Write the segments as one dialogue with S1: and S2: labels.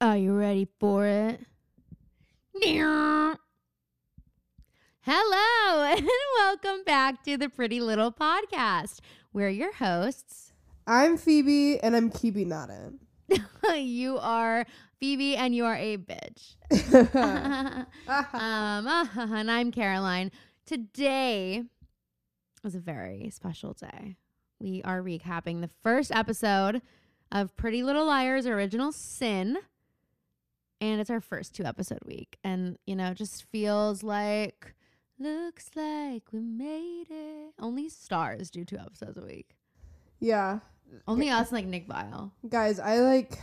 S1: Are you ready for it? Hello, and welcome back to the Pretty Little Podcast. We're your hosts.
S2: I'm Phoebe, and I'm keeping that
S1: you are Phoebe, and you are a bitch.
S2: in.
S1: um, and I'm Caroline. Today is a very special day. We are recapping the first episode of Pretty Little Liars Original Sin. And it's our first two episode week. And, you know, it just feels like, looks like we made it. Only stars do two episodes a week.
S2: yeah,
S1: Only us, and, like Nick Vile.
S2: guys, I like.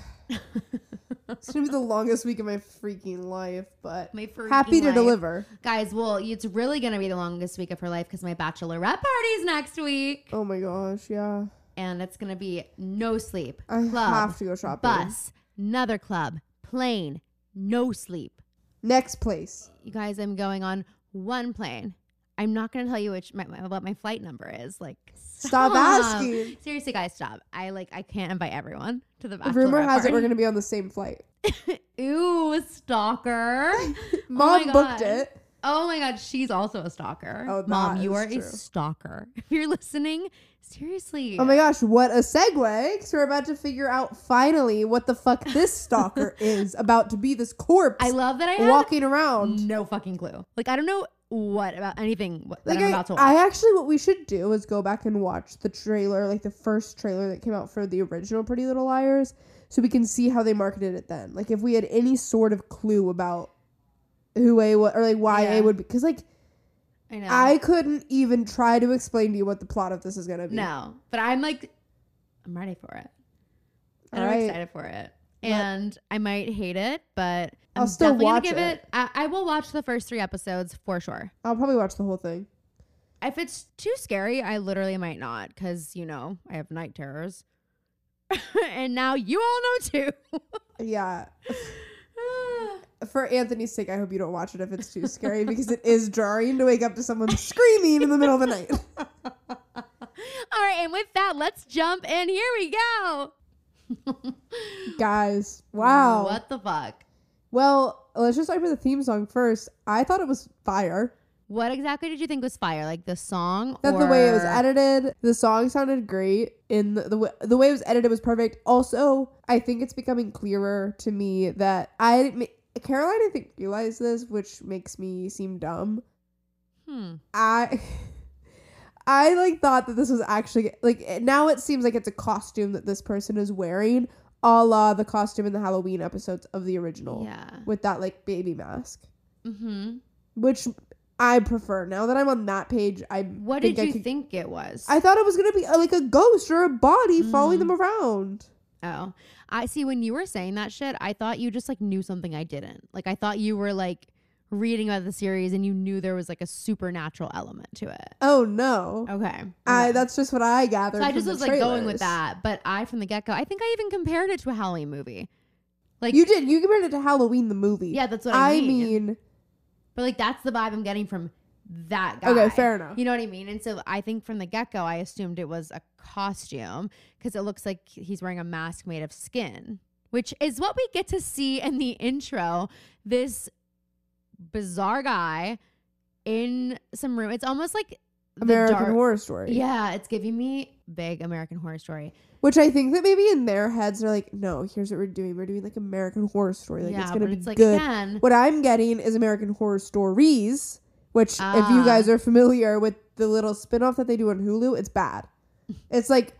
S2: It's gonna be the longest week of my freaking life, but
S1: My freaking
S2: happy to
S1: life.
S2: deliver.
S1: Guys, well, it's really going to be the longest week of her life because my bachelorette party's next week.
S2: Oh my gosh, yeah.
S1: and it's gonna be no sleep,
S2: I
S1: Club,
S2: have to go shopping.
S1: bus, another club, plane, no sleep.
S2: Next place.
S1: You guys, I'm going on one plane. I'm not gonna tell you which my, my- what my flight number is. Like,
S2: Stop asking.
S1: Seriously, guys, stop. I like I can't invite everyone to the bachelorette
S2: Rumor has
S1: party.
S2: it we're gonna be on the same flight.
S1: Ooh, stalker.
S2: Mom
S1: God.
S2: booked it.
S1: oh my god, she's also a stalker.
S2: Oh,
S1: Mom,
S2: that
S1: you
S2: is
S1: are
S2: true.
S1: a stalker. If you're listening, seriously.
S2: Oh my gosh, what a segue! Because we're about to figure out finally what the fuck this stalker is about to be. This corpse
S1: I love that I have
S2: walking around.
S1: No fucking clue. Like I don't know what about anything wh- that
S2: Like
S1: I'm
S2: I,
S1: about to watch.
S2: I actually, what we should do is go back and watch the trailer, like the first trailer that came out for the original Pretty Little Liars, so we can see how they marketed it then. Like if we had any sort of clue about who A was or like why
S1: Yeah.
S2: A would be, because like
S1: I, know.
S2: I couldn't even try to explain to you what the plot of this is gonna be.
S1: no, but I'm like, I'm ready for it.
S2: All
S1: and I'm
S2: right.
S1: excited for it, and I might hate it, but I'm
S2: I'll still
S1: definitely
S2: watch
S1: gonna give
S2: it.
S1: it. I, I will watch the first three episodes for sure.
S2: I'll probably watch the whole thing.
S1: If it's too scary, I literally might not, because you know I have night terrors, and now you all know
S2: Yeah,
S1: too.
S2: for Anthony's sake, I hope you don't watch it if it's too scary because it is jarring to wake up to someone screaming in the middle of the night.
S1: all right, and with that, let's jump in. Here we go.
S2: Guys, wow.
S1: What the fuck?
S2: Well, let's just talk about the theme song first. I thought it was fire.
S1: What exactly did you think was fire? Like the song?
S2: That
S1: or...
S2: the way it was edited, the song sounded great. In the, the w- the way it was edited was perfect. Also, I think it's becoming clearer to me that I ma- Caroline I think realized this, which makes me seem dumb.
S1: Hmm.
S2: I I like thought that this was actually like it- now it seems like it's a costume that this person is wearing, a la the costume in the Halloween episodes of the original,
S1: Yeah.
S2: with that like baby mask.
S1: Mm-hmm.
S2: which I prefer. Now that I'm on that page, I
S1: What
S2: think
S1: did
S2: I
S1: you
S2: could-
S1: think it was?
S2: I thought it was gonna be uh, like a ghost or a body
S1: Mm.
S2: following them around.
S1: oh, I see. When you were saying that shit, I thought you just like knew something I didn't. Like I thought you were like reading about the series and you knew there was like a supernatural element to it.
S2: Oh no!
S1: Okay.
S2: I
S1: okay.
S2: that's just what I gathered.
S1: so I
S2: from
S1: just
S2: the
S1: was like going with
S2: trailers.
S1: that, but I from the get go, I think I even compared it to a Halloween movie. Like
S2: You did. You compared it to Halloween the movie.
S1: Yeah, that's what I,
S2: I mean,
S1: But like that's the vibe I'm getting from that guy.
S2: Okay, fair enough.
S1: You know what I mean? And so I think from the get go, I assumed it was a costume because it looks like he's wearing a mask made of skin, which is what we get to see in the intro. This bizarre guy in some room. It's almost like the
S2: American
S1: dark-
S2: Horror Story.
S1: Yeah, it's giving me big American Horror Story.
S2: Which I think that maybe in their heads they're like, no, here's what we're doing. We're doing like American Horror Story. Like
S1: yeah,
S2: it's gonna
S1: but
S2: be
S1: it's like
S2: good.
S1: again,
S2: What I'm getting is American Horror Stories, which if
S1: Ah.
S2: you guys are familiar with the little spin-off that they do on Hulu, it's bad. It's like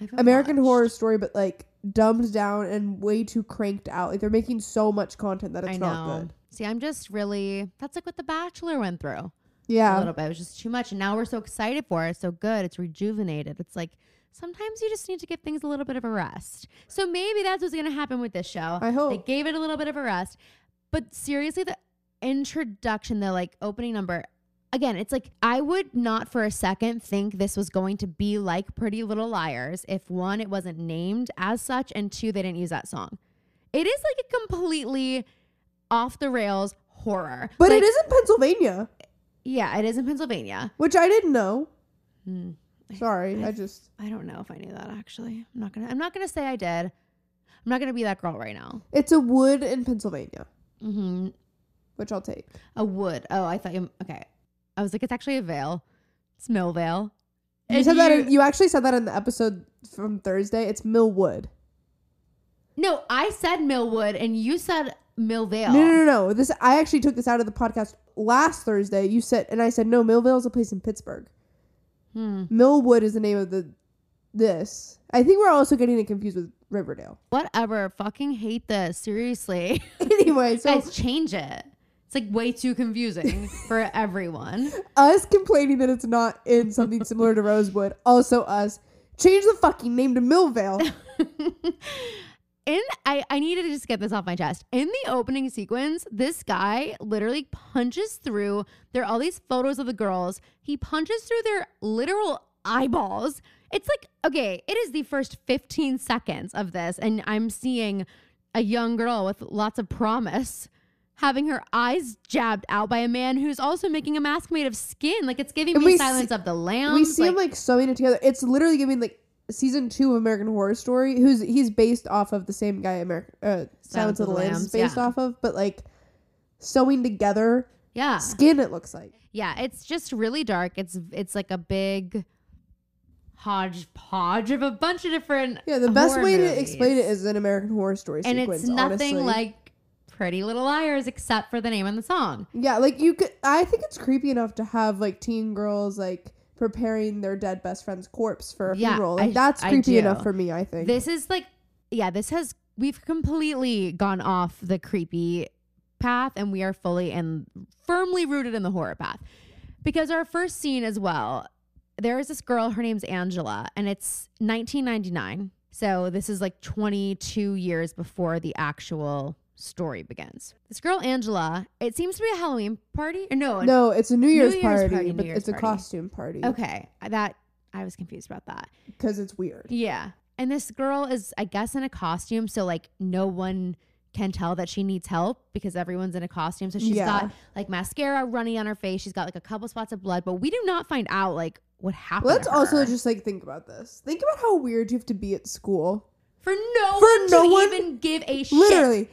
S1: I haven't
S2: American
S1: watched.
S2: Horror Story but like dumbed down and way too cranked out. Like they're making so much content that
S1: I
S2: it's not
S1: know.
S2: good.
S1: See, I'm just really that's like what The Bachelor went through. a
S2: Yeah.
S1: little bit. It was just too much. And now we're so excited for it. It's so good. It's rejuvenated. It's like sometimes you just need to give things a little bit of a rest. So maybe that's what's going to happen with this show.
S2: I hope.
S1: They gave it a little bit of a rest. But seriously, the introduction, the like opening number, again, it's like I would not for a second think this was going to be like Pretty Little Liars if one, it wasn't named as such, and two, they didn't use that song. It is like a completely off the rails horror.
S2: But
S1: Like,
S2: it is in Pennsylvania,
S1: Yeah, it is in Pennsylvania.
S2: which I didn't know.
S1: Hmm.
S2: Sorry. I just
S1: I don't know if I knew that actually. I'm not gonna I'm not gonna say I did. I'm I'm not gonna be that girl right now.
S2: It's a wood in Pennsylvania,
S1: hmm
S2: which I'll take.
S1: A wood. Oh, I thought you. Okay, I was like, it's actually a veil. It's Millvale.
S2: You
S1: And
S2: said that in, you actually said that in the episode from Thursday. It's Millwood.
S1: no, I said Millwood, and you said Millvale.
S2: No, no, no, no. This I actually took this out of the podcast last Thursday. You said and I said no. Millvale is a place in Pittsburgh.
S1: Hmm.
S2: Millwood is the name of the this. I think we're also getting it confused with Riverdale.
S1: Whatever. Fucking hate this. Seriously,
S2: anyway, so
S1: guys, change it. It's like way too confusing for everyone.
S2: us complaining that it's not in something similar to Rosewood. Also, us change the fucking name to Millvale.
S1: In I, I needed to just get this off my chest. In the opening sequence, this guy literally punches through. There are all these photos of the girls. He punches through their literal eyeballs. It's like, okay, it is the first 15 seconds of this, and I'm seeing a young girl with lots of promise having her eyes jabbed out by a man who's also making a mask made of skin. Like it's giving
S2: And
S1: me
S2: we
S1: silence of the lambs.
S2: we see
S1: like-
S2: him like sewing it together. It's literally giving like season two of American Horror Story. Who's he's based off of the same guy American uh, Silence, of the Lambs is based
S1: yeah.
S2: off of, but like sewing together
S1: yeah.
S2: skin. It looks like
S1: Yeah, it's just really dark. It's it's like a big hodgepodge of a bunch of different
S2: yeah. The best
S1: horror
S2: way to
S1: movies.
S2: explain it is an American Horror Story
S1: and
S2: sequence.
S1: it's nothing
S2: honestly.
S1: like Pretty Little Liars except for the name and the song.
S2: yeah, like you could. I think it's creepy enough to have like teen girls like preparing their dead best friend's corpse for a
S1: Yeah,
S2: funeral.
S1: I-
S2: Like that's
S1: I
S2: creepy
S1: do.
S2: enough for me. I think.
S1: This is like yeah, this has we've completely gone off the creepy path and we are fully and firmly rooted in the horror path. Because our first scene as well, there is this girl, her name's Angela, and it's 1999. So this is like 22 years before the actual story begins. This girl, Angela, it seems to be a Halloween party. Or no, an-
S2: no, it's a New Year's,
S1: Year's
S2: party,
S1: party, New
S2: but
S1: Year's
S2: it's a
S1: party.
S2: costume party
S1: Okay. That, I was confused about that.
S2: because it's weird.
S1: Yeah. And this girl is, I guess, in a costume. So, like, no one can tell that she needs help because everyone's in a costume. So, she's
S2: Yeah.
S1: got like mascara running on her face. She's got like a couple spots of blood, but we do not find out like what happened.
S2: Let's
S1: to
S2: also
S1: her.
S2: just like think about this. Think about how weird you have to be at school.
S1: for no
S2: for
S1: one
S2: no
S1: to
S2: one-
S1: even give a shit.
S2: Literally,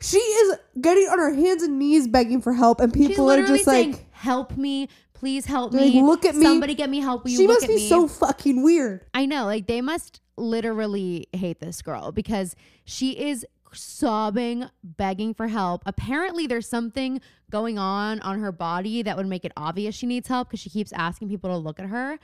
S2: she is getting on her hands and knees begging for help, and
S1: she's
S2: people are
S1: literally
S2: just
S1: saying,
S2: like,
S1: "Help me, please help
S2: They're like,
S1: me.
S2: "Look at me."
S1: Somebody get me help. Will you
S2: she
S1: look
S2: must
S1: at
S2: be
S1: me?"
S2: so fucking weird.
S1: I know, like they must literally hate this girl because she is sobbing, begging for help. Apparently, there's something going on on her body that would make it obvious she needs help because she keeps asking people to look at her.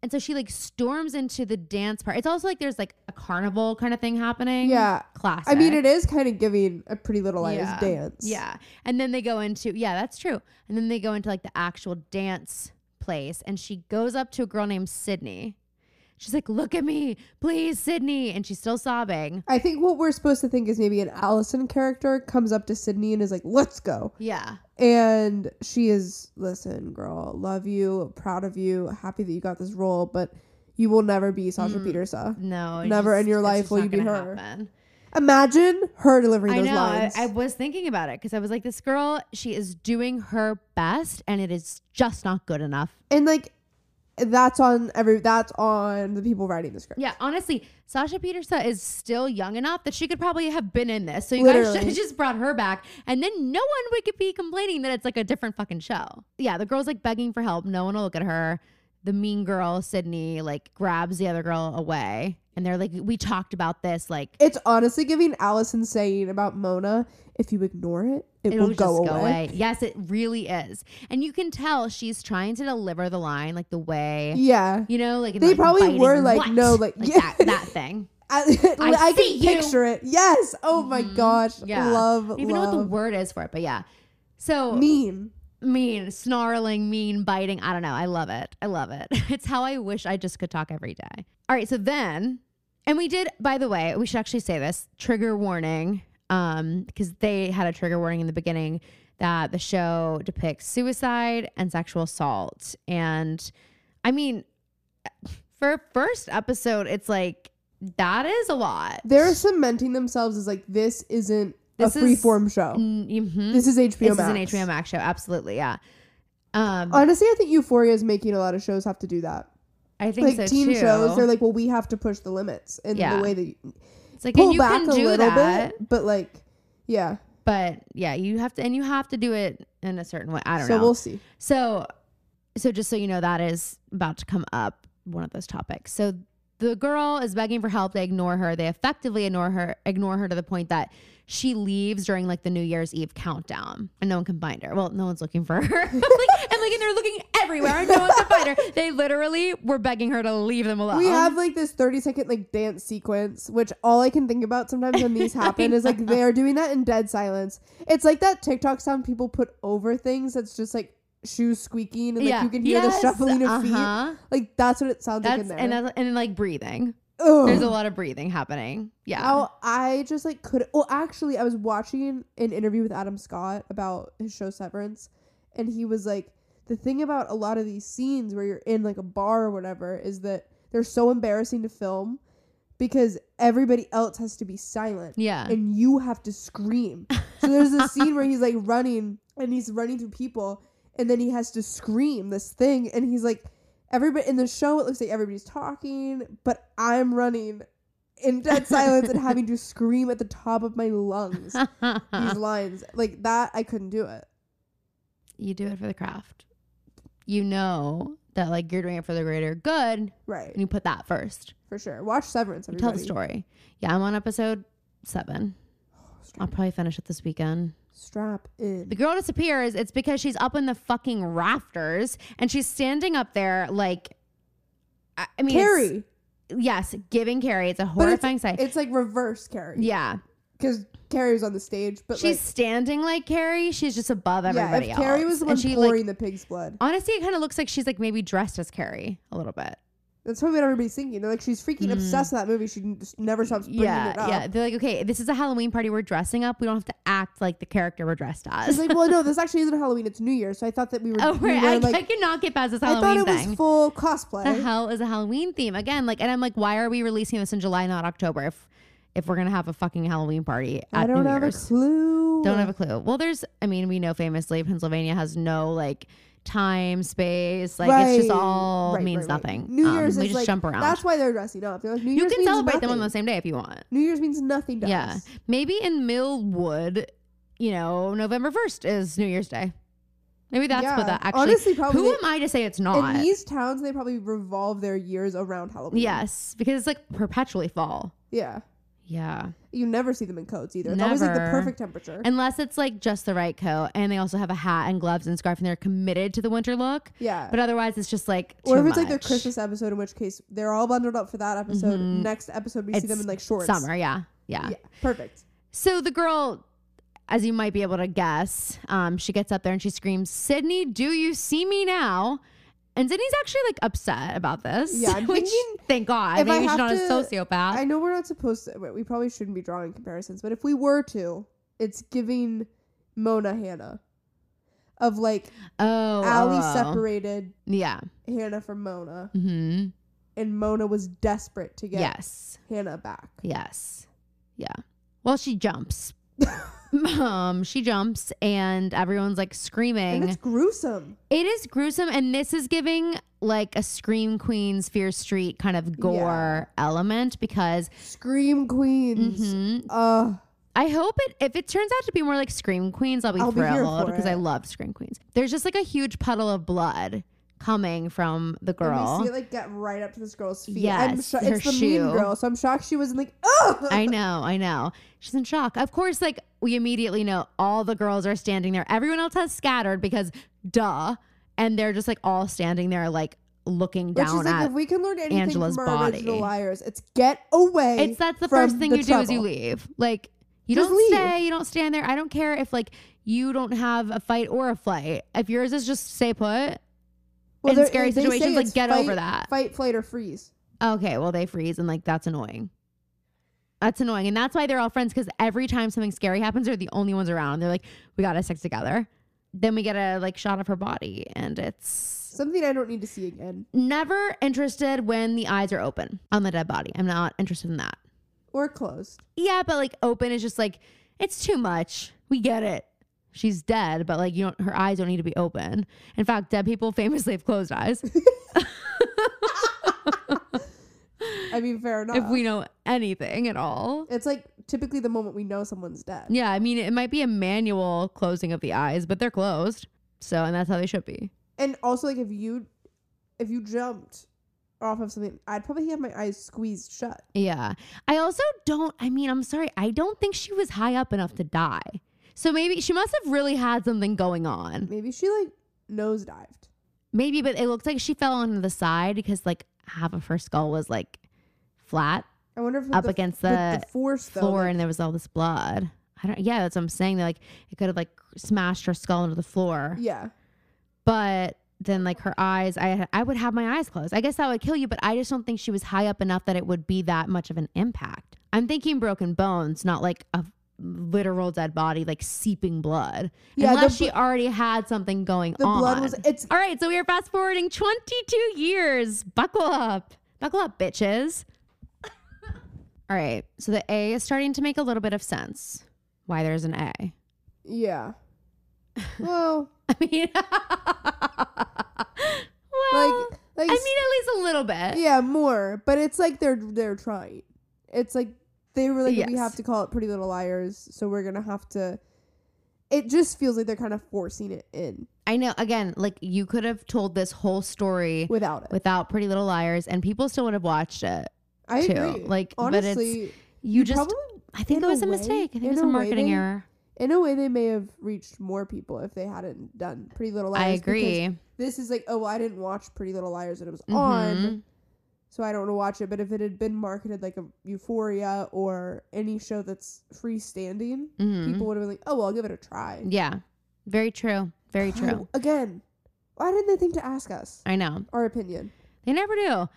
S1: And so she like storms into the dance part. It's also like there's like a carnival kind of thing happening.
S2: Yeah.
S1: Classic.
S2: I mean, it is kind of giving a pretty little liars
S1: Yeah.
S2: dance.
S1: Yeah. And then they go into, yeah, that's true. And then they go into like the actual dance place and she goes up to a girl named Sydney. She's like, look at me, please, Sydney. And she's still sobbing.
S2: I think what we're supposed to think is maybe an Allison character comes up to Sydney and is like, let's go.
S1: Yeah.
S2: And she is, listen, girl, love you, proud of you, happy that you got this role, but you will never be
S1: Mm.
S2: Sasha Petersa.
S1: No. it's
S2: Never in your
S1: it's
S2: life will
S1: not
S2: you be
S1: gonna
S2: her.
S1: happen.
S2: Imagine her delivering
S1: I
S2: those
S1: know. I,
S2: lines.
S1: I was thinking about it because I was like, this girl, she is doing her best and it is just not good enough.
S2: and like that's on every that's on the people writing the script
S1: Yeah, honestly, Sasha Petersa is still young enough that she could probably have been in this. So you guys
S2: Literally.
S1: should have just brought her back, and then no one would could be complaining that it's like a different fucking show. Yeah, the girl's like begging for help. No one will look at her. The mean girl Sydney like grabs the other girl away, and they're like, "We talked about this. Like,
S2: it's honestly giving allison saying about mona if you ignore it it will go away.
S1: Yes, it really is, and you can tell she's trying to deliver the line like the way.
S2: yeah
S1: You know, like
S2: They
S1: not
S2: probably
S1: biting,
S2: were like, no, like- yeah.
S1: that, that thing.
S2: i, I,
S1: I
S2: can
S1: see you. Mm-hmm.
S2: picture it yes oh my gosh
S1: Yeah.
S2: love
S1: I don't even know what the
S2: love
S1: word is for it, but yeah. So
S2: mean
S1: mean, snarling, mean, biting. I don't know. I love it. I love it. It's how I wish I just could talk every day. All right. So then, and we did, by the way, we should actually say this trigger warning, um, because they had a trigger warning in the beginning that the show depicts suicide and sexual assault. And I mean, for a first episode, it's like, that is a lot.
S2: they're cementing themselves as like this isn't
S1: This
S2: a
S1: is-
S2: freeform show
S1: Mhm.
S2: this is hbo
S1: This
S2: max
S1: is an HBO Max show. Absolutely. Yeah. Um,
S2: honestly i think euphoria is making a lot of shows have to do that
S1: I think
S2: like
S1: so
S2: teen
S1: too.
S2: shows they're like well we have to push the limits in
S1: Yeah.
S2: the way that you,
S1: It's like,
S2: pull
S1: and you
S2: back
S1: can
S2: a
S1: do
S2: little
S1: that,
S2: bit, but like, yeah.
S1: but yeah, you have to, and you have to do it in a certain way. I don't
S2: So
S1: know.
S2: we'll see.
S1: So, so just so you know, that is about to come up one of those topics. So the girl is begging for help. They ignore her. They effectively ignore her, ignore her to the point that she leaves during like the New Year's Eve countdown, and no one can find her. Well, no one's looking for her. like, and like, and they're looking everywhere, and no one can find her. They literally were begging her to leave them alone.
S2: We have like this 30 second like dance sequence, which all I can think about sometimes when these happen is like they're doing that in dead silence. It's like that TikTok sound people put over things that's just like shoes squeaking and like you can hear the
S1: Yes,
S2: shuffling of feet.
S1: uh-huh.
S2: Like that's what it sounds like
S1: That's
S2: in there.
S1: and that's, and like breathing.
S2: Ugh.
S1: There's a lot of breathing happening. Yeah.
S2: Oh, I just like could. Well, actually, I was watching an interview with Adam Scott about his show Severance, and he was like, the thing about a lot of these scenes where you're in like a bar or whatever is that they're so embarrassing to film because everybody else has to be silent
S1: Yeah.
S2: and you have to scream. So there's a scene where he's like running and he's running through people and then he has to scream this thing and he's like everybody in the show it looks like everybody's talking but I'm running in dead silence and having to scream at the top of my lungs these lines like that I couldn't do it.
S1: you do it for the craft. You know that like you're doing it for the greater good, and
S2: Right.
S1: you put that first.
S2: For sure. Watch Severance
S1: You
S2: everybody.
S1: tell the story. Yeah, I'm on episode seven. I'll
S2: Strap,
S1: probably finish it this weekend.
S2: strap
S1: The
S2: in.
S1: girl disappears. It's because she's up in the fucking rafters and she's standing up there like, I I mean, it's-
S2: Carrie.
S1: yes, giving Carrie. It's a
S2: it's-
S1: horrifying sight.
S2: It's like reverse Carrie.
S1: yeah,
S2: Because Carrie's on the stage, but
S1: she's
S2: like,
S1: standing like Carrie. She's just above everybody
S2: yeah, if
S1: else.
S2: Carrie was the
S1: And
S2: one
S1: she, like,
S2: pouring the pig's blood.
S1: honestly, it kind of looks like she's like maybe dressed as Carrie a little bit.
S2: That's probably what everybody's thinking. They're like, she's freaking obsessed with that movie. She n- just never stops bringing
S1: Mm. yeah,
S2: it up.
S1: yeah. They're like, okay, this is a Halloween party. We're dressing up. We don't have to act like the character we're dressed
S2: It's
S1: as.
S2: like, well, no, this actually isn't Halloween. It's New Year. So I thought that we were,
S1: oh,
S2: we
S1: right.
S2: were
S1: I, I
S2: like,
S1: cannot get past this
S2: I, thought
S1: Halloween
S2: it was
S1: thing. Uh-huh.
S2: full
S1: the
S2: cosplay.
S1: hell is a Halloween theme again? Like, and I'm like, why are we releasing this in July, not October? If if we're gonna have a fucking Halloween party at
S2: I don't
S1: New
S2: have
S1: Year's,
S2: a clue.
S1: don't have a clue. Well, there's, I mean, we know famously Pennsylvania has no like time, space, like it's just
S2: Right.
S1: all
S2: Right,
S1: means
S2: right, right.
S1: nothing.
S2: New
S1: Um,
S2: Year's
S1: we
S2: is
S1: just
S2: like,
S1: jump around.
S2: That's why they're dressing up. They're like, New
S1: you
S2: Year's
S1: can
S2: means
S1: celebrate
S2: nothing.
S1: them on the same day if you want.
S2: New Year's means nothing to
S1: Yeah.
S2: us.
S1: Maybe in Millwood, you know, November 1st is New Year's Day. Maybe that's
S2: Yeah.
S1: what that actually
S2: Honestly, probably.
S1: Who am I to say it's not?
S2: in these towns, they probably revolve their years around Halloween.
S1: yes, because it's like perpetually fall.
S2: Yeah.
S1: Yeah.
S2: You never see them in coats either. It's always like the
S1: Never.
S2: perfect temperature.
S1: Unless it's like just the right coat and they also have a hat and gloves and scarf and they're committed to the winter look.
S2: yeah.
S1: But otherwise it's just like
S2: Or
S1: too
S2: if it's like their
S1: much.
S2: Christmas episode, in which case they're all bundled up for that episode.
S1: Mhm.
S2: Next episode, we see them
S1: It's
S2: in like shorts.
S1: summer, yeah. Yeah.
S2: Yeah. Perfect.
S1: So the girl as you might be able to guess, um, she gets up there and she screams, Sydney, do you see me now? And Sydney's actually like upset about this.
S2: Yeah, I'm
S1: which,
S2: thinking
S1: thank God.
S2: if I
S1: Maybe she's
S2: have
S1: not a
S2: to-
S1: sociopath.
S2: I know we're not supposed to, we probably shouldn't be drawing comparisons, but if we were to, it's giving Mona Hannah of like
S1: oh,
S2: Allie
S1: oh, oh.
S2: separated
S1: Yeah.
S2: Hannah from Mona,
S1: hmm
S2: and Mona was desperate to get
S1: Yes.
S2: Hannah back.
S1: Yes. Yeah. Well, she jumps. um, she jumps and everyone's like
S2: And
S1: screaming.
S2: it's gruesome.
S1: It is gruesome, and this is giving like a Scream Queens Fear Street kind of gore element because
S2: Scream Queens.
S1: mhm,
S2: Uh,
S1: I hope it if it turns out to be more like Scream Queens, I'll be
S2: I'll be here
S1: thrilled
S2: for
S1: because I
S2: it.
S1: love Scream Queens. There's just like a huge puddle of blood coming from the
S2: And we see
S1: girl.
S2: it like get right up to this girl's feet. I'm
S1: Yes,
S2: sho-
S1: her
S2: it's the
S1: shoe.
S2: mean girl, so I'm shocked she wasn't like, oh!
S1: I know, I know. She's in shock. Of course, like we immediately know all the girls are standing there. Everyone else has scattered because duh. And they're just like all standing there like looking
S2: Which
S1: down
S2: is like,
S1: at
S2: if we can learn anything
S1: Angela's
S2: from our
S1: body.
S2: original liars, it's get away.
S1: It's that's the
S2: from
S1: first thing
S2: the
S1: you do is you
S2: trouble.
S1: leave. Like you
S2: Just
S1: don't
S2: leave.
S1: stay, you don't stand there. I don't care if like you don't have a fight or a flight. If yours is just stay put, in
S2: they're-
S1: scary
S2: they say
S1: situations, like,
S2: it's
S1: get
S2: fight,
S1: over that.
S2: Fight, flight, or freeze.
S1: okay, well they freeze and like that's annoying. That's annoying. And that's why they're all friends because every time something scary happens, they're the only ones around. They're like, we gotta stick together. Then we get a like shot of her body and it's
S2: Something I don't need to see again.
S1: never interested when the eyes are open on the dead body. I'm not interested in that.
S2: Or closed.
S1: Yeah, but like open is just like it's too much. We get it. She's dead, but like you don't her eyes don't need to be open. In fact, dead people famously have closed eyes.
S2: I I mean, fair enough.
S1: if we know anything at all.
S2: it's like typically the moment we know someone's dead.
S1: Yeah, I mean, it might be a manual closing of the eyes, but they're closed. So, and that's how they should be.
S2: And also, like if you, if you jumped off of something, I'd probably have my eyes squeezed shut.
S1: Yeah. I also don't, I mean, I'm sorry, I don't think she was high up enough to die. So maybe she must have really had something going on.
S2: Maybe she like nosedived.
S1: Maybe, but it looks like she fell onto the side because like half of her skull was like flat
S2: I wonder if with
S1: up
S2: the,
S1: against
S2: with
S1: the,
S2: the force though,
S1: floor
S2: like-
S1: and there was all this blood. I don't, yeah, that's what I'm saying. They're like, it could have like smashed her skull into the floor.
S2: yeah,
S1: but then like her eyes i i would have my eyes closed i guess that would kill you but i just don't think she was high up enough that it would be that much of an impact i'm thinking broken bones not like a literal dead body like seeping blood
S2: Yeah, the
S1: unless she
S2: bl-
S1: already had something going
S2: the
S1: on
S2: blood was. It's
S1: all right so we are fast forwarding 22 years buckle up buckle up bitches all right so the a is starting to make a little bit of sense why there's an a
S2: yeah. well,
S1: i mean
S2: like
S1: well,
S2: like
S1: I
S2: s-
S1: mean, at least a little bit.
S2: yeah, more. But it's like they're they're trying. It's like they were like we
S1: Yes.
S2: have to call it Pretty Little Liars, so we're gonna have to. It just feels like they're kind of forcing it in
S1: I know. Again, like you could have told this whole story
S2: without it.
S1: without Pretty Little Liars, and people still would have watched it.
S2: I
S1: too.
S2: agree.
S1: Like, but it's-
S2: honestly,
S1: You, just,
S2: probably
S1: I think
S2: in
S1: it was
S2: a
S1: a
S2: way-
S1: mistake. I think
S2: in
S1: it was
S2: a
S1: a
S2: way
S1: marketing
S2: they-
S1: error.
S2: in a way they may have reached more people if they hadn't done Pretty Little Liars.
S1: I
S2: because
S1: agree.
S2: This is like, oh, well, I didn't watch Pretty Little Liars and it was
S1: Mhm.
S2: on, so I don't want to watch it. But if it had been marketed like a Euphoria or any show that's freestanding,
S1: Mhm.
S2: people would have been like, oh, well, I'll give it a try.
S1: Yeah. Very true. Very
S2: Oh,
S1: true.
S2: Again, why didn't they think to ask us
S1: I know.
S2: our opinion?
S1: They never do.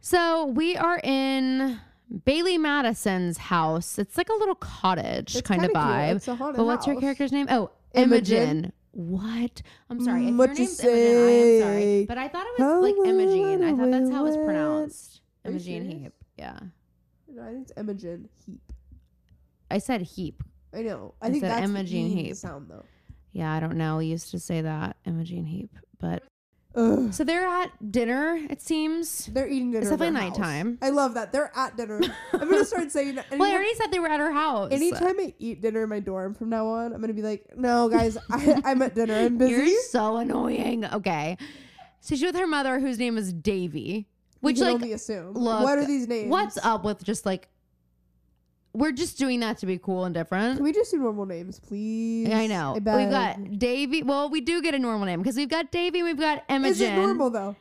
S1: So we are in Bailey Madison's house. It's like a little cottage
S2: It's
S1: kind of
S2: kinda cute.
S1: vibe.
S2: It's a haunted
S1: But what's her
S2: house.
S1: character's name? Oh, Imogen.
S2: Imogen.
S1: What? I'm sorry. If
S2: What
S1: your
S2: you
S1: name's Imogen, I am sorry.
S2: say?
S1: But I thought it
S2: How
S1: was like
S2: will
S1: Imogene. I thought that's how it was
S2: I wait?
S1: pronounced.
S2: Are you
S1: Imogene
S2: serious?
S1: Heap. Yeah.
S2: No, I think it's Imogen Heap.
S1: I said heap.
S2: I know. I
S1: It
S2: think
S1: said
S2: that's
S1: Imogen
S2: Imogen the E in the
S1: Heap.
S2: sound though.
S1: Yeah, I don't know. We used to say that. Imogene Heap. But
S2: Ugh.
S1: so they're at dinner, it seems.
S2: They're eating dinner.
S1: It's
S2: at their
S1: definitely
S2: house.
S1: nighttime.
S2: I love that. They're at dinner. I'm gonna start saying that.
S1: Well, I
S2: Anytime-
S1: already said they were at her house.
S2: Anytime I eat dinner in my dorm from now on, I'm gonna be like, "No, guys, I, I'm at dinner. I'm busy."
S1: You're so annoying. Okay. So she's with her mother, whose name is Davy.
S2: We
S1: Which
S2: can
S1: like
S2: only assume.
S1: look,
S2: what are these names?
S1: What's up with just like we're just doing that to be cool and different?
S2: Can we just do normal names, please?
S1: I know. We've
S2: beg.
S1: got Davy. Well, we do get a normal name because we've got Davy, we've got Imogen.
S2: Is it normal though?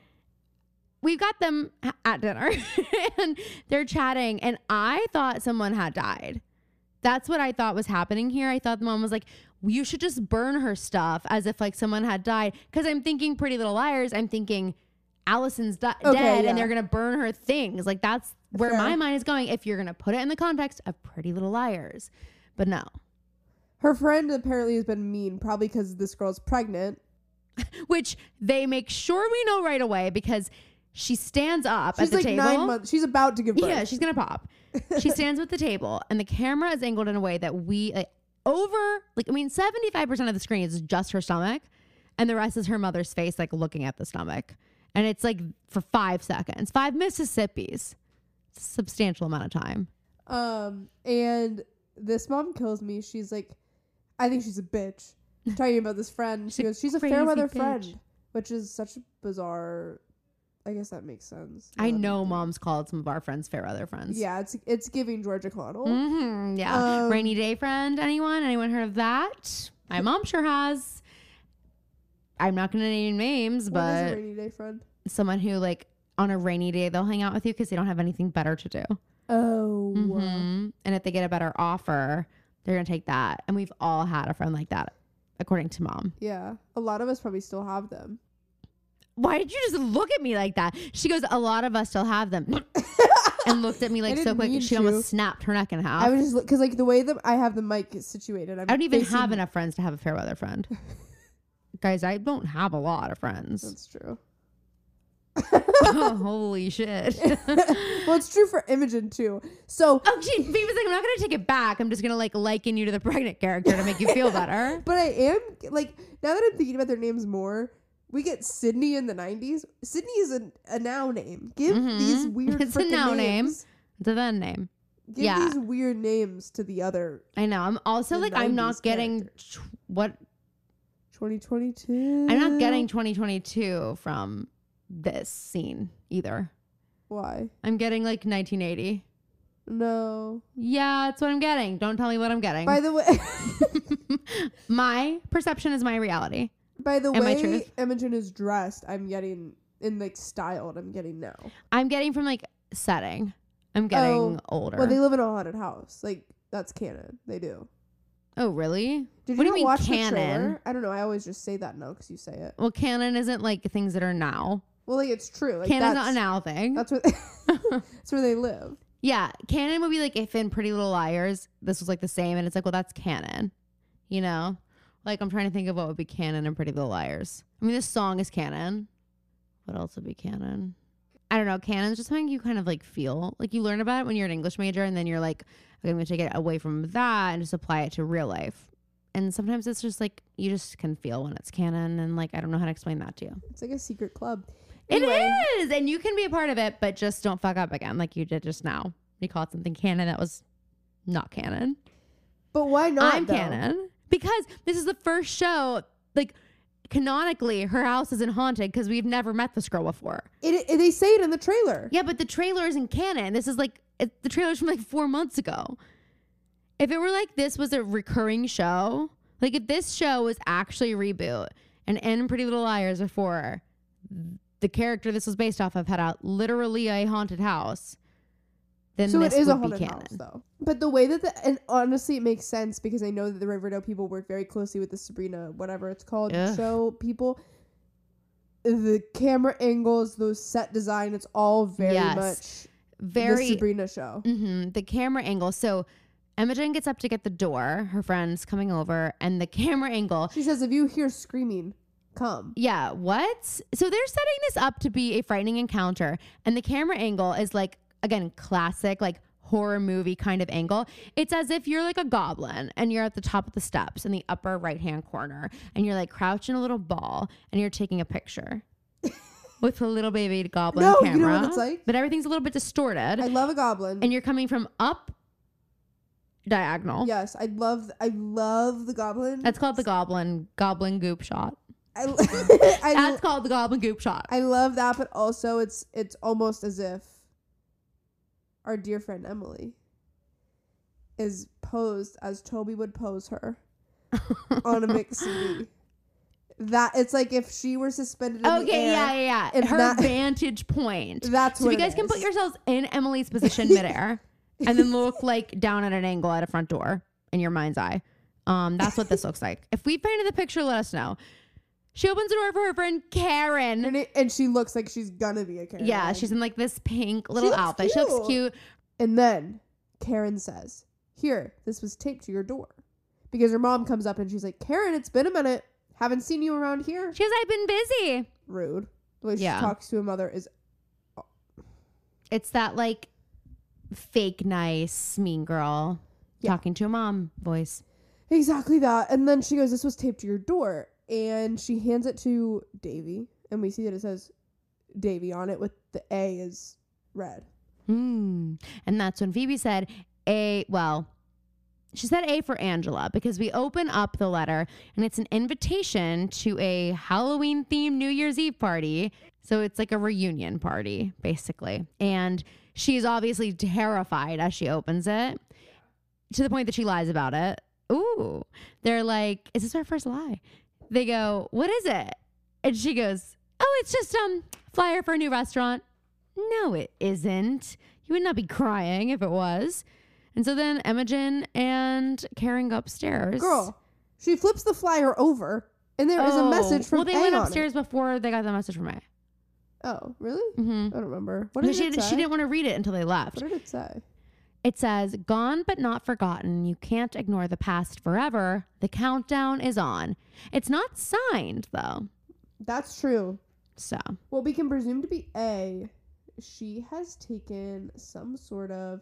S1: We've got them h- at dinner and they're chatting. And I thought someone had died. That's what I thought was happening here. I thought the mom was like, you should just burn her stuff as if like someone had died. Cause I'm thinking Pretty Little Liars. I'm thinking Allison's di-
S2: Okay,
S1: dead
S2: yeah.
S1: and they're going to burn her things. Like that's where
S2: Fair.
S1: my mind is going if you're going to put it in the context of Pretty Little Liars. But no,
S2: Her friend apparently has been mean, probably because this girl's pregnant.
S1: which they make sure we know right away because she stands up at
S2: She's
S1: the
S2: like
S1: table.
S2: nine months. She's about to give birth.
S1: Yeah, she's gonna pop. She stands with the table, and the camera is angled in a way that we like, over like. I mean, seventy five percent of the screen is just her stomach, and the rest is her mother's face, like looking at the stomach. And it's like for five seconds, five Mississippi's, It's a substantial amount of time.
S2: Um, and this mom kills me. She's like, I think she's a bitch. Talking about this friend, she
S1: She's a
S2: goes, "She's a
S1: crazy
S2: fair weather
S1: bitch.
S2: friend," which is such a bizarre. I guess that makes sense.
S1: I
S2: Um,
S1: know mom's called some of our friends Fairweather friends.
S2: Yeah, it's it's giving Georgia Connell.
S1: hmm yeah.
S2: Um,
S1: Rainy day friend. Anyone? Anyone heard of that? My mom sure has. I'm not gonna name names,
S2: What is a
S1: but
S2: rainy day friend?
S1: someone who like on a rainy day they'll hang out with you because they don't have anything better to do.
S2: Oh,
S1: Mhm. And if they get a better offer, they're gonna take that. And we've all had a friend like that, according to mom.
S2: yeah. A lot of us probably still have them.
S1: Why did you just look at me like that? She goes, a lot of us still have them, and looked at me like so
S2: didn't
S1: quick.
S2: mean
S1: She
S2: to.
S1: almost snapped her neck in half.
S2: I was just because like the way that I have the mic is situated. I'm
S1: I don't even
S2: facing-
S1: have enough friends to have a fair weather friend. Guys, I don't have a lot of friends.
S2: That's true.
S1: Holy shit.
S2: well, it's true for Imogen too. So,
S1: oh, she Phoebe was like, I'm not going to take it back. I'm just going to like liken you to the pregnant character to make you feel better.
S2: but I am like now that I'm thinking about their names more. We get Sydney in the '90s. Sydney is a, a now name. Give
S1: Mhm.
S2: these weird
S1: It's a
S2: frickin'
S1: now name.
S2: names.
S1: It's a then name.
S2: Give
S1: Yeah.
S2: these weird names to the other
S1: I know. I'm also
S2: The
S1: like I'm not
S2: 90s
S1: getting tw- what
S2: 2022.
S1: I'm not getting 2022 from this scene either.
S2: why.
S1: I'm getting like 1980.
S2: No.
S1: Yeah, that's what I'm getting. Don't tell me what I'm getting.
S2: By the way,
S1: my perception is my reality.
S2: by the
S1: Am I
S2: way,
S1: truth?
S2: Imogen is dressed. I'm getting in like styled. I'm getting now.
S1: I'm getting from like setting. I'm getting
S2: Oh,
S1: older.
S2: Well, they live in a haunted house. Like that's canon. They do.
S1: oh, really?
S2: Did
S1: What do you
S2: not
S1: mean
S2: watch the
S1: canon?
S2: trailer? I don't know. I always just say that now because you say it.
S1: Well, canon isn't like things that are now.
S2: Well, like it's true. Like,
S1: canon's not
S2: that's,
S1: a now thing.
S2: That's where that's where they live.
S1: Yeah, canon would be like if in Pretty Little Liars this was like the same, and it's like, well, that's canon, you know. Like I'm trying to think of what would be canon in Pretty Little Liars. I mean, this song is canon. What else would be canon? I don't know. Canon's just something you kind of like feel like you learn about it when you're an English major, and then you're like, okay, I'm gonna take it away from that and just apply it to real life. And sometimes it's just like you just can feel when it's canon, and like I don't know how to explain that to you.
S2: It's like a secret club.
S1: It is, and you can be a part of it, but just don't fuck up again like you did just now. You called something canon that was not canon.
S2: But why not?
S1: I'm
S2: though?
S1: canon because this is the first show like canonically her house isn't haunted because we've never met this girl before.
S2: It, it- they say it in the trailer.
S1: Yeah, but the trailer isn't canon. This is like it, the trailer's from like four months ago. If it were like this was a recurring show, like if this show was actually a reboot and in Pretty Little Liars before, the character this was based off of had a literally a haunted house, then
S2: so it
S1: this
S2: is
S1: would
S2: a haunted
S1: be
S2: house,
S1: canon.
S2: though. But the way that the and honestly, it makes sense because I know that the Riverdale people work very closely with the Sabrina, whatever it's called,
S1: Ugh.
S2: show people. The camera angles, those set design, it's all very
S1: Yes.
S2: much
S1: Very
S2: the Sabrina show.
S1: hmm the camera angle. So Imogen gets up to get the door. Her friend's coming over, and the camera angle
S2: She says, "If you hear screaming, come."
S1: Yeah, what? So they're setting this up to be a frightening encounter, and the camera angle is like, again, classic, like horror movie kind of angle. It's as if you're like a goblin and you're at the top of the steps in the upper right hand corner, and you're like crouched in a little ball and you're taking a picture with a little baby goblin
S2: No, you
S1: camera.
S2: know what it's like?
S1: But everything's a little bit distorted,
S2: I love a goblin.
S1: and you're coming from up diagonal.
S2: yes, I love I love the goblin.
S1: That's called the goblin goblin goop shot.
S2: I, I,
S1: That's called the goblin goop shot.
S2: I love that, but also it's it's almost as if our dear friend Emily is posed as Toby would pose her on a mix CD. That it's like if she were suspended in the
S1: Okay,
S2: air.
S1: yeah, yeah, yeah.
S2: and
S1: Her
S2: that-
S1: vantage point.
S2: That's
S1: so
S2: what
S1: you
S2: it
S1: guys can put
S2: is.
S1: yourselves in Emily's position midair, and then look like down at an angle at a front door in your mind's eye. Um, that's what this looks like. If we painted the picture, let us know. She opens the door for her friend Karen.
S2: and, it, and she looks like she's gonna be a character.
S1: Yeah, she's in like this pink little
S2: looks
S1: outfit. She looks
S2: cute.
S1: cute.
S2: And then Karen says, Here, this was taped to your door. Because her mom comes up and she's like, Karen, it's been a minute. Haven't seen you around here.
S1: She goes, I've been busy.
S2: Rude. The way she
S1: Yeah.
S2: talks to a mother is
S1: It's that like fake nice mean girl
S2: Yeah.
S1: talking to a mom voice.
S2: Exactly that. And then she goes, This was taped to your door. And she hands it to Davy. And we see that it says Davy on it with the A is red.
S1: Hmm. And that's when Phoebe said A, well, she said A for Angela because we open up the letter and it's an invitation to a Halloween themed New Year's Eve party. So it's like a reunion party, basically. And she's obviously terrified as she opens it to the point that she lies about it. Ooh. They're like, is this our first lie? They go, what is it? And she goes, oh, it's just um flyer for a new restaurant. No, it isn't. You would not be crying if it was. And so then Imogen and Karen go upstairs.
S2: Girl, she flips the flyer over and there is
S1: Oh,
S2: a message from
S1: Well, they
S2: A
S1: went
S2: on it.
S1: upstairs before they got the message from A.
S2: Oh, really?
S1: Mm-hmm.
S2: I don't remember. What did
S1: she,
S2: it
S1: didn't-
S2: say?
S1: she didn't want to read it until they left.
S2: what did it say?
S1: It says, Gone but not forgotten. You can't ignore the past forever. The countdown is on. It's not signed, though.
S2: That's true.
S1: So,
S2: Well, we can presume to be A. She has taken some sort of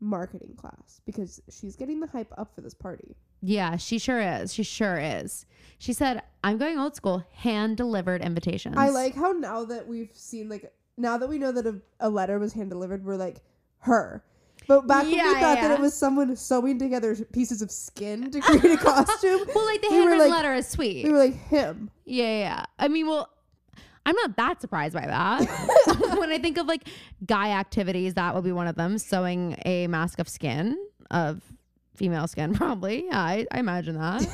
S2: marketing class because she's getting the hype up for this party.
S1: yeah, she sure is. She sure is. She said, I'm going old school, hand delivered invitations.
S2: I like how now that we've seen like now that we know that a, a letter was hand delivered, we're like her. But back when we
S1: Yeah,
S2: thought that
S1: yeah.
S2: it was someone sewing together pieces of skin to create a costume,
S1: Well, like the
S2: we were
S1: handwritten
S2: like-
S1: letter is sweet.
S2: we were like him.
S1: Yeah, yeah, yeah. I mean, well, I'm not that surprised by that. when I think of like guy activities, that would be one of them. Sewing a mask of skin of female skin, probably. Yeah, I, I imagine that.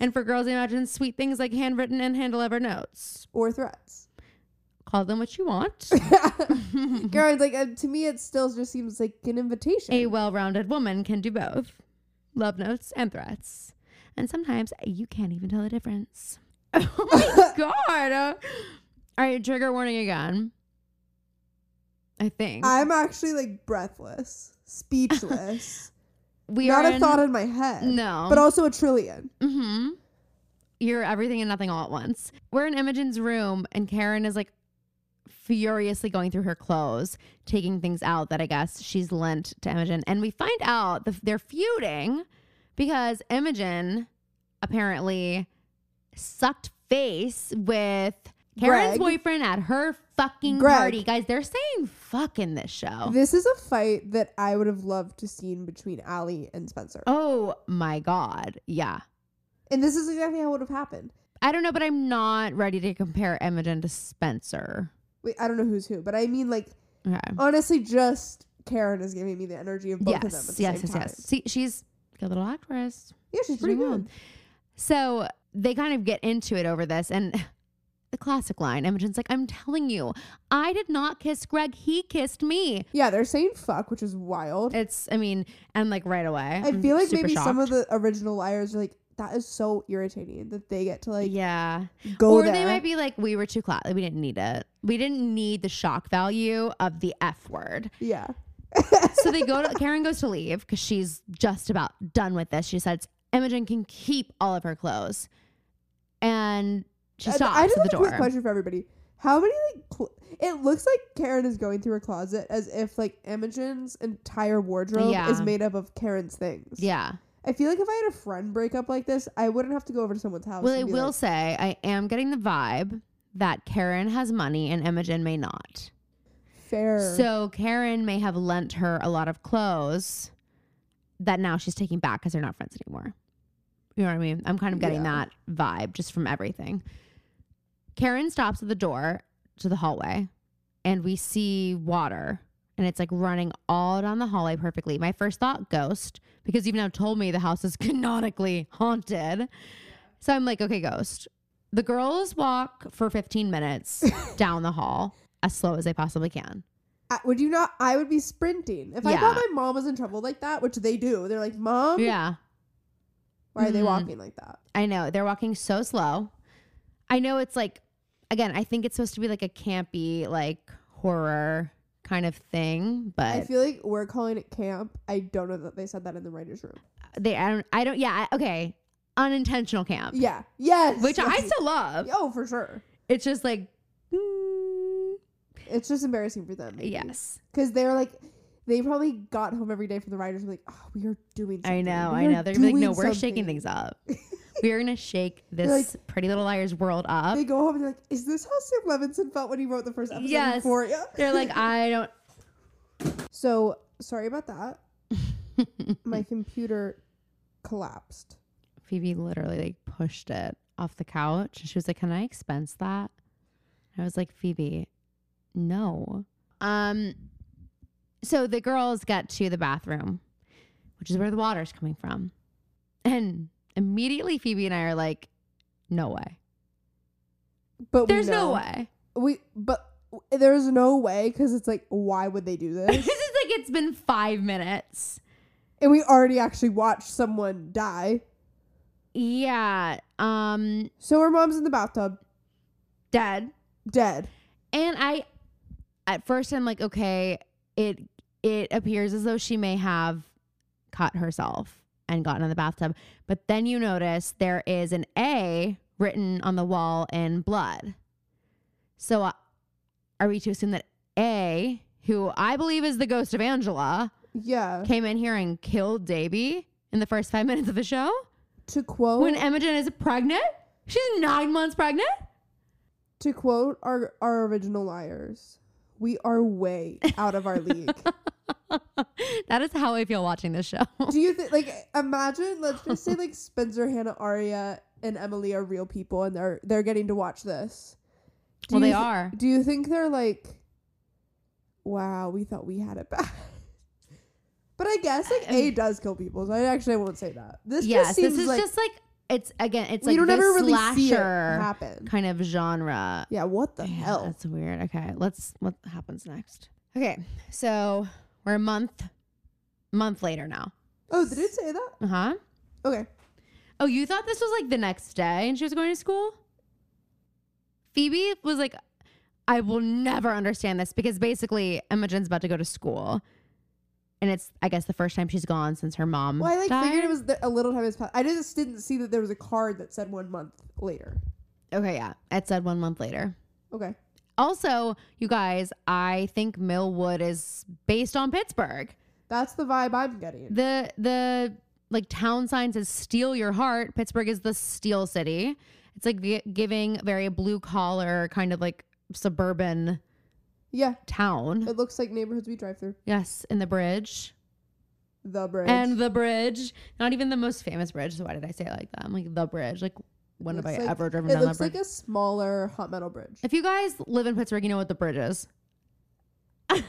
S1: and for girls, I imagine sweet things like handwritten and hand delivered notes.
S2: or threats.
S1: Call them what you want.
S2: Girl, it's like uh, to me, it still just seems like an invitation.
S1: a well-rounded woman can do both love notes and threats and sometimes you can't even tell the difference oh my god Uh, all right trigger warning again i think
S2: I'm actually like breathless, speechless.
S1: we
S2: Not
S1: are
S2: a
S1: in-
S2: thought in my head.
S1: no
S2: But also a trillion.
S1: mm-hmm. you're everything and nothing all at once we're in imogen's room and karen is like furiously going through her clothes taking things out that i guess she's lent to imogen and we find out the, they're feuding because imogen apparently sucked face with karen's
S2: Greg.
S1: boyfriend at her fucking
S2: Greg.
S1: party guys they're saying fuck in this show
S2: This is a fight that I would have loved to seen between Allie and Spencer.
S1: oh my god yeah
S2: And this is exactly how it would have happened.
S1: i don't know but i'm not ready to compare imogen to spencer
S2: Wait, I don't know who's who, but I mean like
S1: Okay.
S2: honestly just Karen is giving me the energy of both
S1: yes,
S2: of them at the
S1: yes,
S2: same
S1: yes,
S2: time.
S1: yes. See, she's a little actress.
S2: Yeah, she's
S1: She's
S2: pretty
S1: doing well.
S2: good.
S1: So they kind of get into it over this, and the classic line. Imogen's like, "I'm telling you, I did not kiss Greg. He kissed me."
S2: Yeah, they're saying fuck, which is wild.
S1: It's, I mean, and like right away.
S2: I
S1: I'm
S2: feel like
S1: super
S2: maybe some of
S1: shocked.
S2: the original liars are like, that is so irritating that they get to like
S1: yeah,
S2: go
S1: or
S2: there.
S1: they might be like, "We were too classy. We didn't need it. We didn't need the shock value of the f word."
S2: yeah.
S1: so they go to Karen goes to leave because she's just about done with this. She says Imogen can keep all of her clothes, and she
S2: And
S1: stops
S2: I just
S1: at
S2: have
S1: the
S2: a
S1: door.
S2: quick question for everybody. How many like cl- it looks like Karen is going through her closet as if like Imogen's entire wardrobe
S1: Yeah.
S2: is made up of Karen's things.
S1: Yeah.
S2: I feel like if I had a friend break up like this, I wouldn't have to go over to someone's house.
S1: Well,
S2: and
S1: I
S2: be
S1: will
S2: like-
S1: say I am getting the vibe that Karen has money and Imogen may not.
S2: fair.
S1: So Karen may have lent her a lot of clothes that now she's taking back because they're not friends anymore. You know what I mean? I'm kind of getting
S2: Yeah.
S1: that vibe just from everything. Karen stops at the door to the hallway and we see water and it's like running all down the hallway perfectly. My first thought, ghost, because you've now told me the house is canonically haunted. So I'm like, okay, ghost. The girls walk for 15 minutes down the hall as slow as they possibly can.
S2: I- would you not? I would be sprinting if I thought
S1: Yeah.
S2: my mom was in trouble like that, which they do. They're like, "Mom,
S1: Yeah,
S2: why are they
S1: Mhm.
S2: walking like that?"
S1: I know. They're walking so slow. I know it's like, again, I think it's supposed to be like a campy, like horror kind of thing, but
S2: I feel like we're calling it camp. I don't know that they said that in the writers' room.
S1: they, I don't, I don't, yeah, I- okay, unintentional camp,
S2: Yeah. Yes.
S1: which I
S2: yes.
S1: still love.
S2: Oh, for sure.
S1: It's just like, mm,
S2: It's just embarrassing for them. maybe.
S1: yes,
S2: because they're like they probably got home every day from the writers and were like oh we are doing something.
S1: I know,
S2: We
S1: I
S2: are
S1: know. They're gonna be like,
S2: doing
S1: no, we're shaking
S2: something."
S1: things up. We're gonna shake
S2: They're
S1: this pretty little liars world up.
S2: they go home and they're like is this how sam levinson felt when he wrote the first episode
S1: Yes.
S2: of Euphoria?
S1: They're like, I don't,
S2: so sorry about that my computer collapsed
S1: Phoebe literally like pushed it off the couch. and She was like, "Can I expense that?" I was like, "Phoebe, no." Um so the girls get to the bathroom, which is where the water's coming from. And immediately Phoebe and I are like, "No way.
S2: but we
S1: There's no
S2: know-
S1: way."
S2: we but w- there's no way because it's like why would they do
S1: this is
S2: this
S1: like it's been 5 minutes.
S2: and we already actually watched someone die
S1: Yeah, um
S2: so her mom's in the bathtub
S1: dead.
S2: dead
S1: And I at first I'm like, okay, it it appears as though she may have caught herself and gotten in the bathtub. But then you notice there is an A written on the wall in blood. So uh, are we to assume that A, who I believe is the ghost of Angela,
S2: yeah
S1: came in here and killed Davy in the first five minutes of the show
S2: to quote
S1: when Imogen is pregnant? She's nine months pregnant.
S2: To quote our our original liars, we are way out of our league.
S1: that is how I feel watching this show.
S2: Do you think like imagine let's just say like Spencer, Hannah, Aria, and Emily are real people and they're they're getting to watch this. Do
S1: well,
S2: you
S1: they
S2: thi-
S1: are.
S2: Do you think they're like wow, we thought we had it bad? But I guess like
S1: I-
S2: A does kill people, so I actually won't say that. This
S1: yes,
S2: just seems
S1: this is
S2: like
S1: just like it's again. It's
S2: we
S1: like
S2: don't
S1: the
S2: ever really see it
S1: slasher
S2: happen.
S1: kind of genre.
S2: Yeah, what the
S1: Yeah,
S2: hell?
S1: That's weird. Okay, let's what happens next. Okay, so we're a month, month later now.
S2: Oh, did it say that?
S1: Uh huh.
S2: Okay.
S1: Oh, you thought this was like the next day and she was going to school? Phoebe was like, I will never understand this because basically Imogen's about to go to school. And it's, I guess, the first time she's gone since her mom.
S2: Well, I like
S1: died.
S2: figured it was the, a little time has passed. I just didn't see that there was a card that said one month later.
S1: Okay, yeah. It said one month later.
S2: Okay.
S1: Also, you guys, I think Millwood is based on Pittsburgh.
S2: That's the vibe I'm getting.
S1: The the like town sign says "Steal Your Heart." Pittsburgh is the steel city. It's like vi- giving very blue collar kind of like suburban
S2: Yeah.
S1: town.
S2: It looks like neighborhoods we drive through.
S1: Yes, in the bridge.
S2: The bridge.
S1: And the bridge. Not even the most famous bridge. So why did I say it like that? I'm like the bridge. Like when have I
S2: Looks like-
S1: ever driven
S2: it
S1: down that
S2: looks
S1: bridge?
S2: like a smaller hot metal bridge.
S1: if you guys live in Pittsburgh, you know what the bridge is.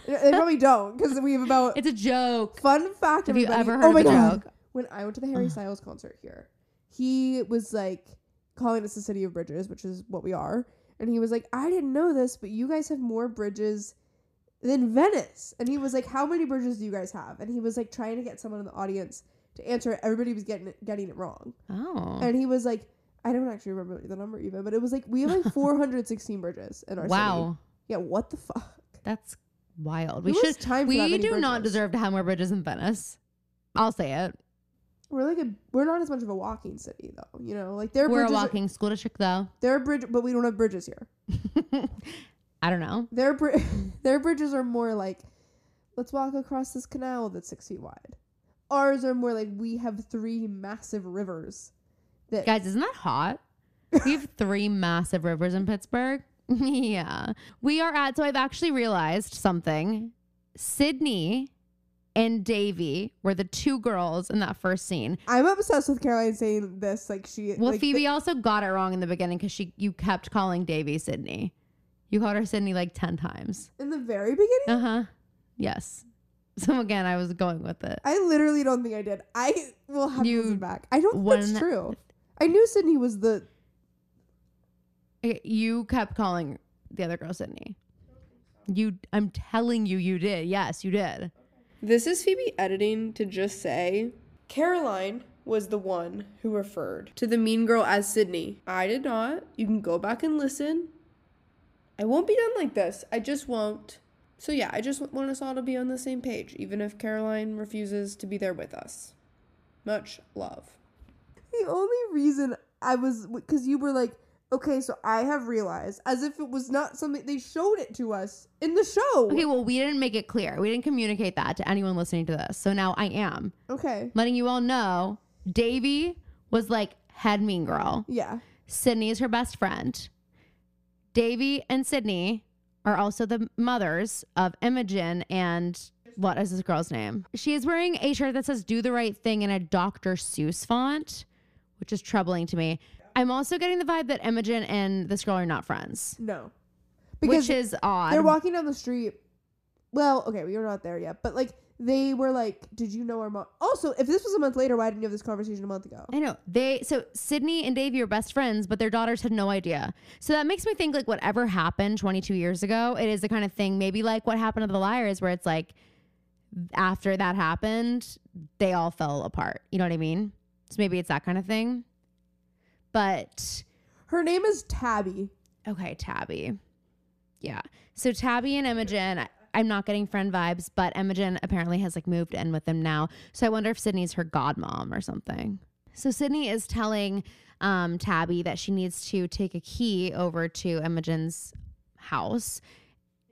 S2: they probably don't because we have about.
S1: It's a joke.
S2: fun fact.
S1: Have you
S2: everybody.
S1: ever heard
S2: oh
S1: of
S2: my
S1: a
S2: God.
S1: joke?
S2: When I went to the Harry Styles concert here, he was like calling us the city of bridges, which is what we are. And he was like, I didn't know this, but you guys have more bridges than Venice. And he was like, How many bridges do you guys have? And he was like trying to get someone in the audience to answer. it. Everybody was getting it, getting it wrong.
S1: Oh.
S2: And he was like, I don't actually remember the number even, but it was like we have like 416 bridges in our city.
S1: wow.
S2: Yeah, what the fuck?
S1: That's wild. We
S2: Who has
S1: should
S2: time for that
S1: we
S2: many
S1: do not
S2: bridges?
S1: deserve to have more bridges in Venice. I'll say it.
S2: We're like a we're not as much of a walking city though, you know. Like there are
S1: We're a
S2: bridges
S1: walking school district though.
S2: there are bridge but we don't have bridges here.
S1: I don't know.
S2: Their br- their bridges are more like let's walk across this canal that's six feet wide. Ours are more like we have three massive rivers. That
S1: Guys, isn't that hot? We have three massive rivers in Pittsburgh. yeah. We are at, so I've actually realized something. Sydney and Davy were the two girls in that first scene.
S2: I'm obsessed with Caroline saying this like she
S1: Well,
S2: like,
S1: Phoebe also got it wrong in the beginning because she you kept calling Davy Sydney. You called her Sydney like 10 times.
S2: in the very beginning.
S1: Uh huh. Yes. So again, I was going with it.
S2: I literally don't think I did. I will have
S1: You
S2: to listen back. I don't think
S1: won-
S2: that's true. I knew Sydney was the
S1: Okay, You kept calling the other girl Sydney. You, I'm telling you, you did. Yes, you did.
S2: This is Phoebe editing to just say Caroline was the one who referred to the mean girl as Sydney. I did not. You can go back and listen. I won't be done like this. I just won't. So, yeah, I just want us all to be on the same page, even if Caroline refuses to be there with us. Much love. The only reason I was, because you were like, okay, so I have realized, as if it was not something they showed it to us in the show.
S1: Okay, well, we didn't make it clear. We didn't communicate that to anyone listening to this. So now I am
S2: okay.
S1: letting you all know Davy was like head mean girl.
S2: Yeah.
S1: Sydney is her best friend. Davy and Sydney are also the mothers of Imogen and what is this girl's name? She is wearing a shirt that says "Do the Right Thing" in a Dr. Seuss font, which is troubling to me. I'm also getting the vibe that Imogen and this girl are not friends,
S2: No. Because
S1: which is odd.
S2: they're walking down the street. Well, okay, we were not there yet, but like they were like, "Did you know our mom?" Also, if this was a month later, why didn't you have this conversation a month ago?
S1: I know they. So Sydney and Davy are best friends, but their daughters had no idea. So that makes me think like whatever happened 22 years ago, it is the kind of thing maybe like what happened to the liars, where it's like after that happened, they all fell apart. You know what I mean? So maybe it's that kind of thing. But
S2: Her name is Tabby.
S1: okay, Tabby. Yeah. So Tabby and Imogen. I, I'm not getting friend vibes, but Imogen apparently has like moved in with them now. So I wonder if Sydney's her godmom or something. So Sydney is telling um, Tabby that she needs to take a key over to Imogen's house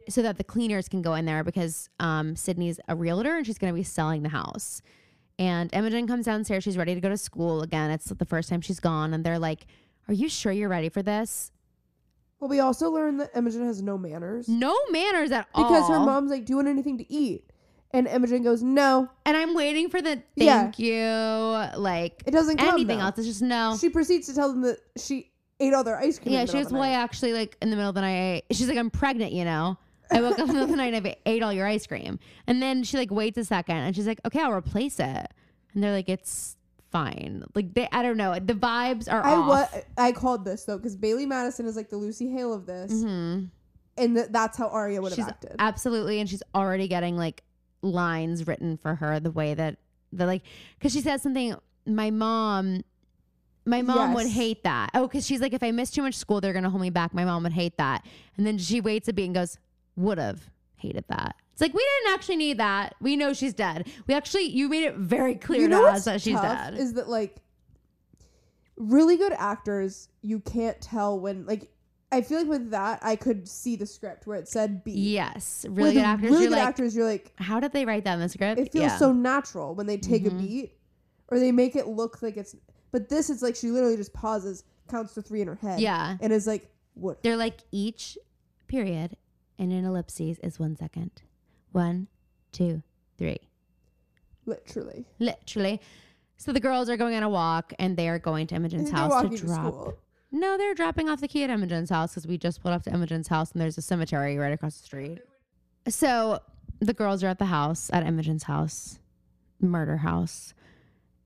S1: so that the cleaners can go in there because um, Sydney's a realtor and she's going to be selling the house. And Imogen comes downstairs. She's ready to go to school again. It's the first time she's gone. And they're like, Are Are you sure you're ready for this?
S2: Well, we also learned that Imogen has no manners
S1: No manners at all.
S2: because her mom's like, "Do you want anything to eat?" And Imogen goes, "No,
S1: And I'm waiting for the
S2: Yeah.
S1: thank you, like
S2: it doesn't come."
S1: anything
S2: though.
S1: else. It's just no.
S2: She proceeds to tell them that she ate all their ice cream.
S1: yeah,
S2: in the
S1: she
S2: middle of
S1: goes,
S2: the
S1: well, I
S2: night.
S1: actually, like in the middle of the night, I- she's like, I'm pregnant, you know. I woke up in the middle of the night and I ate all your ice cream. And then she like waits a second and she's like, okay, I'll replace it. And they're like, it's fine. Like they, I don't know. The vibes are
S2: I
S1: off.
S2: wa- I called this though because Bailey Madison is like the Lucy Hale of this,
S1: Mhm.
S2: and th- that's how Arya would
S1: She's
S2: have acted.
S1: absolutely, and she's already getting like lines written for her the way that the like because she says something. My mom, my mom would
S2: Yes.
S1: hate that. Oh, because she's like, if I miss too much school, they're gonna hold me back. My mom would hate that. And then she waits a beat and goes, would have hated that. It's like we didn't actually need that. We know she's dead. We actually, you made it very clear to us that she's
S2: tough
S1: dead.
S2: Is that like really good actors? You can't tell when like. I feel like with that, I could see the script where it said B.
S1: yes, really
S2: With
S1: good actors.
S2: Really
S1: you're
S2: good
S1: like,
S2: actors. You're like,
S1: how did they write that in the script?
S2: it feels
S1: Yeah.
S2: so natural when they take
S1: Mhm.
S2: a beat, or they make it look like it's. But this, it's like she literally just pauses, counts to three in her head,
S1: Yeah.
S2: and is like, "What?
S1: They're like each period and an ellipses is one second. One, two, three.
S2: Literally."
S1: Literally. So the girls are going on a walk and they are going to Imogen's
S2: They're
S1: house to
S2: walking to
S1: drop.
S2: school.
S1: no, they're dropping off the key at Imogen's house because we just pulled up to Imogen's house and there's a cemetery right across the street. So the girls are at the house, at Imogen's house, murder house.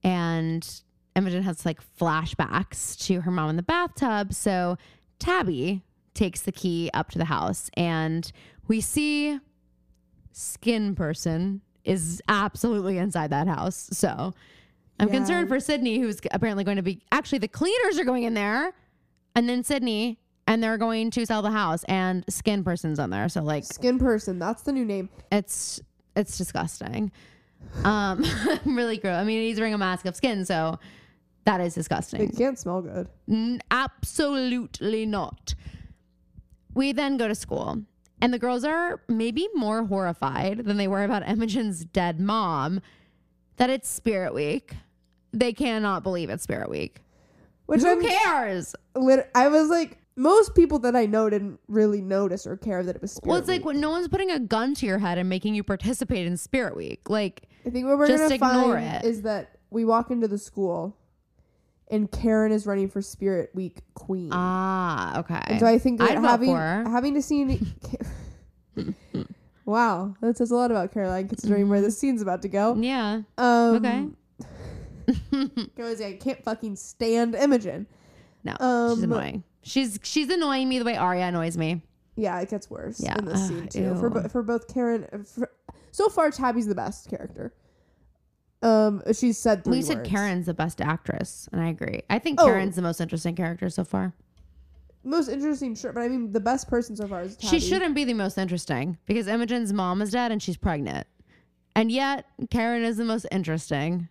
S1: And Imogen has like flashbacks to her mom in the bathtub. So Tabby takes the key up to the house and we see skin person is absolutely inside that house. So I'm
S2: Yeah.
S1: concerned for Sydney, who's apparently going to be actually the cleaners are going in there and then Sydney and they're going to sell the house and skin person's on there. So like
S2: Skin person. That's the new name.
S1: it's it's disgusting. Um, I'm really gross. I mean, he's wearing a mask of skin, so that is disgusting.
S2: It can't smell good.
S1: N- absolutely not. We then go to school, and the girls are maybe more horrified than they were about Imogen's dead mom that it's Spirit Week. They cannot believe it's Spirit Week.
S2: Which
S1: Who
S2: I'm
S1: cares?
S2: lit- I was like, most people that I know didn't really notice or care that it was. Spirit
S1: Well, it's like
S2: Week.
S1: when no one's putting a gun to your head and making you participate in Spirit Week. Like,
S2: I think what we're
S1: just
S2: gonna
S1: ignore
S2: find
S1: it.
S2: is that we walk into the school, and Karen is running for Spirit Week Queen.
S1: ah, okay.
S2: and so I think that
S1: I'd vote
S2: having
S1: for her.
S2: having to see. wow, that says a lot about Caroline considering
S1: Mm-hmm.
S2: where this scene's about to go.
S1: yeah.
S2: Um,
S1: Okay.
S2: Goes, I can't fucking stand Imogen.
S1: No, she's
S2: Um,
S1: annoying. She's she's annoying me the way Arya annoys me.
S2: Yeah, it gets worse
S1: Yeah.
S2: in this
S1: Ugh,
S2: scene too. For
S1: ew.
S2: bo- for both Karen, for, so far Tabby's the best character. Um, she's said three
S1: We said
S2: words.
S1: Karen's the best actress, and I agree. I think
S2: Oh.
S1: Karen's the most interesting character so far.
S2: Most interesting, sure, but I mean the best person so far is Tabby.
S1: She shouldn't be the most interesting because Imogen's mom is dead and she's pregnant, and yet Karen is the most interesting.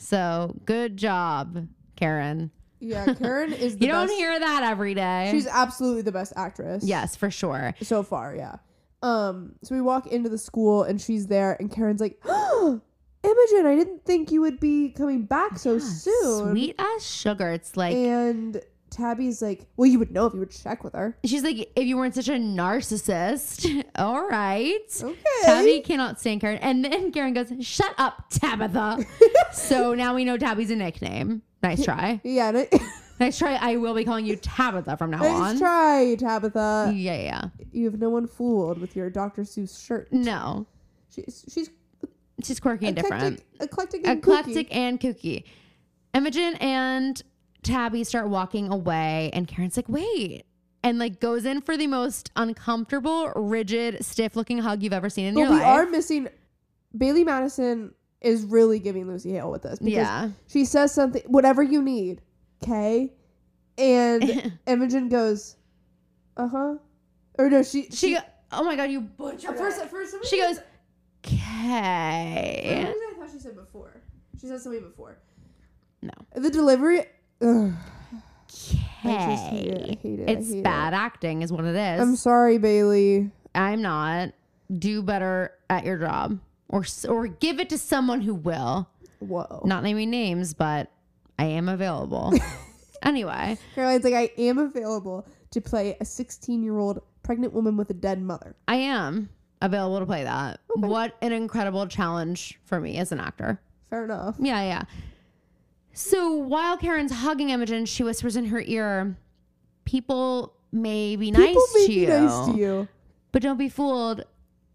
S1: So good job, Karen.
S2: Yeah, Karen is. The
S1: You don't
S2: best.
S1: hear that every day.
S2: She's absolutely the best actress.
S1: yes, for sure.
S2: so far, yeah. Um, so we walk into the school and she's there, and Karen's like, oh, "Imogen, I didn't think you would be coming back so soon."
S1: Sweet as sugar. It's like
S2: And Tabby's like, "Well, you would know if you would check with her."
S1: she's like, if you weren't such a narcissist, all right.
S2: Okay.
S1: Tabby cannot stand Karen. And then Karen goes, Shut up, Tabitha. so now we know Tabby's a nickname. Nice try.
S2: Yeah. And I-
S1: Nice try. I will be calling you Tabitha from now
S2: Nice
S1: on.
S2: try, Tabitha.
S1: Yeah, yeah.
S2: You have no one fooled with your Dr. Seuss shirt.
S1: No.
S2: She's she's
S1: She's quirky and different.
S2: eclectic, eclectic, and
S1: Eclectic
S2: kooky.
S1: and kooky. Imogen and Tabby start walking away, and Karen's like, Wait. And like goes in for the most uncomfortable, rigid, stiff looking hug you've ever seen in
S2: But
S1: your
S2: we
S1: life.
S2: are missing. Bailey Madison is really giving Lucy Hale with this because
S1: yeah.
S2: she says something, whatever you need, okay, and Imogen goes, uh huh, or no, she
S1: She, go- oh my god, you butchered.
S2: at first
S1: it.
S2: at first somebody
S1: she
S2: said-
S1: goes, "Eh." okay.
S2: for some reason I thought she said before. She said something before.
S1: No.
S2: The delivery. Ugh, I just hate it. I
S1: Okay.
S2: hate it. I
S1: It's
S2: hate it.
S1: bad acting, is what it is.
S2: I'm sorry, Bailey.
S1: I'm not. Do better at your job, or s- or give it to someone who will.
S2: Whoa.
S1: Not naming names, but I am available. Anyway,
S2: Caroline's like, I am available to play a 16 year old pregnant woman with a dead mother.
S1: I am available to play that. What an incredible challenge for me as an actor.
S2: Fair enough.
S1: Yeah, yeah. So while Karen's hugging Imogen, she whispers in her ear, "People may be nice
S2: People may
S1: to
S2: be
S1: you,
S2: nice to you.
S1: but don't be fooled.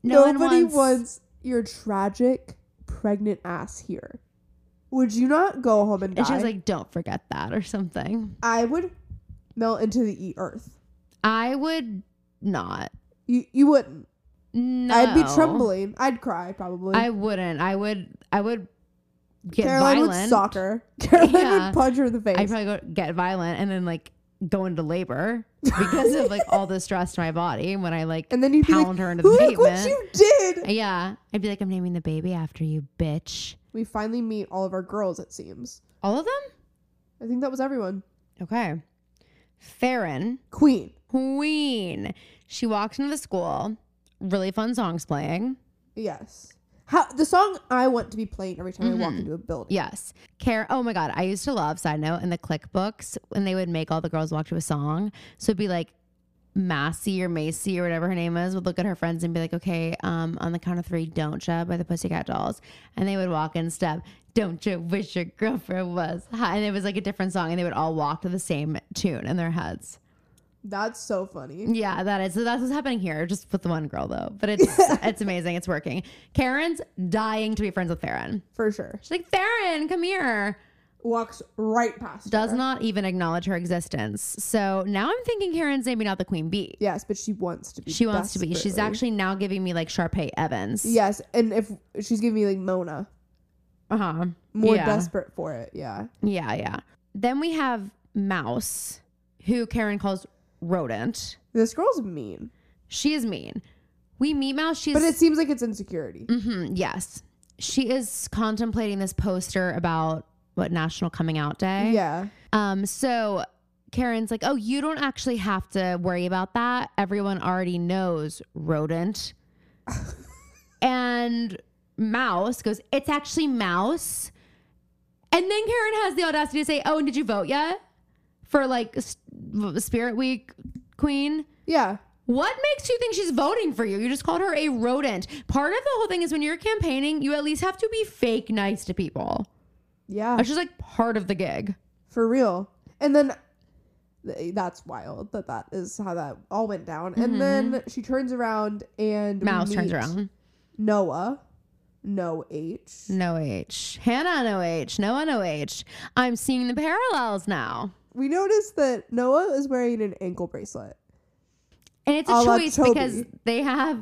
S1: No
S2: Nobody
S1: one wants,
S2: wants your tragic pregnant ass here. Would you not go home and die?
S1: And she was like, "Don't forget that" or something.
S2: I would melt into the e earth.
S1: I would not.
S2: You you wouldn't.
S1: No,
S2: I'd be trembling. I'd cry probably.
S1: I wouldn't. I would. I would get
S2: Caroline
S1: violent.
S2: would sock her. Caroline
S1: Yeah.
S2: would punch her in the face.
S1: I'd probably go get violent and then like go into labor because of like all the stress to my body when I like
S2: and then you'd be like,
S1: pound her into the
S2: Look
S1: pavement.
S2: what you did.
S1: yeah, I'd be like, I'm naming the baby after you, bitch.
S2: We finally meet all of our girls. It seems.
S1: All of them?
S2: I think that was everyone.
S1: Okay. Farron,
S2: Queen.
S1: Queen. She walks into the school. Really fun songs playing.
S2: Yes. How the song I want to be playing every time
S1: Mm-hmm.
S2: I walk into a building.
S1: Yes. Karen, oh my God. I used to love, side note, in the click books when they would make all the girls walk to a song. So it'd be like Massey or Macy or whatever her name is would look at her friends and be like, okay, um, on the count of three, don't ya by the Pussycat Dolls. And they would walk in step, don't you wish your girlfriend was hot? And it was like a different song and they would all walk to the same tune in their heads.
S2: That's so funny.
S1: Yeah, that is. So that's what's happening here, just with the one girl though. But it's it's amazing. It's working. Karen's dying to be friends with Farron.
S2: For sure.
S1: She's like, Farron, come here
S2: Walks right past.
S1: does
S2: her.
S1: not even acknowledge her existence. So now I'm thinking Karen's maybe not the queen bee.
S2: Yes, but she wants to be.
S1: She wants to be. She's
S2: desperately.
S1: actually now giving me like Sharpay Evans.
S2: Yes, and if she's giving me like Mona,
S1: Uh huh.
S2: more
S1: yeah.
S2: desperate for it. Yeah.
S1: Yeah, yeah. Then we have Mouse, who Karen calls rodent.
S2: This girl's mean,
S1: She is mean. We meet Mouse. She's
S2: but it seems like it's insecurity.
S1: Mhm, yes. She is contemplating this poster about what National Coming Out Day.
S2: Yeah.
S1: Um, so Karen's like, oh, you don't actually have to worry about that. Everyone already knows rodent. and Mouse goes, it's actually Mouse. And then Karen has the audacity to say, oh, and did you vote yet for like s- v- Spirit Week Queen?
S2: Yeah.
S1: What makes you think she's voting for you? You just called her a rodent. Part of the whole thing is when you're campaigning, you at least have to be fake nice to people.
S2: Yeah.
S1: That's just like part of the gig.
S2: For real. And then th- that's wild that that is how that all went down. And then she turns around and
S1: Mm-hmm.
S2: we
S1: Mouse turns
S2: meet
S1: around. Mm.
S2: Noah. No H.
S1: No H. Hannah, no H. Noah, no H. I'm seeing the parallels now.
S2: We noticed that Noah is wearing an ankle bracelet.
S1: And it's
S2: A
S1: a
S2: la
S1: choice
S2: Toby.
S1: because they have,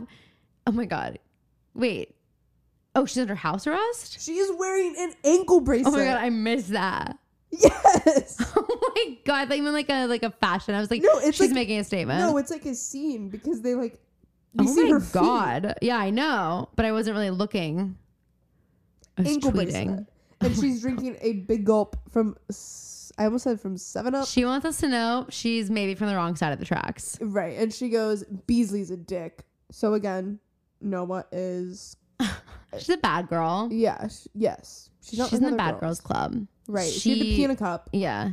S1: oh my God. Wait. Oh, she's under house arrest?
S2: She is wearing an ankle
S1: Oh
S2: bracelet.
S1: my God, I missed that.
S2: Yes.
S1: Oh my God, I thought you meant like a, like a fashion. I was like,
S2: No, it's
S1: she's
S2: like-
S1: making a statement.
S2: no, it's like a scene because they like
S1: oh
S2: we see
S1: my
S2: her feet,
S1: God. Yeah, I know, but I wasn't really looking. I was
S2: ankle
S1: tweeting. Oh
S2: bracelet, and she's drinking a big gulp from s- I almost said from Seven Up.
S1: She wants us to know she's maybe from the wrong side of the tracks.
S2: Right. And she goes, Beasley's a dick. So again, Noah is
S1: She's a bad girl.
S2: yeah, sh- yes. She's, Uh, not
S1: She's in the
S2: another
S1: bad
S2: girl.
S1: girls club.
S2: Right. She, had the pee in a cup.
S1: Yeah.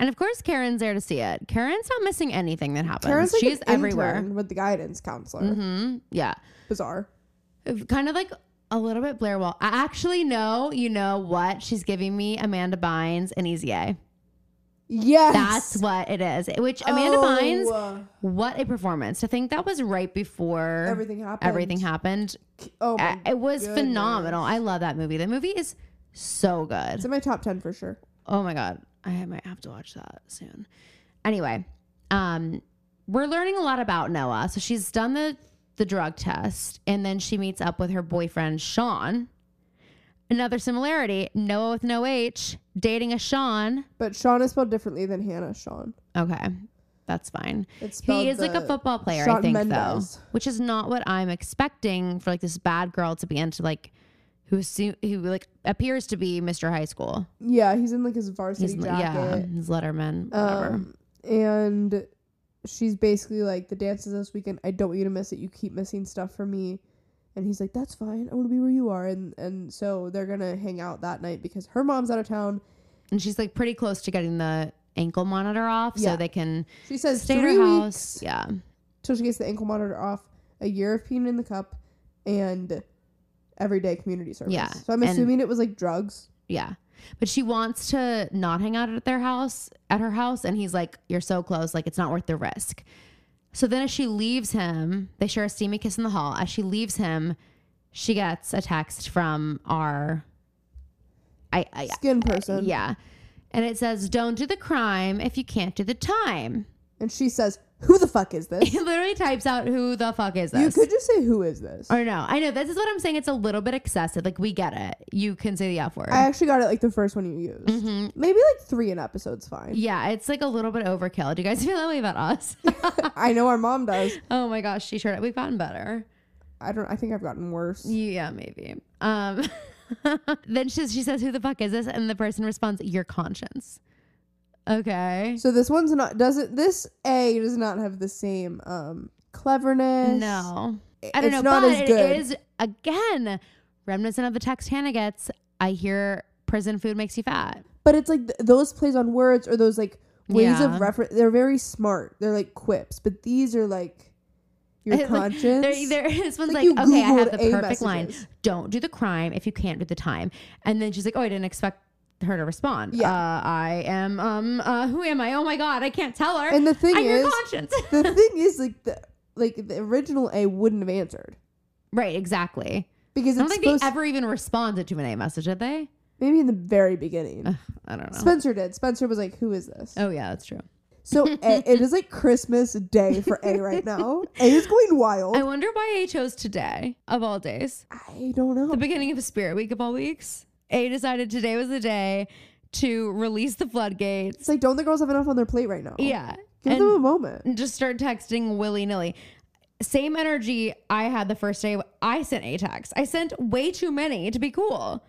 S1: And of course, Karen's there to see it. Karen's not missing anything that happens.
S2: Karen's like
S1: She's
S2: an
S1: everywhere.
S2: intern with the guidance counselor.
S1: hmm Yeah.
S2: Bizarre.
S1: Kind of like a little bit Blair Wall. I actually know, you know what? She's giving me Amanda Bynes and Easy A.
S2: Yes.
S1: That's what it is. Which Amanda
S2: Oh,
S1: Bynes,
S2: uh,
S1: what a performance. I think that was right before everything,
S2: Everything happened.
S1: happened.
S2: Oh, my.
S1: I- it was
S2: goodness.
S1: phenomenal. I love that movie. The movie is so good.
S2: it's in my top 10 for sure.
S1: Oh my god, I might have to watch that soon. Anyway, um, we're learning a lot about Noah. So she's done the the drug test, and then she meets up with her boyfriend Sean. Another similarity: Noah with no H, dating a Sean.
S2: But Sean is spelled differently than Hannah Sean.
S1: Okay, that's fine.
S2: It's spelled
S1: He is like a
S2: the-
S1: football player, I
S2: Shawn
S1: think,
S2: Mendes.
S1: though, which is not what I'm expecting for like this bad girl to be into, like who assume, who like appears to be Mr. High School.
S2: Yeah, he's in like his varsity
S1: He's yeah,
S2: jacket.
S1: he's Letterman, whatever.
S2: Um, and she's basically like, the dance is this weekend. I don't want you to miss it. You keep missing stuff for me. And he's like, that's fine. I want to be where you are. And and so they're gonna hang out that night because her mom's out of town.
S1: And she's like pretty close to getting the ankle monitor off so
S2: Yeah.
S1: they can
S2: She says
S1: stay in
S2: three
S1: her
S2: weeks
S1: house. Yeah.
S2: till she gets the ankle monitor off, a year of peeing in the cup, and everyday community service.
S1: Yeah,
S2: So I'm
S1: and-
S2: assuming it was like drugs.
S1: Yeah. But she wants to not hang out at their house, at her house. And he's like, You're so close. Like, it's not worth the risk. So then, as she leaves him, they share a steamy kiss in the hall. As she leaves him, she gets a text from our. I, I,
S2: Skin person.
S1: yeah. And it says, Don't do the crime if you can't do the time.
S2: And she says, Who the fuck is this?
S1: He literally types out, Who the fuck is
S2: you
S1: this?
S2: could just say, Who is this?
S1: or no, I know this is what I'm saying. It's a little bit excessive. Like, we get it. You can say the F word.
S2: I actually got it like the first one you used.
S1: Mhm.
S2: Maybe like three an episode's fine.
S1: Yeah, it's like a little bit overkill. Do you guys feel that way about us?
S2: I know our mom does.
S1: oh my gosh, she sure we've gotten better.
S2: I don't. I think I've gotten worse.
S1: Yeah, maybe. Um then she she says, Who the fuck is this? And the person responds, Your conscience. Okay.
S2: So this one's not doesn't this A does not have the same um cleverness.
S1: No.
S2: I-
S1: I don't
S2: it's
S1: know,
S2: not
S1: but
S2: as good.
S1: it is again reminiscent of the text Hannah gets. I hear prison food makes you fat.
S2: But it's like th- those plays on words or those like ways
S1: Yeah.
S2: of reference. They're very smart. They're like quips, but these are like your
S1: Like,
S2: conscience.
S1: There, there, this one's like,
S2: Like, you
S1: okay, I have
S2: Googled
S1: the
S2: A
S1: perfect line.
S2: messages.
S1: Don't do the crime if you can't do the time. And then she's like, oh, I didn't expect her to respond.
S2: Yeah.
S1: Uh, I am, um, uh, who am I? Oh my God, I can't tell her.
S2: And the thing
S1: I'm
S2: is,
S1: your conscience.
S2: the thing is like the like the original A wouldn't have answered
S1: right, exactly.
S2: because
S1: I don't
S2: it's
S1: think they
S2: supposed
S1: ever even responded to an A message, did they?
S2: maybe in the very beginning.
S1: Ugh, I don't know.
S2: Spencer did. Spencer was like, "Who is this?"
S1: oh, yeah, that's true.
S2: So a, it is like Christmas Day for A right now. A is going wild.
S1: I
S2: I,
S1: wonder why A chose today of all days.
S2: don't know.
S1: The beginning of Spirit Week of all weeks. A decided today was the day to release the floodgates.
S2: It's like, don't the girls have enough on their plate right now?
S1: Yeah.
S2: Give
S1: And-
S2: them a moment.
S1: and just start texting willy nilly. Same energy I had the first day I sent a text. I sent way too many to be cool.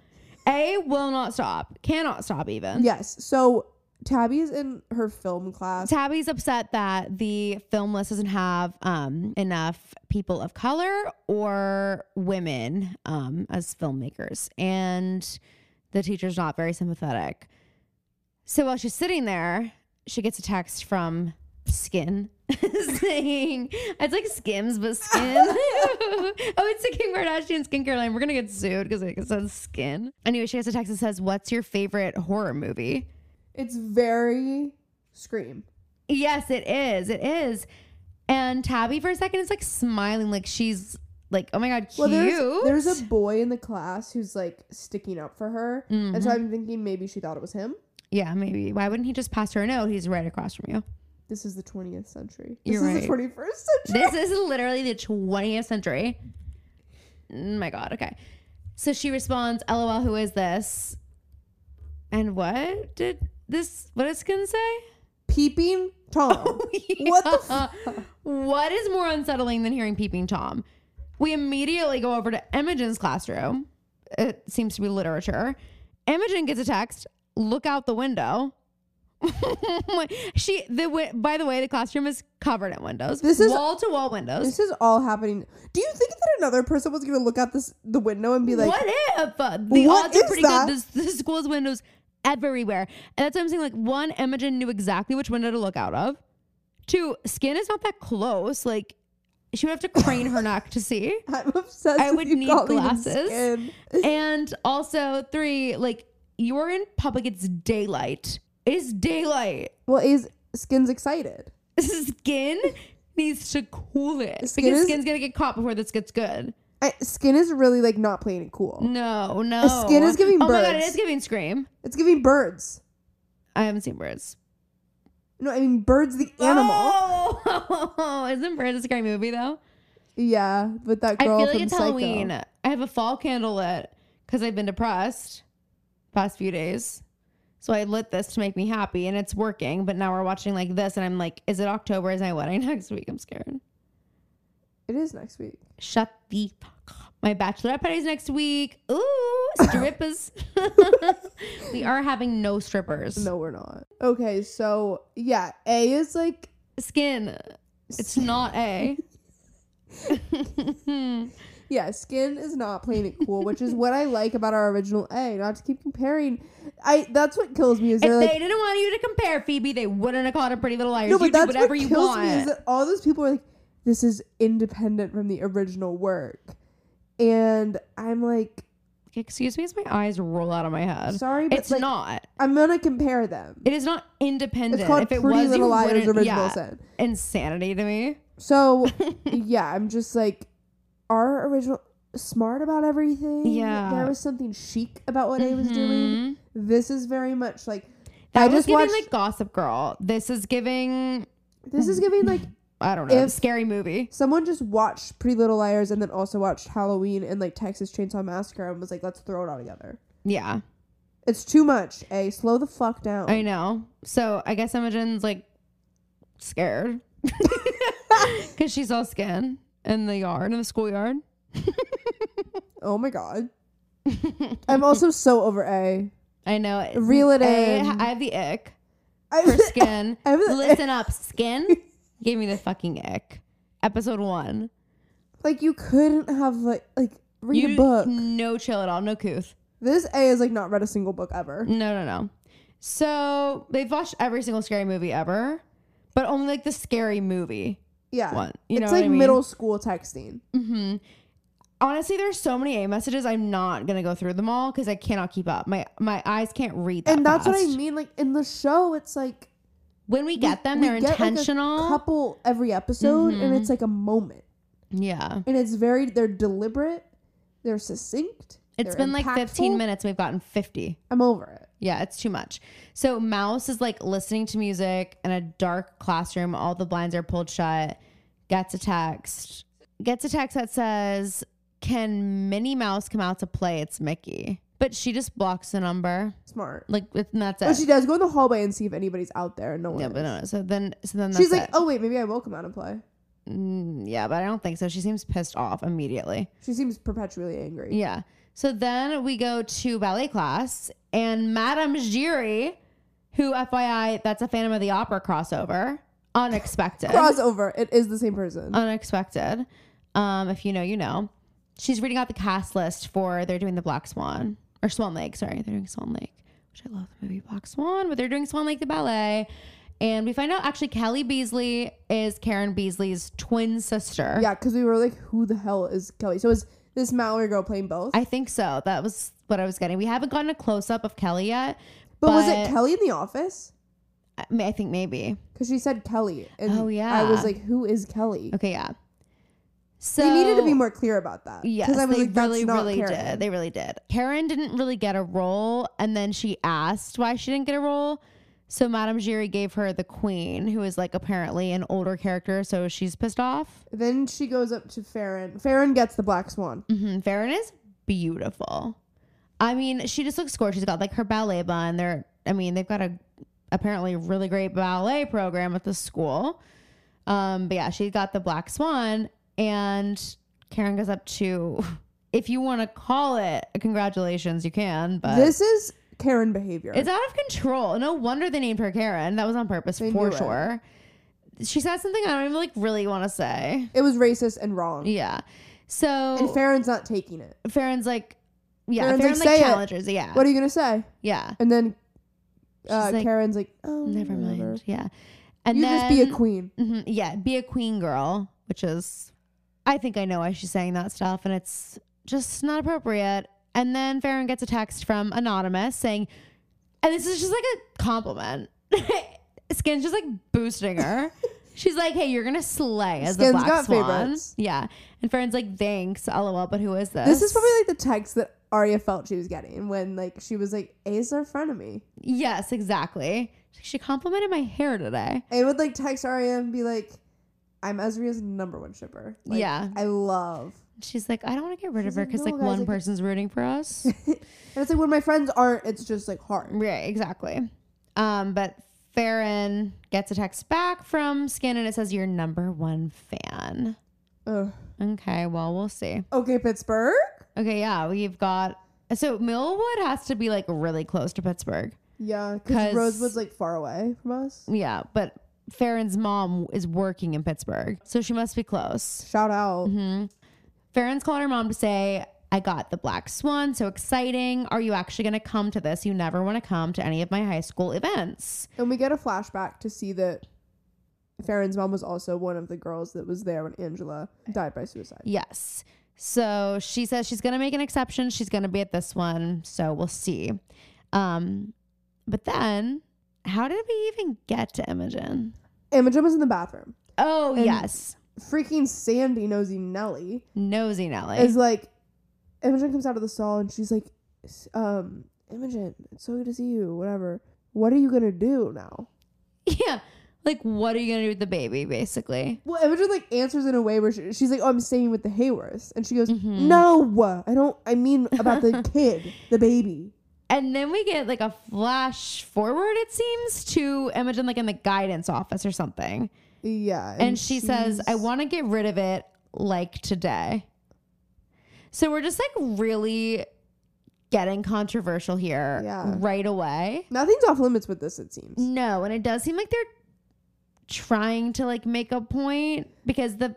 S1: A will not stop, cannot stop even.
S2: Yes. So Tabby's in her film class.
S1: Tabby's upset that the film list doesn't have um, enough people of color or women um, as filmmakers, and the teacher's not very sympathetic. So while she's sitting there, she gets a text from Skin saying, "It's like Skims, but Skin." oh, it's the Kim Kardashian skincare line. We're gonna get sued because it says Skin. Anyway, she gets a text that says, "What's your favorite horror movie?"
S2: It's very scream.
S1: Yes, it is. It is. And Tabby for a second is like smiling, like she's like, oh my god, cute.
S2: Well, there's, there's a boy in the class who's like sticking up for her. And so
S1: Mm-hmm.
S2: I'm thinking maybe she thought it was him.
S1: yeah, maybe. Why wouldn't he just pass her a note? He's right across from you.
S2: This is the 20th century. This
S1: You're
S2: is
S1: right.
S2: the 21st century.
S1: This is literally the 20th century. Mm, my god. Okay. So she responds, "LOL, who is this?" And what did this? What did Skin say?
S2: Peeping Tom.
S1: Oh,
S2: What the fuck?
S1: What is more unsettling than hearing Peeping Tom? We immediately go over to Imogen's classroom. It seems to be literature. Imogen gets a text, look out the window. she the wi- by the way the classroom is covered in windows.
S2: This is-
S1: wall to wall windows.
S2: This is all happening. Do you think that another person was going to look out this the window and be like,
S1: what if uh, the
S2: What
S1: odds are
S2: is
S1: pretty
S2: that?
S1: good? This, this school's windows everywhere, and that's what I'm saying. Like one, Imogen knew exactly which window to look out of. Two, skin is not that close. Like she would have to crane her neck to see.
S2: I'm obsessed
S1: I
S2: with
S1: would
S2: you
S1: need
S2: calling him
S1: glasses.
S2: skin.
S1: And also three, like you're in public, it's daylight. It's daylight.
S2: Well, A's skin's excited.
S1: Skin needs to cool it
S2: Skin
S1: because
S2: is-
S1: skin's gonna get caught before this gets good.
S2: I, skin is really like not playing it cool.
S1: Mm. No, no.
S2: skin is giving
S1: Oh my god, it
S2: birds.
S1: is giving scream.
S2: It's giving birds.
S1: I haven't seen birds.
S2: No, I mean birds the animal.
S1: Oh, isn't birds a scary movie though?
S2: Yeah, with that
S1: I
S2: girl
S1: feel like
S2: from
S1: it's
S2: Psycho.
S1: Halloween. I have a fall candle lit because I've been depressed past few days. So I lit this to make me happy and it's working, but now we're watching like this and I'm like, is it October? Is my wedding next week? I'm scared.
S2: It is next week.
S1: Shut the fuck up. My bachelorette party's next week. Ooh, strippers. we are having no strippers.
S2: No, we're not. Okay, so yeah, A is like
S1: Skin. It's not A.
S2: Yeah, skin is not playing it cool, which is what I like about our original A. Not to keep comparing. I that's what kills me is
S1: If
S2: they're like
S1: they didn't want you to compare Phoebe, they wouldn't have called her Pretty Little Liars.
S2: no, but
S1: you do
S2: that's
S1: whatever
S2: what
S1: you
S2: kills
S1: want.
S2: me is that all those people are like, this is independent from the original work, and I'm like,
S1: Excuse me as my eyes roll out of my head.
S2: sorry, but
S1: it's
S2: like,
S1: not.
S2: I'm gonna compare them.
S1: It is not independent.
S2: It's called
S1: if it
S2: Pretty
S1: was,
S2: Little
S1: you
S2: Liars
S1: wouldn't-
S2: original
S1: yeah.
S2: sin.
S1: Insanity to me.
S2: So yeah, I'm just like, our original smart about everything.
S1: Yeah.
S2: there was something chic about what I was
S1: Mhm.
S2: doing. This is very much like
S1: That
S2: I
S1: was
S2: just
S1: giving
S2: watched-
S1: like Gossip Girl. This is giving
S2: this is giving like
S1: I don't know
S2: If-
S1: scary movie.
S2: someone just watched Pretty Little Liars and then also watched Halloween and like Texas Chainsaw Massacre and was like, let's throw it all together.
S1: Yeah,
S2: It's too much. A slow the fuck down.
S1: I know. So I guess Imogen's like scared because she saw skin in the yard in the schoolyard.
S2: Oh my god. I'm also so over A.
S1: I know. it-
S2: Reel it
S1: I,
S2: in.
S1: I have the ick
S2: I-
S1: for skin.
S2: I have the
S1: Listen up, skin. Gave me the fucking ick. Episode one.
S2: like you couldn't have like like read
S1: You-
S2: a book.
S1: No chill at all. No couth.
S2: This A is like not read a single book ever.
S1: No, no, no. So they've watched every single scary movie ever, but only like the scary movie
S2: Yeah.
S1: one. You know
S2: it's
S1: what
S2: like
S1: I mean?
S2: middle school texting.
S1: hmm Honestly, there's so many A messages. I'm not gonna go through them all because I cannot keep up. My my eyes can't read. That
S2: and that's what I
S1: fast.
S2: mean. Like in the show, it's like
S1: When we get them,
S2: we
S1: they're
S2: get, like, a
S1: intentional.
S2: couple every episode and
S1: Mhm.
S2: it's like a moment.
S1: yeah,
S2: And it's very they're deliberate, they're succinct.
S1: it's
S2: they're
S1: been like 15
S2: impactful.
S1: minutes. We've gotten 50.
S2: I'm over it.
S1: Yeah, it's too much. So Mouse is like listening to music in a dark classroom. All the blinds are pulled shut. Gets a text. Gets a text that says, "Can Minnie Mouse come out to play? It's Mickey." But she just blocks the number.
S2: Smart.
S1: Like and that's
S2: But
S1: it.
S2: Oh, she does go in the hallway and see if anybody's out there and no one
S1: yeah,
S2: is.
S1: but no. So then, so then that's
S2: She's like,
S1: it.
S2: oh wait, maybe I will come out and play.
S1: Mm, yeah, but I don't think so. She seems pissed off immediately.
S2: She seems perpetually angry.
S1: Yeah. So then we go to ballet class and Madame Giri, who FYI, that's a Phantom of the Opera crossover. Unexpected.
S2: Crossover. It is the same
S1: Uh,
S2: person.
S1: Unexpected. Um, if you know, you know. She's reading out the cast list for they're doing the Black Swan or Swan Lake. Sorry, they're doing Swan Lake, which I love the movie Black Swan, but they're doing Swan Lake the ballet. And we find out actually Kelly Beasley is Karen Beasley's twin sister.
S2: yeah, because we were like, who the hell is Kelly? So is this Mallory girl playing both?
S1: I think so. That was what I was getting. We haven't gotten a close up of Kelly yet,
S2: but, was it Kelly in the office?
S1: I mean, I think maybe.
S2: Because she said Kelly, and
S1: Oh,
S2: I was
S1: yeah.
S2: like, who is Kelly?
S1: Okay, yeah. So
S2: they needed to be more clear about that.
S1: Yes,
S2: because I was
S1: they
S2: like,
S1: really,
S2: that's not
S1: really
S2: Karen.
S1: did. They really did. Karen didn't really get a role, and then she asked why she didn't get a role. So Madame Giry gave her the queen, who is like apparently an older character, so she's pissed off.
S2: Then she goes up to Farron. Farron gets the black swan.
S1: Mm-hmm. Farron is beautiful. I mean, she just looks gorgeous. She's got like her ballet bun. They're, I mean, they've got a apparently really great ballet program at the school. Um, but yeah, she got the black swan, and Karen goes up to, if you want to call it, congratulations, you can. But
S2: This is Karen behavior.
S1: it's out of control. No wonder they named her Karen. That was on purpose
S2: They
S1: for
S2: knew it.
S1: sure. She said something I don't even like really want to say.
S2: it was racist and wrong.
S1: Yeah. So
S2: And Farron's not taking it.
S1: Farron's like, yeah,
S2: Farron's
S1: Farron
S2: like,
S1: like,
S2: "Say it."
S1: challenges. Yeah,
S2: What are you gonna say?
S1: yeah.
S2: And then uh,
S1: She's like,
S2: Karen's like, oh,
S1: Never mind. Yeah, and
S2: You
S1: then
S2: just be a queen.
S1: Mhm, yeah, be a queen girl, which is, I think I know why she's saying that stuff, and it's just not appropriate. And then Farron gets a text from anonymous saying, and this is just like a compliment. Skin's just like boosting her. She's like, "Hey, you're gonna slay as the
S2: Skin's
S1: black
S2: got
S1: swan."
S2: favorites.
S1: Yeah, and Farron's like, "Thanks, lol." But who is this?
S2: This is probably like the text that Arya felt she was getting when like she was like, A's our frenemy.
S1: Yes, exactly. She complimented my hair today.
S2: A would like text Arya and be like, I'm Ezrea's number one shipper. Like,
S1: Yeah.
S2: I love.
S1: She's like, I don't want to get rid
S2: She's
S1: of her
S2: like,
S1: because
S2: "No,
S1: like
S2: guys,
S1: one
S2: like-
S1: person's rooting for us.
S2: and it's like when my friends aren't, it's just like hard.
S1: right, exactly. Um, but Farron gets a text back from Skin and it says, "Your number one fan."
S2: Ugh.
S1: Okay, well, we'll see.
S2: Okay, Pittsburgh.
S1: Okay, yeah, we've got. So Millwood has to be like really close to Pittsburgh.
S2: Yeah,
S1: 'Cause-
S2: because Rosewood's like far away from us.
S1: Yeah, but Farron's mom is working in Pittsburgh, so she must be close.
S2: Shout out.
S1: Mhm. Farron's called her mom to say, I got the black swan, so exciting. Are you actually going to come to this? You never want to come to any of my high school events.
S2: And we get a flashback to see that Farron's mom was also one of the girls that was there when Angela died by suicide.
S1: Yes. So she says she's going to make an exception. She's going to be at this one. So we'll see. Um, but then, how did we even get to Imogen?
S2: Imogen was in the bathroom.
S1: Oh,
S2: And-
S1: yes.
S2: Freaking Sandy nosy Nelly
S1: Nosy Nelly.
S2: is like, Imogen comes out of the stall and she's like, "S- um, Imogen, it's so good to see you. Whatever. What are you gonna do now?
S1: yeah. Like, what are you going to do with the baby, basically?
S2: Well, Imogen like answers in a way where she, she's like, "Oh, I'm staying with the Hayworths," and she goes,
S1: Mhm.
S2: "No, I don't. I mean about the kid, the baby."
S1: And then we get like a flash forward, it seems, to Imogen, like in the guidance office or something.
S2: Yeah,
S1: And she says, I
S2: she's-
S1: want to get rid of it like today. So we're just like really getting controversial here
S2: Yeah.
S1: right away.
S2: nothing's off limits with this. It seems.
S1: No, and it does seem like they're trying to like make a point because the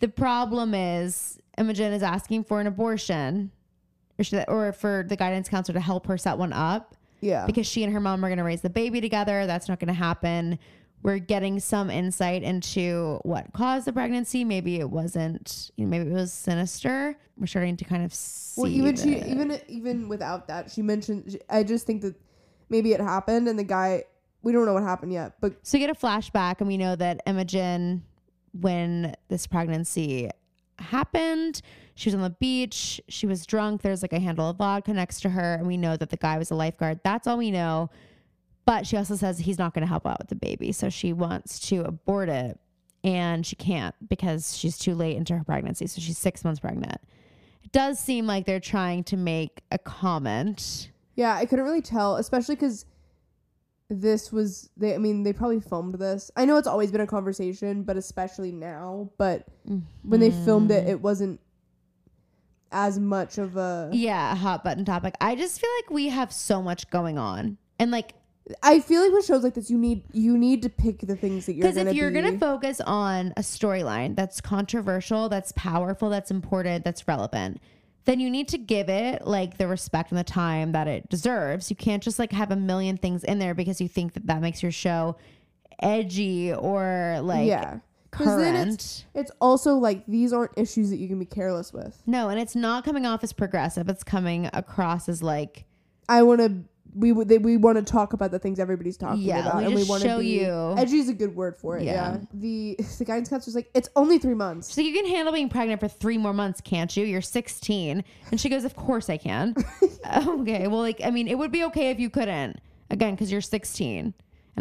S1: the problem is Imogen is asking for an abortion or, should, or for the guidance counselor to help her set one up
S2: Yeah,
S1: because she and her mom are going to raise the baby together. That's not going to happen. We're getting some insight into what caused the pregnancy. Maybe it wasn't, you know, maybe it was sinister. We're starting to kind of see.
S2: Well, even she,
S1: that.
S2: even even without that, she mentioned. she- I just think that maybe it happened, and the guy. We don't know what happened yet, but
S1: So we get a flashback, and we know that Imogen, when this pregnancy happened, she was on the beach. She was drunk. There's like a handle of vodka next to her, and we know that the guy was a lifeguard. That's all we know. But she also says he's not going to help out with the baby, so she wants to abort it, and she can't because she's too late into her pregnancy. So she's six months pregnant. It does seem like they're trying to make a comment.
S2: yeah, I couldn't really tell, especially because this was. They, I mean, they probably filmed this. I know it's always been a conversation, but especially now. But when they filmed it,
S1: Mm-hmm.
S2: it wasn't as much of a.
S1: Yeah, hot button topic. I just feel like we have so much going on. And like
S2: I feel like with shows like this, you need you need to pick the things that you're
S1: because
S2: gonna.
S1: if you're
S2: be-
S1: going to focus on a storyline that's controversial, that's powerful, that's important, that's relevant, then you need to give it like the respect and the time that it deserves. You can't just like have a million things in there because you think that that makes your show edgy or like
S2: yeah, 'Cause then
S1: current.
S2: it's it's also like these aren't issues that you can be careless with.
S1: no, and it's not coming off as progressive. It's coming across as like
S2: I want to. We would. they- We want to talk about the things everybody's talking
S1: Yeah,
S2: about,
S1: we
S2: and we
S1: just
S2: want to
S1: show
S2: be,
S1: you.
S2: Edgy is a good word for it. Yeah.
S1: Yeah.
S2: The the guidance counselor's like, it's only three months.
S1: She's like, you can handle being pregnant for three more months, can't you? You're 16. And she goes, Of course I can. okay. Well, like, I mean, it would be okay if you couldn't. Again, because you're 16. And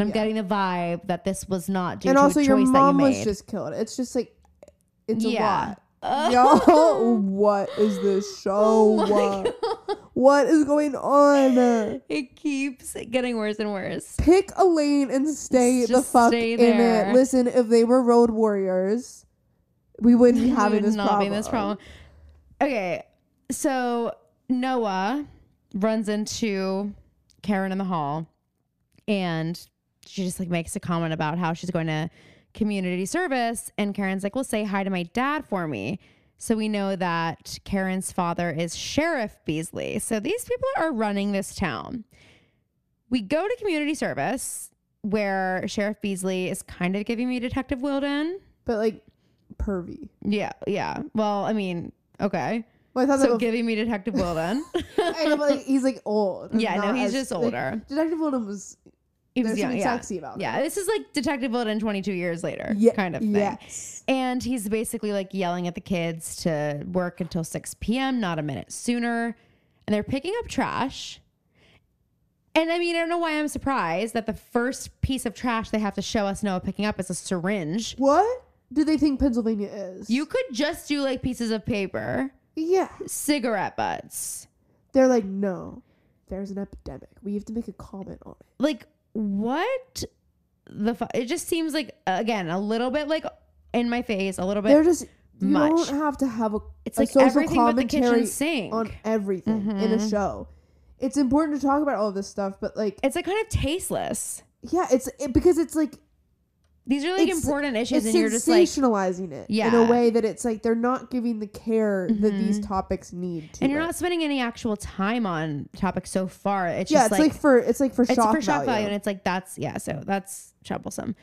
S1: I'm
S2: Yeah.
S1: getting the vibe that this was not due
S2: and
S1: to
S2: also,
S1: a
S2: your
S1: choice
S2: mom
S1: that you made.
S2: was just killed. It's just like, it's
S1: Yeah.
S2: a lot. Y'all, what is this show?
S1: Oh my
S2: what is going on?
S1: it keeps getting worse and worse.
S2: Pick a lane and stay
S1: Just
S2: the fuck
S1: stay
S2: in
S1: there.
S2: it. Listen, if they were road warriors, we wouldn't be having
S1: would
S2: this
S1: not be
S2: problem.
S1: in this problem. Okay. So Noah runs into Karen in the hall and she just like makes a comment about how she's going to community service and Karen's like, "Well, say hi to my dad for me." So we know that Karen's father is Sheriff Beasley. So these people are running this town. We go to community service where Sheriff Beasley is kind of giving me Detective Wilden.
S2: But like, pervy.
S1: Yeah, yeah. Well, I mean, okay.
S2: Well, I thought that
S1: So
S2: was
S1: giving me Detective Wilden.
S2: I know, but like, he's like old.
S1: Yeah, no,
S2: Not
S1: he's
S2: as-
S1: just
S2: like,
S1: older.
S2: Detective Wilden was
S1: he
S2: there's
S1: was young,
S2: something
S1: yeah.
S2: sexy about
S1: Yeah, this is like Detective Wilden 22 years later
S2: him. Yeah,
S1: kind of thing.
S2: Yes.
S1: And he's basically like yelling at the kids to work until 6 p.m., not a minute sooner. And they're picking up trash. And I mean, I don't know why I'm surprised that the first piece of trash they have to show us Noah picking up is a syringe.
S2: What do they think Pennsylvania is?
S1: You could just do like pieces of paper,
S2: yeah.
S1: cigarette butts.
S2: They're like, no, there's an epidemic. We have to make a comment on it.
S1: like what the fu- it just seems like again a little bit like in my face a little bit
S2: They're just you
S1: much.
S2: don't have to have a
S1: it's
S2: a
S1: like
S2: social
S1: everything but the kitchen
S2: commentary
S1: sink
S2: on everything in a
S1: Mhm.
S2: show. It's important to talk about all of this stuff, but like,
S1: it's like kind of tasteless
S2: yeah, it's it, because it's like
S1: These are like
S2: It's-
S1: important issues,
S2: It's
S1: and you're just like,
S2: sensationalizing it in
S1: Yeah.
S2: a way that it's like they're not giving the care that these
S1: Mhm.
S2: topics need. To
S1: and you're
S2: it.
S1: not spending any actual time on topics so far. It's
S2: Yeah,
S1: just
S2: it's like,
S1: like,
S2: for it's like for
S1: it's
S2: shock
S1: for shock value.
S2: value.
S1: and it's like that's yeah. So that's troublesome.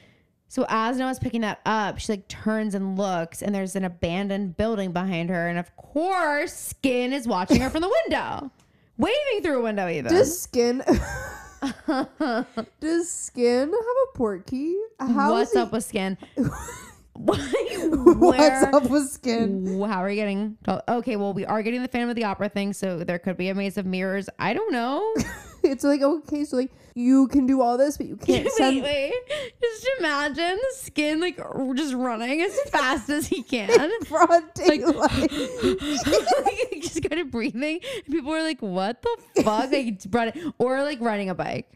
S1: So as Noah's picking that up, she like turns and looks, and there's an abandoned building behind her, and of course, Skin is watching her from the window, waving through a window. Even
S2: Does skin? does skin have a portkey? How is
S1: what's
S2: he-
S1: up with Skin? Why-
S2: What's
S1: where-
S2: up with skin?
S1: Wow, how are we getting? oh, Okay, well, we are getting the Phantom of the Opera thing, so there could be a maze of mirrors. I don't know.
S2: It's like okay, so like you can do all this, but you can't
S1: wait,
S2: send.
S1: wait. Just imagine the skin like r- just running as fast as he can.
S2: Broad
S1: Like,
S2: daylight.
S1: He just kind of breathing. And people are like, what the fuck? Like, it's brought it. Or like riding a bike.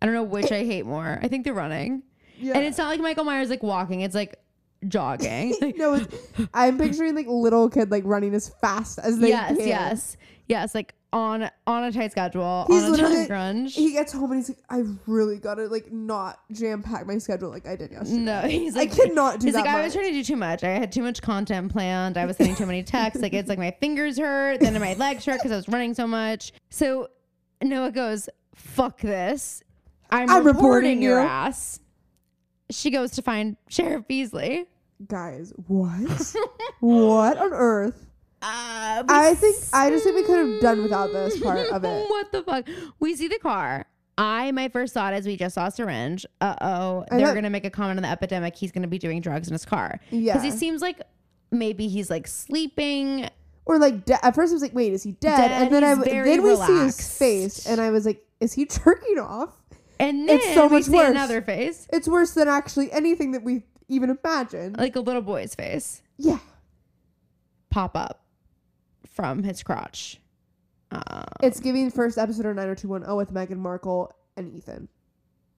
S1: I don't know which I hate more. I think they're running.
S2: yeah.
S1: And it's not like Michael Myers like walking, it's like jogging. Like,
S2: no, it's, I'm picturing like little kid like running as fast as they
S1: yes,
S2: can.
S1: yes, yes. Like on on a tight schedule,
S2: He's
S1: on a
S2: literally-
S1: tight grunge.
S2: He gets home and he's like, I really gotta like not jam pack my schedule like I did yesterday.
S1: no, he's
S2: I
S1: like,
S2: cannot do
S1: he's
S2: that.
S1: like, I was
S2: much.
S1: trying to do too much. I had too much content planned. I was sending too many texts. Like it's like my fingers hurt, then my legs hurt because I was running so much. So Noah goes, "Fuck this! I'm,
S2: I'm
S1: reporting,
S2: reporting
S1: your
S2: you."
S1: ass." She goes to find Sheriff Beasley.
S2: Guys, what? what on earth?
S1: Uh, we
S2: I think I just think we could have done without this part of it.
S1: what the fuck? We see the car. I my first thought is we just saw a syringe. Uh oh,
S2: I
S1: they're
S2: thought-
S1: gonna make a comment on the epidemic. He's gonna be doing drugs in his car
S2: Yeah.
S1: because he seems like maybe he's like sleeping.
S2: Or like de- at first I was like, wait, is he dead?
S1: Dead,
S2: and then I
S1: he's very
S2: then we see his
S1: relaxed.
S2: face, and I was like, is he jerking off?
S1: And then
S2: It's so
S1: we
S2: much
S1: see
S2: worse.
S1: another face,
S2: It's worse than actually anything that we even imagined.
S1: like a little boy's face,
S2: yeah,
S1: pop up from his crotch. Uh,
S2: it's giving first episode of 90210 with Meghan Markle and Ethan.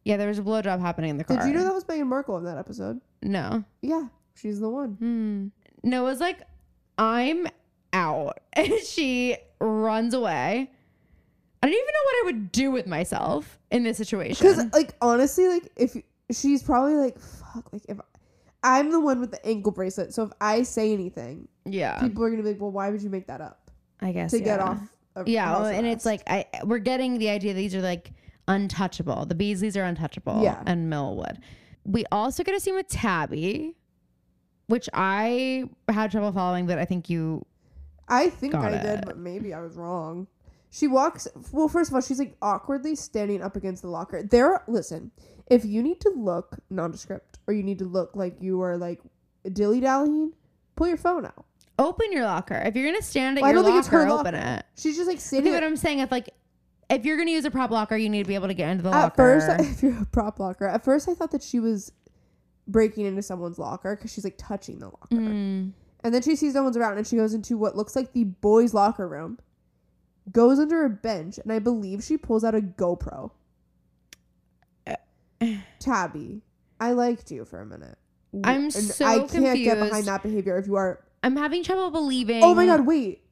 S1: yeah, there was a blowjob happening in the car.
S2: Did you know that was Meghan Markle in that episode?
S1: No.
S2: Yeah, she's the one.
S1: Hmm. Noah's like, I'm out. And she runs away. I don't even know what I would do with myself in this
S2: Because
S1: situation.
S2: like honestly, like if you- she's probably like fuck, like if I'm the one with the ankle bracelet, so if I say anything,
S1: Yeah.
S2: people are gonna be like, well, why would you make that up
S1: I guess.
S2: to get
S1: yeah.
S2: off? Of
S1: Yeah.
S2: house
S1: well, and it's
S2: arrest?"
S1: like, I we're getting the idea these are like untouchable. The Beasleys are untouchable.
S2: Yeah.
S1: And Millwood. We also get a scene with Tabby, which I had trouble following, but I think you.
S2: I think
S1: Got
S2: I did,
S1: it.
S2: but maybe I was wrong. She walks. Well, first of all, she's like awkwardly standing up against the locker. There, listen. If you need to look nondescript, or you need to look like you are like dilly dallying, pull your phone out.
S1: Open your locker. If you're going to stand at
S2: Well, I
S1: your
S2: don't think it's her
S1: locker, open it.
S2: She's just like
S1: Okay,
S2: sitting.
S1: but I'm saying if like if you're gonna use a prop locker, you need to be able to get into the
S2: At
S1: locker.
S2: first, if you're a prop locker, at first I thought that she was breaking into someone's locker because she's like touching the locker.
S1: Mm.
S2: And then she sees no one's around and she goes into what looks like the boys' locker room, goes under a bench, and I believe she pulls out a GoPro. Tabby, I liked you for a minute.
S1: I'm
S2: And
S1: so
S2: I can't get behind
S1: confused.
S2: that behavior if you are.
S1: I'm having trouble believing.
S2: Oh my god, wait.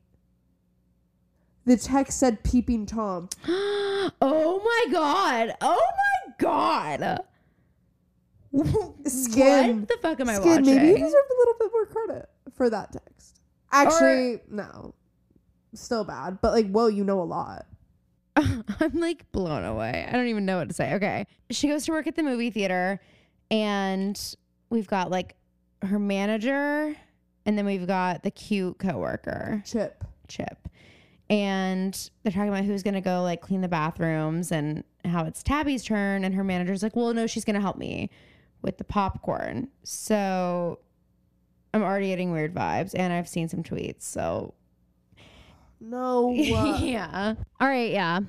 S2: The text said peeping Tom.
S1: oh my god! Oh my god!
S2: Skin.
S1: What the fuck am I
S2: Skid,
S1: watching?
S2: maybe you deserved a little bit more credit for that text. Actually, no. Still bad, but like, whoa, you know a lot.
S1: I'm like blown away. I don't even know what to say. Okay. She goes to work at the movie theater and we've got like her manager and then we've got the cute coworker.
S2: Chip.
S1: Chip. And they're talking about who's going to go like clean the bathrooms and how it's Tabby's turn. And her manager's like, well, no, she's going to help me with the popcorn. So I'm already getting weird vibes and I've seen some tweets. So
S2: No. uh,
S1: yeah. All right. Yeah.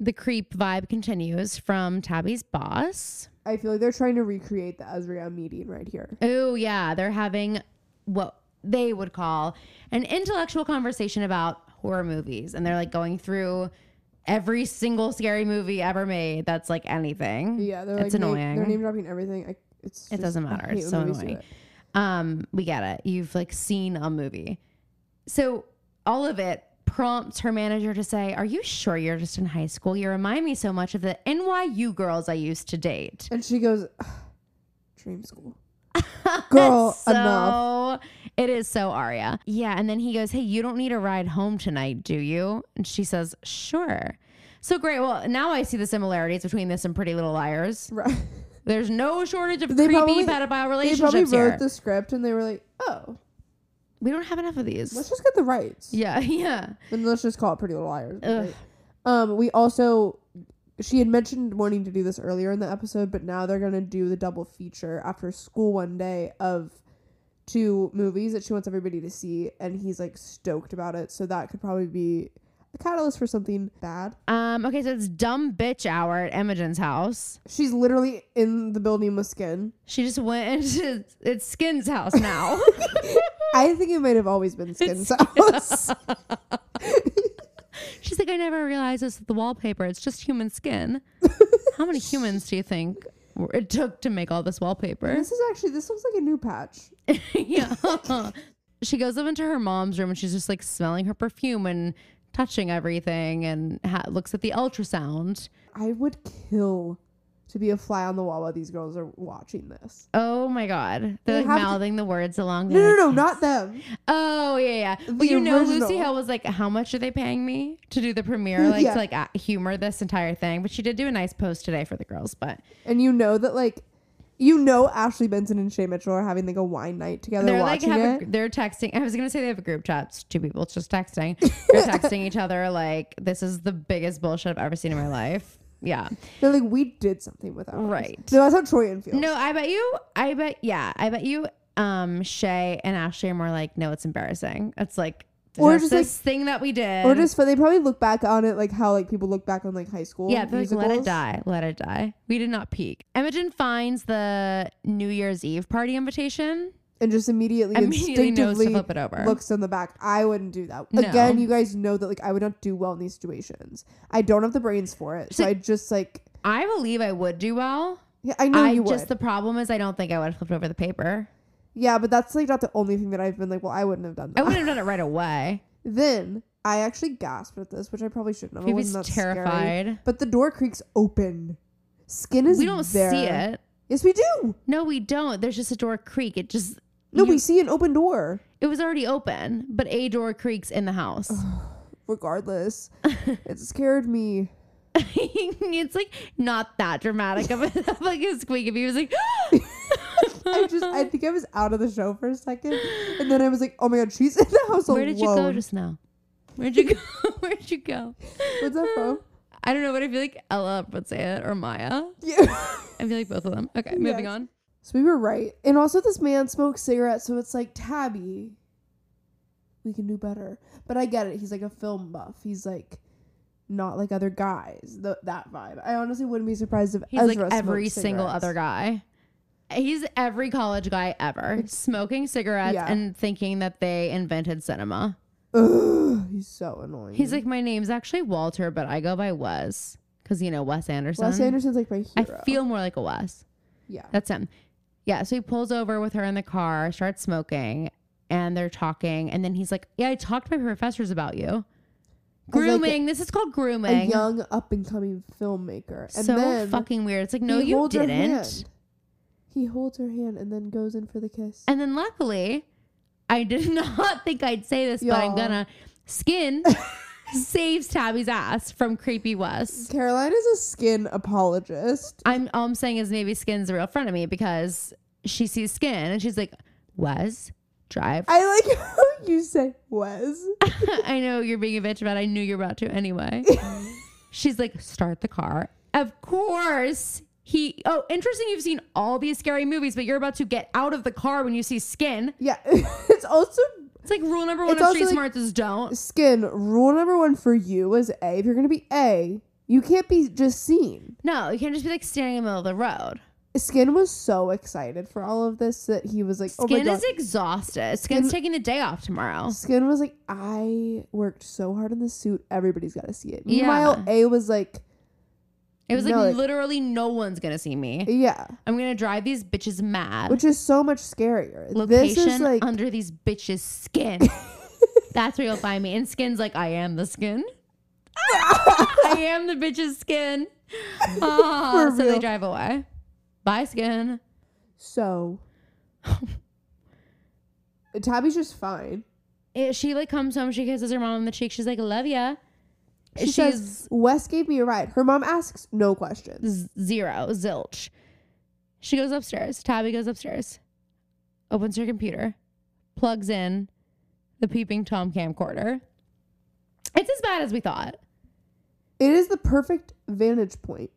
S1: The creep vibe continues from Tabby's boss.
S2: I feel like they're trying to recreate the Ezreal meeting right here.
S1: Oh, yeah. They're having what they would call an intellectual conversation about horror movies. And they're like going through every single scary movie ever made that's like anything.
S2: Yeah, they're
S1: It's
S2: like name-
S1: annoying.
S2: they're name dropping everything. I, it's
S1: It
S2: just-
S1: doesn't
S2: I
S1: matter.
S2: hate
S1: It's
S2: when
S1: so
S2: movies do
S1: annoying.
S2: it.
S1: Um, we get it. You've like seen a movie. So all of it prompts her manager to say, Are you sure you're just in high school? You remind me so much of the NYU girls I used to date.
S2: And she goes, dream school.
S1: That's
S2: Girl,
S1: so, It is so Aria. Yeah. And then he goes, Hey, you don't need a ride home tonight, do you? And she says, Sure. So great. Well, now I see the similarities between this and Pretty Little Liars.
S2: Right.
S1: There's no shortage of
S2: They
S1: creepy
S2: probably-
S1: pedophile
S2: They probably
S1: relationships here.
S2: wrote the script and they were like, "Oh,
S1: we don't have enough of these.
S2: let's just get the rights."
S1: yeah, yeah.
S2: And let's just call it Pretty Little Liars.
S1: Ugh.
S2: right? Um, we also she had mentioned wanting to do this earlier in the episode, but now they're gonna do the double feature after school one day of two movies that she wants everybody to see, and he's like stoked about it. So that could probably be a catalyst for something bad.
S1: Um, okay, so it's dumb bitch hour at Imogen's house.
S2: She's literally in the building with skin.
S1: She just went into it's Skin's house now.
S2: I think it might have always been Skin's house.
S1: She's like, I never realized this is the wallpaper. It's just human skin. How many humans do you think were- it took to make all this wallpaper?
S2: this is actually this looks like a new patch.
S1: yeah. She goes up into her mom's room and she's just like smelling her perfume and touching everything and ha- looks at the ultrasound.
S2: I would kill to be a fly on the wall while these girls are watching this.
S1: Oh my God. They're like
S2: You have to-
S1: mouthing the words along the
S2: No, no, no, not them.
S1: Oh yeah, yeah.
S2: The
S1: Well, you know, Lucy
S2: original.
S1: Hale was like, "How much are they paying me to do the premiere? Like
S2: Yeah.
S1: to like uh, humor this entire thing." But she did do a nice post today for the girls. But
S2: And you know that, like, you know Ashley Benson and Shay Mitchell are having like a wine night together,
S1: they're like,
S2: watching
S1: have a,
S2: it.
S1: gr- they're texting. I was gonna say they have a group chat. It's two people. It's just texting. They're texting each other like, "This is the biggest bullshit I've ever seen in my life." Yeah.
S2: they're like, we did something with that,
S1: Right.
S2: So that's how Troy feels.
S1: No, I bet you. I bet. Yeah, I bet you. Um, Shay and Ashley are more like, "No, it's embarrassing." It's like.
S2: Or
S1: there's
S2: just, like-
S1: this thing that we did.
S2: or just, but they probably look back on it like how like people look back on like high school.
S1: Yeah, they're like, let it
S2: musicals.
S1: die. Let it die. We did not peak. Imogen finds the New Year's Eve party invitation.
S2: and just immediately,
S1: Immediately knows to
S2: instinctively
S1: flip it over.
S2: looks on the back. I wouldn't do that.
S1: No.
S2: Again, you guys know that like I would not do well in these situations. I don't have the brains for it, so,
S1: So-
S2: I just like.
S1: I believe I would do well.
S2: Yeah, I know
S1: I
S2: you would.
S1: just the problem is I don't think I would have flipped over the paper.
S2: yeah, but that's like not the only thing that I've been like. Well, I wouldn't have done
S1: I
S2: that.
S1: wouldn't have done it right away.
S2: Then I actually gasped at this, which I probably shouldn't have.
S1: He
S2: It
S1: was
S2: wasn't that scary.
S1: terrified.
S2: But the door creaks open. Skin is
S1: We don't
S2: there.
S1: see it.
S2: Yes, we do.
S1: No, we don't. There's just a door creak. It just
S2: No,
S1: You-
S2: we see an open door.
S1: it was already open, but a door creaks in the house.
S2: Regardless, it scared me.
S1: it's like not that dramatic of a of like a squeak. If he was like,
S2: I just, I think I was out of the show for a second, and then I was like, "Oh my god, she's in the house
S1: where did you go
S2: alone."
S1: just now? Where'd you go? Where'd you go?
S2: What's that from?
S1: I don't know, but I feel like Ella would say it or Maya.
S2: Yeah.
S1: I feel like both of them. Okay, moving
S2: Yes.
S1: on.
S2: so we were right, and also this man smokes cigarettes, so it's like Tabby. We can do better, but I get it. He's like a film buff. He's like. Not like other guys, Th that vibe. I honestly wouldn't be surprised if
S1: He's
S2: Ezra
S1: like every
S2: smoked
S1: single
S2: cigarettes.
S1: other guy. He's every college guy ever smoking cigarettes
S2: Yeah.
S1: and thinking that they invented cinema.
S2: Ugh, he's so annoying.
S1: He's like, my name's actually Walter, but I go by Wes because you know Wes Anderson.
S2: Wes Anderson's like my
S1: I
S2: hero.
S1: feel more like a Wes.
S2: yeah.
S1: That's him. Yeah. So he pulls over with her in the car, starts smoking, and they're talking. And then he's like, Yeah, I talked to my professors about you.
S2: As, like,
S1: Grooming. this is called
S2: A
S1: grooming.
S2: young up and coming filmmaker. And
S1: so
S2: then
S1: fucking weird. It's like,
S2: he
S1: No, you
S2: holds her
S1: didn't.
S2: hand. He holds her hand and then goes in for the kiss.
S1: And then luckily, I did not think I'd say this, but I'm
S2: Y'all.
S1: gonna. Skin saves Tabby's ass from Creepy Wes.
S2: Caroline is a skin apologist.
S1: I'm all I'm saying is maybe Skin's a real friend of me because she sees Skin and she's like, Wes, drive
S2: I like how you say Wes.
S1: I know you're being a bitch about. it. I knew you were about to anyway. She's like, start the car. Of course. He oh, interesting. You've seen all these scary movies, but you're about to get out of the car when you see skin.
S2: Yeah. it's also
S1: It's like rule number one
S2: It's
S1: of
S2: also
S1: street
S2: like-
S1: smarts is don't.
S2: skin. Rule number one for you is A. If you're gonna be A, you can't be just seen.
S1: No, you can't just be like standing in the middle of the road.
S2: Skin was so excited for all of this that he was like, "Oh my
S1: Skin
S2: god!"
S1: is exhausted. Skin's taking the day off tomorrow.
S2: Skin was like, I worked so hard in this suit. Everybody's got to see it.
S1: Yeah.
S2: Meanwhile, A was like,
S1: It was like
S2: No, like-
S1: literally no one's gonna see me.
S2: yeah,
S1: I'm gonna drive these bitches mad.
S2: which is so much scarier.
S1: Location
S2: this is like,
S1: under these bitches' skin. That's where you'll find me. And skin's like, I am the skin. I am the bitch's skin. Ah,
S2: For
S1: so they
S2: real.
S1: drive away. Bye, skin.
S2: So Tabby's just fine.
S1: It, she like comes home, she kisses her mom on the cheek. She's like, "Love ya."
S2: She says Wes gave me a ride. Her mom asks no questions.
S1: z- zero zilch. She goes upstairs. Tabby goes upstairs, opens her computer, plugs in the peeping tom camcorder. It's as bad as we thought.
S2: It is the perfect vantage point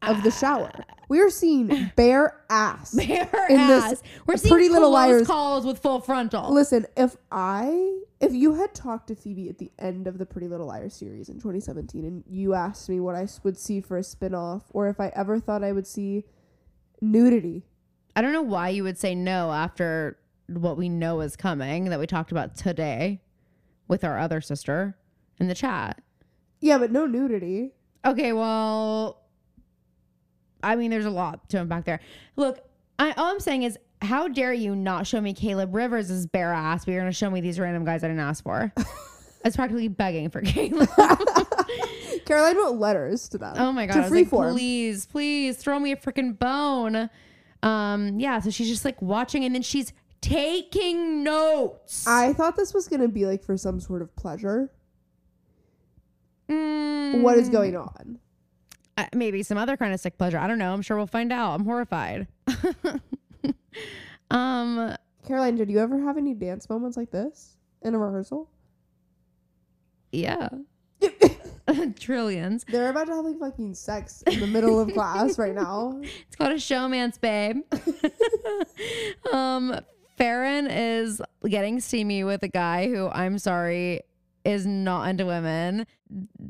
S2: of the shower. We are seeing bare ass.
S1: Ah. Bare
S2: In this
S1: ass. We're seeing
S2: Pretty Little
S1: close
S2: Liars-
S1: calls with full frontal.
S2: Listen, if I if you had talked to Phoebe at the end of the Pretty Little Liars series in 2017 and you asked me what I s- would see for a spin-off or if I ever thought I would see nudity,
S1: I don't know why you would say no after what we know is coming that we talked about today with our other sister in the chat.
S2: yeah, but no nudity.
S1: Okay, well, I mean, there's a lot to unpack there. Look, I, all I'm saying is, how dare you not show me Caleb Rivers' bare ass, but you're going to show me these random guys I didn't ask for? It's practically begging for Caleb.
S2: Caroline wrote letters to them.
S1: oh my God.
S2: to
S1: I was like,
S2: Freeform.
S1: please, please throw me a freaking bone. Um, yeah, so she's just like watching and then she's taking notes.
S2: I thought this was gonna be like for some sort of pleasure.
S1: Mm,
S2: What is going on?
S1: uh, maybe some other kind of sick pleasure. I don't know. I'm sure we'll find out. I'm horrified. um,
S2: Caroline, did you ever have any dance moments like this in a rehearsal?
S1: yeah, trillions.
S2: They're about to have like fucking sex in the middle of class right now.
S1: It's called a showman's, babe. um, Farron is getting steamy with a guy who I'm sorry is not into women.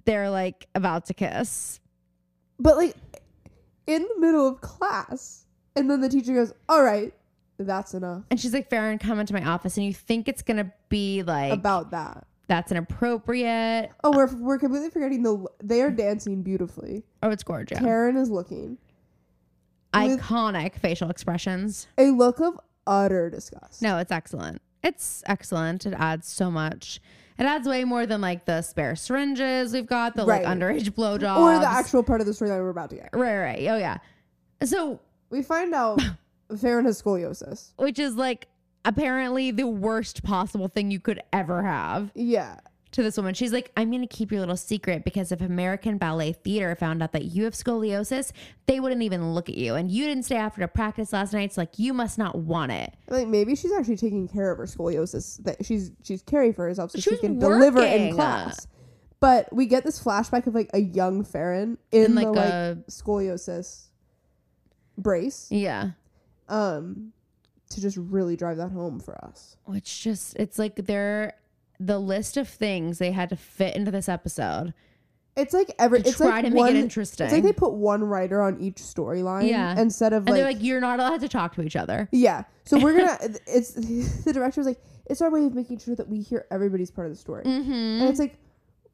S1: They're like about to kiss.
S2: But like in the middle of class. And then the teacher goes, All right, that's enough.
S1: And she's like, Farron, come into my office. And you think it's going to be like,
S2: About that.
S1: that's inappropriate.
S2: Oh, we're, we're completely forgetting the they are dancing beautifully.
S1: Oh, it's gorgeous.
S2: Karen is looking. with-
S1: Iconic facial expressions.
S2: A look of utter disgust.
S1: No, it's excellent. It's excellent. It adds so much. It adds way more than like the spare syringes we've got, the like
S2: Right.
S1: underage blowjobs.
S2: Or the actual part of the storyline we're about to get.
S1: Right, right. Oh, yeah. So,
S2: We find out Farron has scoliosis.
S1: which is like apparently the worst possible thing you could ever have
S2: Yeah.
S1: to this woman. She's like, I'm going to keep your little secret because if American Ballet Theater found out that you have scoliosis, they wouldn't even look at you. And you didn't stay after to practice last night. So, like, you must not want it.
S2: Like maybe she's actually taking care of her scoliosis that she's she's caring for herself so
S1: She
S2: she,
S1: was
S2: can deliver in
S1: working. uh,
S2: class. But we get this flashback of like a young Farron in,
S1: In,
S2: like
S1: like,
S2: the like
S1: a-
S2: scoliosis brace,
S1: Yeah.
S2: um, to just really drive that home for us.
S1: which just it's like they're the list of things they had to fit into this episode
S2: It's like every
S1: to
S2: it's
S1: try
S2: like
S1: to make
S2: one,
S1: it interesting
S2: It's like they put one writer on each storyline,
S1: Yeah.
S2: instead of
S1: and
S2: like,
S1: they're like you're not allowed to talk to each other
S2: yeah. So we're gonna. It's the director was like, it's our way of making sure that we hear everybody's part of the story.
S1: mm-hmm
S2: And it's like,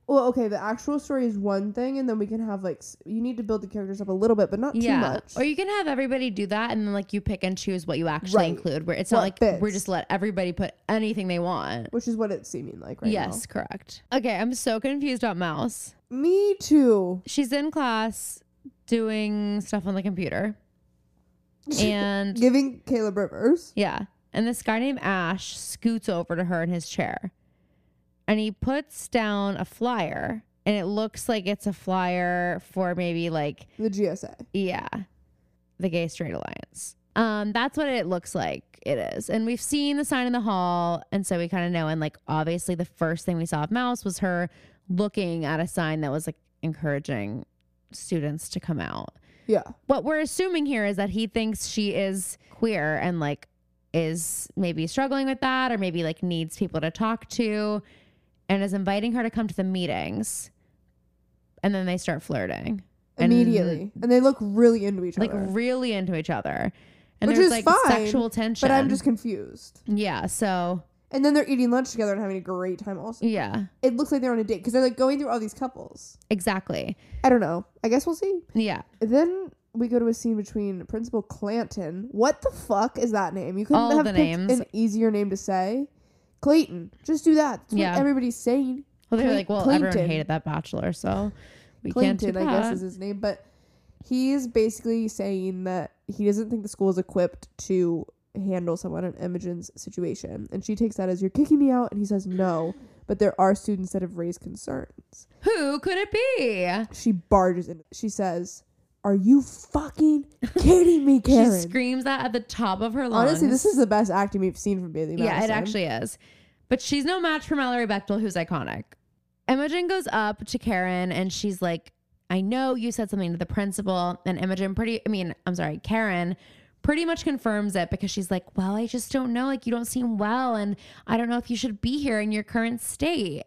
S2: well, okay, the actual story is one thing, and then we can have like s- you need to build the characters up a little bit, but not
S1: yeah
S2: too
S1: or
S2: much.
S1: you can have everybody do that and then like you pick and choose what you actually
S2: Right.
S1: include where it's
S2: What
S1: not like
S2: fits.
S1: we're just let everybody put anything they want
S2: Which is what it's seeming like right now.
S1: yes correct okay i'm so confused about mouse
S2: Me too.
S1: she's in class doing stuff on the computer and
S2: Giving Caleb Rivers.
S1: Yeah. And this guy named Ash scoots over to her in his chair and he puts down a flyer and it looks like it's a flyer for maybe like,
S2: The GSA.
S1: yeah, the Gay Straight Alliance. Um, that's what it looks like it is. And we've seen the sign in the hall. And so we kind of know. And like, obviously, the first thing we saw of Mouse was her looking at a sign that was like encouraging students to come out
S2: Yeah.
S1: what we're assuming here is that he thinks she is queer and like is maybe struggling with that or maybe like needs people to talk to and is inviting her to come to the meetings and then they start flirting And-
S2: Immediately. And, they look really into each
S1: like
S2: other.
S1: really into each other and
S2: Which
S1: there's like
S2: is fine,
S1: sexual tension
S2: but I'm just confused.
S1: yeah so
S2: And then they're eating lunch together and having a great time also.
S1: yeah
S2: It looks like they're on a date because they're like going through all these couples.
S1: exactly
S2: I don't know. I guess we'll see.
S1: yeah
S2: Then we go to a scene between Principal Clanton. What the fuck is that name? You couldn't
S1: All
S2: have
S1: the
S2: picked
S1: names.
S2: an easier name to say. Clayton. Just do that. That's
S1: Yeah.
S2: what everybody's saying.
S1: well they're
S2: Cle-
S1: like well everyone
S2: Clinton.
S1: hated that bachelor so we can't do
S2: Clinton,
S1: that
S2: I guess, is his name. But He's basically saying that he doesn't think the school is equipped to handle someone in Imogen's situation. And she takes that as you're kicking me out. And he says no. But there are students that have raised concerns.
S1: Who could it be?
S2: She barges in. She says, Are you fucking kidding me, Karen?
S1: She screams that at the top of her lungs.
S2: Honestly, this is the best acting we've seen from Bailey Madison.
S1: Yeah, it actually is. But she's no match for Mallory Bechtel, who's iconic. Imogen goes up to Karen and she's like, I know you said something to the principal. And Imogen pretty, I mean, I'm sorry, Karen pretty much confirms it because she's like, Well, I just don't know. Like, you don't seem well. And I don't know if you should be here in your current state.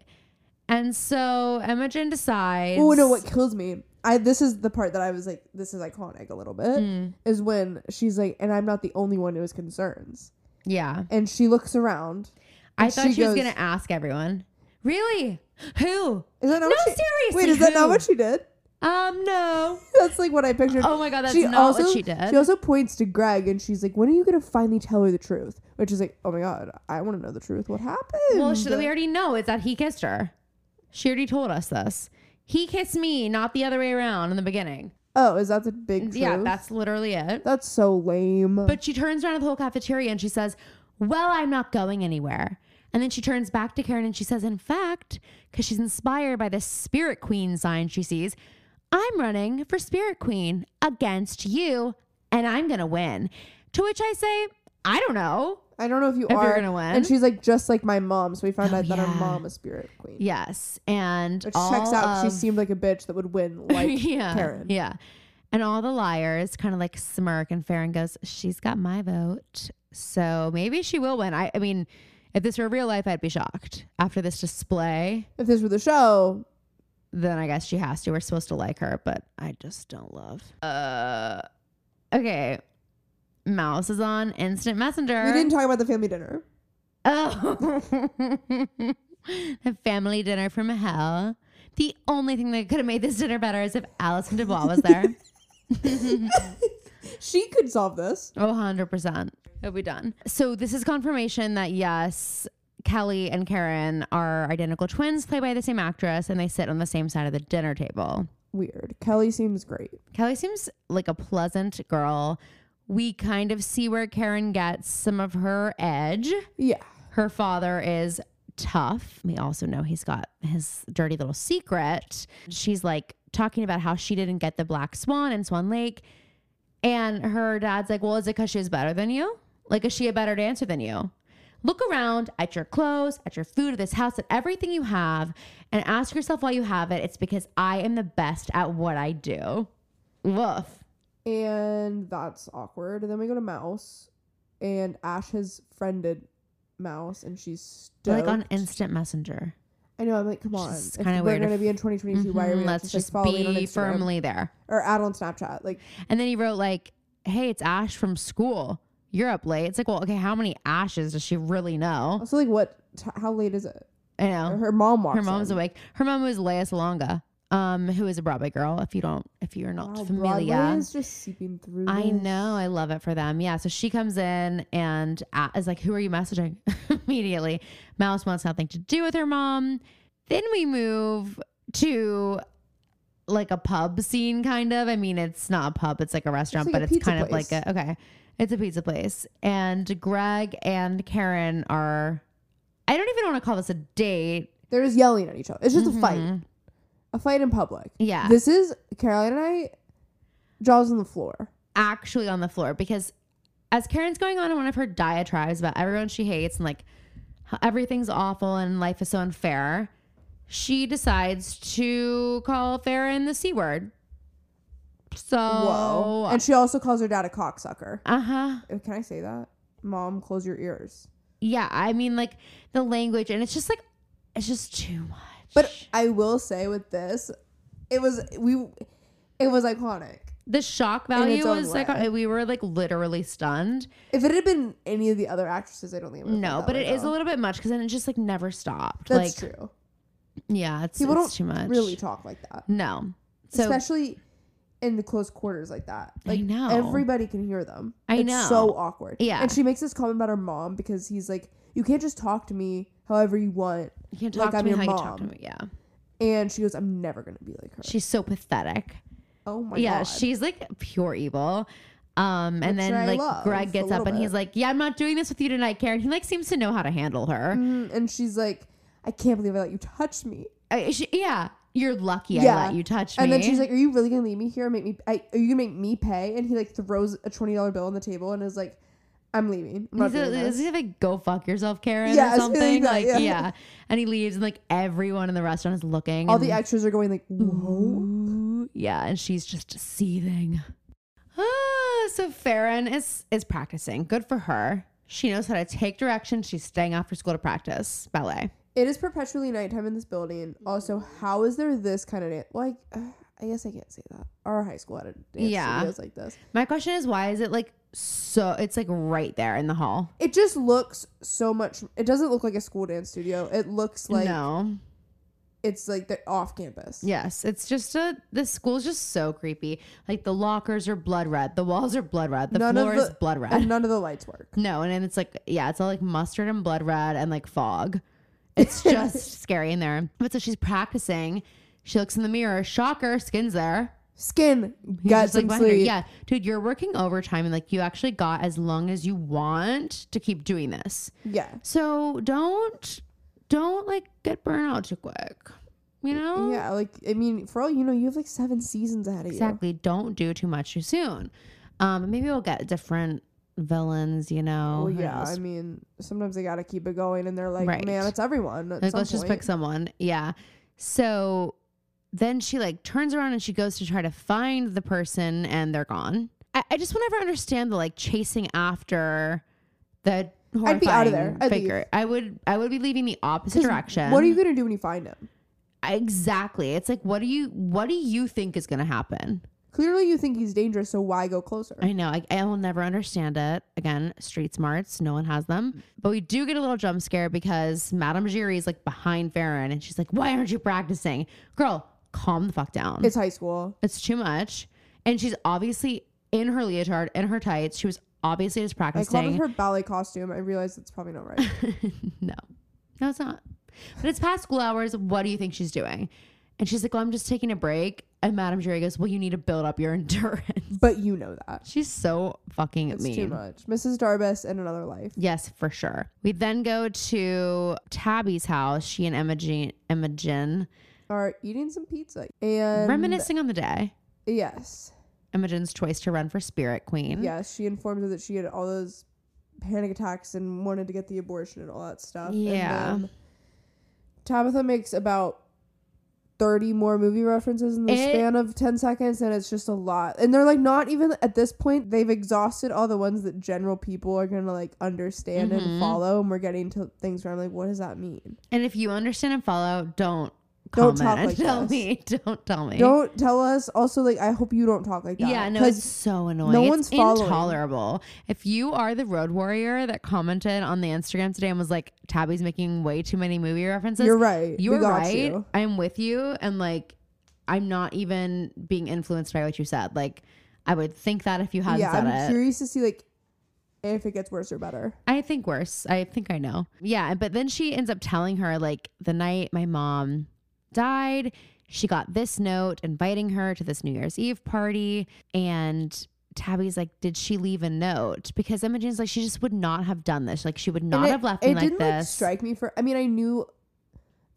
S1: And so Imogen decides.
S2: Oh no! What kills me? I this is the part that I was like, this is iconic a little bit.
S1: Hmm.
S2: Is when she's like, and I'm not the only one who has concerns.
S1: Yeah.
S2: And she looks around.
S1: I
S2: and
S1: thought she, was
S2: goes-
S1: going to ask everyone, Really? Who?
S2: Is that not
S1: No,
S2: what she,
S1: seriously.
S2: Wait, is that not
S1: who?
S2: what she did?
S1: Um, no.
S2: That's like what I pictured.
S1: Oh my God, that's not what she did.
S2: She also points to Greg and she's like, "When are you gonna finally tell her the truth?" Which is like, "Oh my God, I want to know the truth. What happened?"
S1: Well, sh
S2: uh,
S1: we already know it's that he kissed her. She already told us this. He kissed me, not the other way around in the beginning.
S2: oh, is that the big truth?
S1: Yeah, that's literally it.
S2: that's so lame.
S1: But she turns around to the whole cafeteria and she says, Well, I'm not going anywhere. And then she turns back to Karen and she says, In fact, because she's inspired by this Spirit Queen sign she sees, I'm running for Spirit Queen against you and I'm going to win. To which I say, I don't know.
S2: I don't know if you
S1: you're
S2: are
S1: gonna win. Oh,
S2: And she's like, just like my mom. So we found out that
S1: yeah.
S2: her mom is spirit queen.
S1: Yes. And
S2: Which
S1: all
S2: checks out. 'cause
S1: of
S2: she seemed like a bitch that would win like
S1: yeah,
S2: Karen.
S1: Yeah. And all the liars kind of like smirk and Farron goes, She's got my vote. So maybe she will win. I, I mean, if this were real life, I'd be shocked. After this display,
S2: If this were the show,
S1: then I guess she has to. We're supposed to like her, but I just don't love. Uh okay. Mouse is on instant messenger.
S2: we didn't talk about the family dinner.
S1: Oh, a family dinner from hell. The only thing that could have made this dinner better is if Alison Dubois was there.
S2: She could solve this.
S1: Oh, 100%. It'll be done. So, this is confirmation that yes, Kelly and Karen are identical twins, played by the same actress, and they sit on the same side of the dinner table.
S2: Weird. Kelly seems great.
S1: Kelly seems like a pleasant girl. We kind of see where Karen gets some of her edge.
S2: Yeah.
S1: Her father is tough. We also know he's got his dirty little secret. She's like talking about how she didn't get the black swan in Swan Lake. And her dad's like, Well, is it because she was better than you? Like, is she a better dancer than you? Look around at your clothes, at your food, at this house, at everything you have, and ask yourself why you have it. It's because I am the best at what I do. Woof.
S2: And that's awkward. And then we go to Mouse. And Ash has friended Mouse and she's stoked.
S1: Like on instant messenger.
S2: I know, I'm like, come on.
S1: is
S2: If
S1: kinda
S2: we're
S1: weird.
S2: gonna be in twenty twenty two, why are we
S1: Mhm,
S2: not
S1: Let's
S2: just, like,
S1: just
S2: follow me on
S1: be
S2: Instagram?
S1: firmly there.
S2: or add on Snapchat? Like
S1: And then he wrote like, "Hey, it's Ash from school. You're up late." It's like, well, okay, how many Ashes does she really know?
S2: also like what t- how late is it?
S1: I know
S2: Her mom walks
S1: her mom's
S2: in.
S1: awake. Her mom was Leia Salonga, um, who is a Broadway girl. If you don't, if you're not
S2: Wow,
S1: familiar,
S2: Oh, Broadway is just seeping through.
S1: I
S2: this.
S1: know. I love it for them. Yeah. So she comes in and a- is like, Who are you messaging? Immediately. Mouse wants nothing to do with her mom. Then we move to like a pub scene, kind of. I mean, it's not a pub, it's like a restaurant,
S2: like
S1: but
S2: a
S1: it's
S2: pizza
S1: kind
S2: place.
S1: of like a, okay, it's a pizza place. And Greg and Karen are, I don't even want to call this a date.
S2: They're just yelling at each other. It's just a fight. A fight in public.
S1: Mm-hmm. Yeah.
S2: This is Caroline and I jaws on the floor.
S1: actually on the floor because as Karen's going on in one of her diatribes about everyone she hates and like how everything's awful and life is so unfair, she decides to call Farron the C word. So, Oh.
S2: Whoa. And she also calls her dad a cocksucker.
S1: uh huh.
S2: Uh, Can I say that? Mom, close your ears.
S1: Yeah. I mean, like the language, and it's just like, it's just too much.
S2: But I will say with this, it was we it was iconic.
S1: the shock value
S2: own
S1: was like,
S2: way.
S1: we were like literally stunned.
S2: If it had been any of the other actresses, I don't think it would have
S1: No,
S2: been that
S1: but
S2: way,
S1: it is a
S2: though.
S1: little bit much because then it just like never stopped.
S2: That's
S1: like,
S2: true.
S1: yeah, it's,
S2: People
S1: it's
S2: don't
S1: too much.
S2: Really talk like that.
S1: No. So
S2: especially in the close quarters like that.
S1: I
S2: Like
S1: know.
S2: everybody can hear them.
S1: I
S2: it's
S1: know.
S2: So awkward.
S1: Yeah.
S2: And she makes this comment about her mom because he's like, "You can't just talk to me however you want."
S1: you can
S2: like,
S1: talk
S2: I'm
S1: to me
S2: your
S1: how you talk to
S2: mom.
S1: me. Yeah.
S2: And she goes, "I'm never gonna be like her."
S1: She's so pathetic.
S2: oh my
S1: yeah,
S2: god.
S1: she's like pure evil. Um, and
S2: Which
S1: then
S2: I
S1: like
S2: love
S1: Greg
S2: a
S1: gets up
S2: little
S1: and he's
S2: bit.
S1: like, "Yeah, I'm not doing this with you tonight, Karen." He like seems to know how to handle her.
S2: Mhm, and she's like, I can't believe I let you touch me.
S1: Uh, she- yeah, you're lucky
S2: Yeah.
S1: I let you touch
S2: And
S1: me.
S2: then she's like, "Are you really gonna leave me here? and Make me? I, are you gonna make me pay?" And he like throws a twenty dollar bill on the table and is like, "I'm leaving. I'm not
S1: He's a,
S2: doing
S1: is
S2: this."
S1: he like go fuck yourself, Karen,
S2: Yeah,
S1: or
S2: something
S1: something?
S2: like
S1: Like,
S2: that, yeah.
S1: yeah. And he leaves, and like everyone in the restaurant is looking.
S2: All
S1: and,
S2: the extras are going like,
S1: Mm-hmm.
S2: "Whoa."
S1: Ooh, yeah, and she's just seething. Ah, so Farron is is practicing. Good for her. She knows how to take direction. She's staying after school to practice ballet.
S2: It is perpetually nighttime in this building.
S1: Mm-hmm.
S2: Also, how is there this kind of dance? Like, uh, I guess I can't say that. Our high school had a dance
S1: Yeah.
S2: studios like this.
S1: My question is, why is it like so? It's like right there in the hall.
S2: It just looks so much. It doesn't look like a school dance studio. It looks like
S1: no,
S2: it's like they're off campus.
S1: yes, it's just a. The school's just so creepy. Like the lockers are blood red. The walls are blood red. The
S2: None of
S1: floor is
S2: the-
S1: blood red.
S2: and none of the lights work.
S1: No, and then it's like yeah, it's all like mustard and blood red and like fog. It's just scary in there. But so she's practicing. She looks in the mirror. Shocker, skin's there.
S2: Skin,
S1: He's
S2: guts,
S1: just, like
S2: and
S1: behind her.
S2: sleep.
S1: Yeah, dude, you're working overtime and like you actually got as long as you want to keep doing this.
S2: yeah.
S1: So don't don't like get burnt out too quick. You know?
S2: Yeah, like I mean, for all you know, you have like seven seasons ahead of
S1: Exactly. Don't do too much too soon. Um, maybe we'll get different villains. You know?
S2: you. Well,
S1: who
S2: Oh, yeah,
S1: knows?
S2: I mean, sometimes they gotta keep it going, and they're like,
S1: Right.
S2: man, it's everyone. At
S1: Like,
S2: some
S1: let's just
S2: point."
S1: pick someone. Yeah. So then she like turns around and she goes to try to find the person and they're gone. I, I just will never understand the like chasing after the
S2: I'd be out of there.
S1: horrifying
S2: I'd leave.
S1: figure. I would I would be leaving the opposite direction.
S2: What are you gonna do when you find him?
S1: I- exactly? It's like what do you what do you think is gonna happen?
S2: Clearly, you think he's dangerous, so why go closer?
S1: I know. I, I will never understand it. Again, street smarts. No one has
S2: Mm.
S1: them. But we do get a little jump scare because Madame Giry is like behind Farron and she's like, Why aren't you practicing? Girl, calm the fuck down. It's,
S2: It's high school.
S1: too much. And she's obviously in her leotard, in her tights. She was obviously just
S2: I called it
S1: practicing.
S2: her ballet costume. I realized it's probably not right.
S1: no, no, it's not. But it's past school hours. What do you think she's doing? And she's like, Well, I'm just taking a break. And Madame Giry goes, Well, you need to build up your endurance.
S2: but you know that
S1: She's so fucking
S2: it's
S1: mean.
S2: too much. Mrs. Darbus and another life.
S1: Yes, for sure. We then go to Tabby's house. She and Imogen, Imogen
S2: Are eating some pizza and
S1: reminiscing on the day.
S2: Yes,
S1: Imogen's choice to run for Spirit Queen.
S2: yes. She informs her that she had all those panic attacks and wanted to get the abortion and all that stuff. And
S1: Yeah.
S2: then Tabitha makes about. 30 more movie references in the
S1: It-
S2: span of 10 seconds and it's just a lot and they're like not even at this point they've exhausted all the ones that general people are gonna like understand and
S1: Mhm.
S2: follow and we're getting to things where i'm like what does that mean
S1: And if you understand and follow, don't
S2: Don't
S1: comment.
S2: talk like
S1: tell
S2: this.
S1: me. Don't tell me.
S2: Don't tell us. Also, like, I hope you don't talk like that.
S1: yeah, no,
S2: 'Cause
S1: it's so annoying.
S2: no
S1: it's
S2: one's following.
S1: intolerable. If you are the road warrior that commented on the Instagram today and was like, Tabby's making way too many movie references,
S2: you're right.
S1: You're
S2: we got
S1: right.
S2: You.
S1: I'm with you. And like, I'm not even being influenced by what you said. Like, I would think that if you hadn't
S2: Yeah,
S1: said
S2: I'm
S1: it.
S2: curious to see like if it gets worse or better.
S1: I think worse. I think I know. Yeah. But then she ends up telling her, like, the night my mom died, she got this note inviting her to this New Year's Eve party. And Tabby's like, Did she leave a note? Because Imogen's like, She just would not have done this. Like, she would not
S2: And it-
S1: have left
S2: It
S1: me like
S2: didn't like
S1: this.
S2: strike me for. I mean, I knew,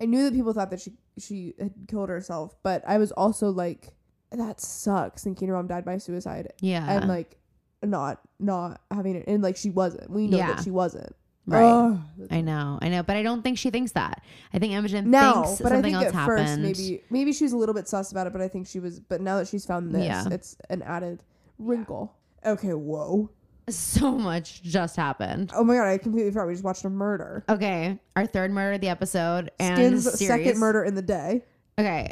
S2: I knew that people thought that she she had killed herself, but I was also like, that sucks. Thinking your mom died by suicide
S1: yeah.
S2: and like not not having it, and like she wasn't. We know
S1: Yeah.
S2: that she wasn't.
S1: right.
S2: Ugh.
S1: I know, I know, but I don't think she thinks that. I think Imogen
S2: now,
S1: thinks
S2: but I
S1: something
S2: think
S1: else
S2: at
S1: happened.
S2: first maybe maybe she was a little bit sus about it, but I think she was. But now that she's found this,
S1: Yeah.
S2: it's an added wrinkle. Okay, whoa,
S1: So much just happened.
S2: oh my god, I completely forgot we just watched a murder.
S1: Okay, our third murder of the episode and
S2: Skin's
S1: series.
S2: second murder in the day.
S1: Okay,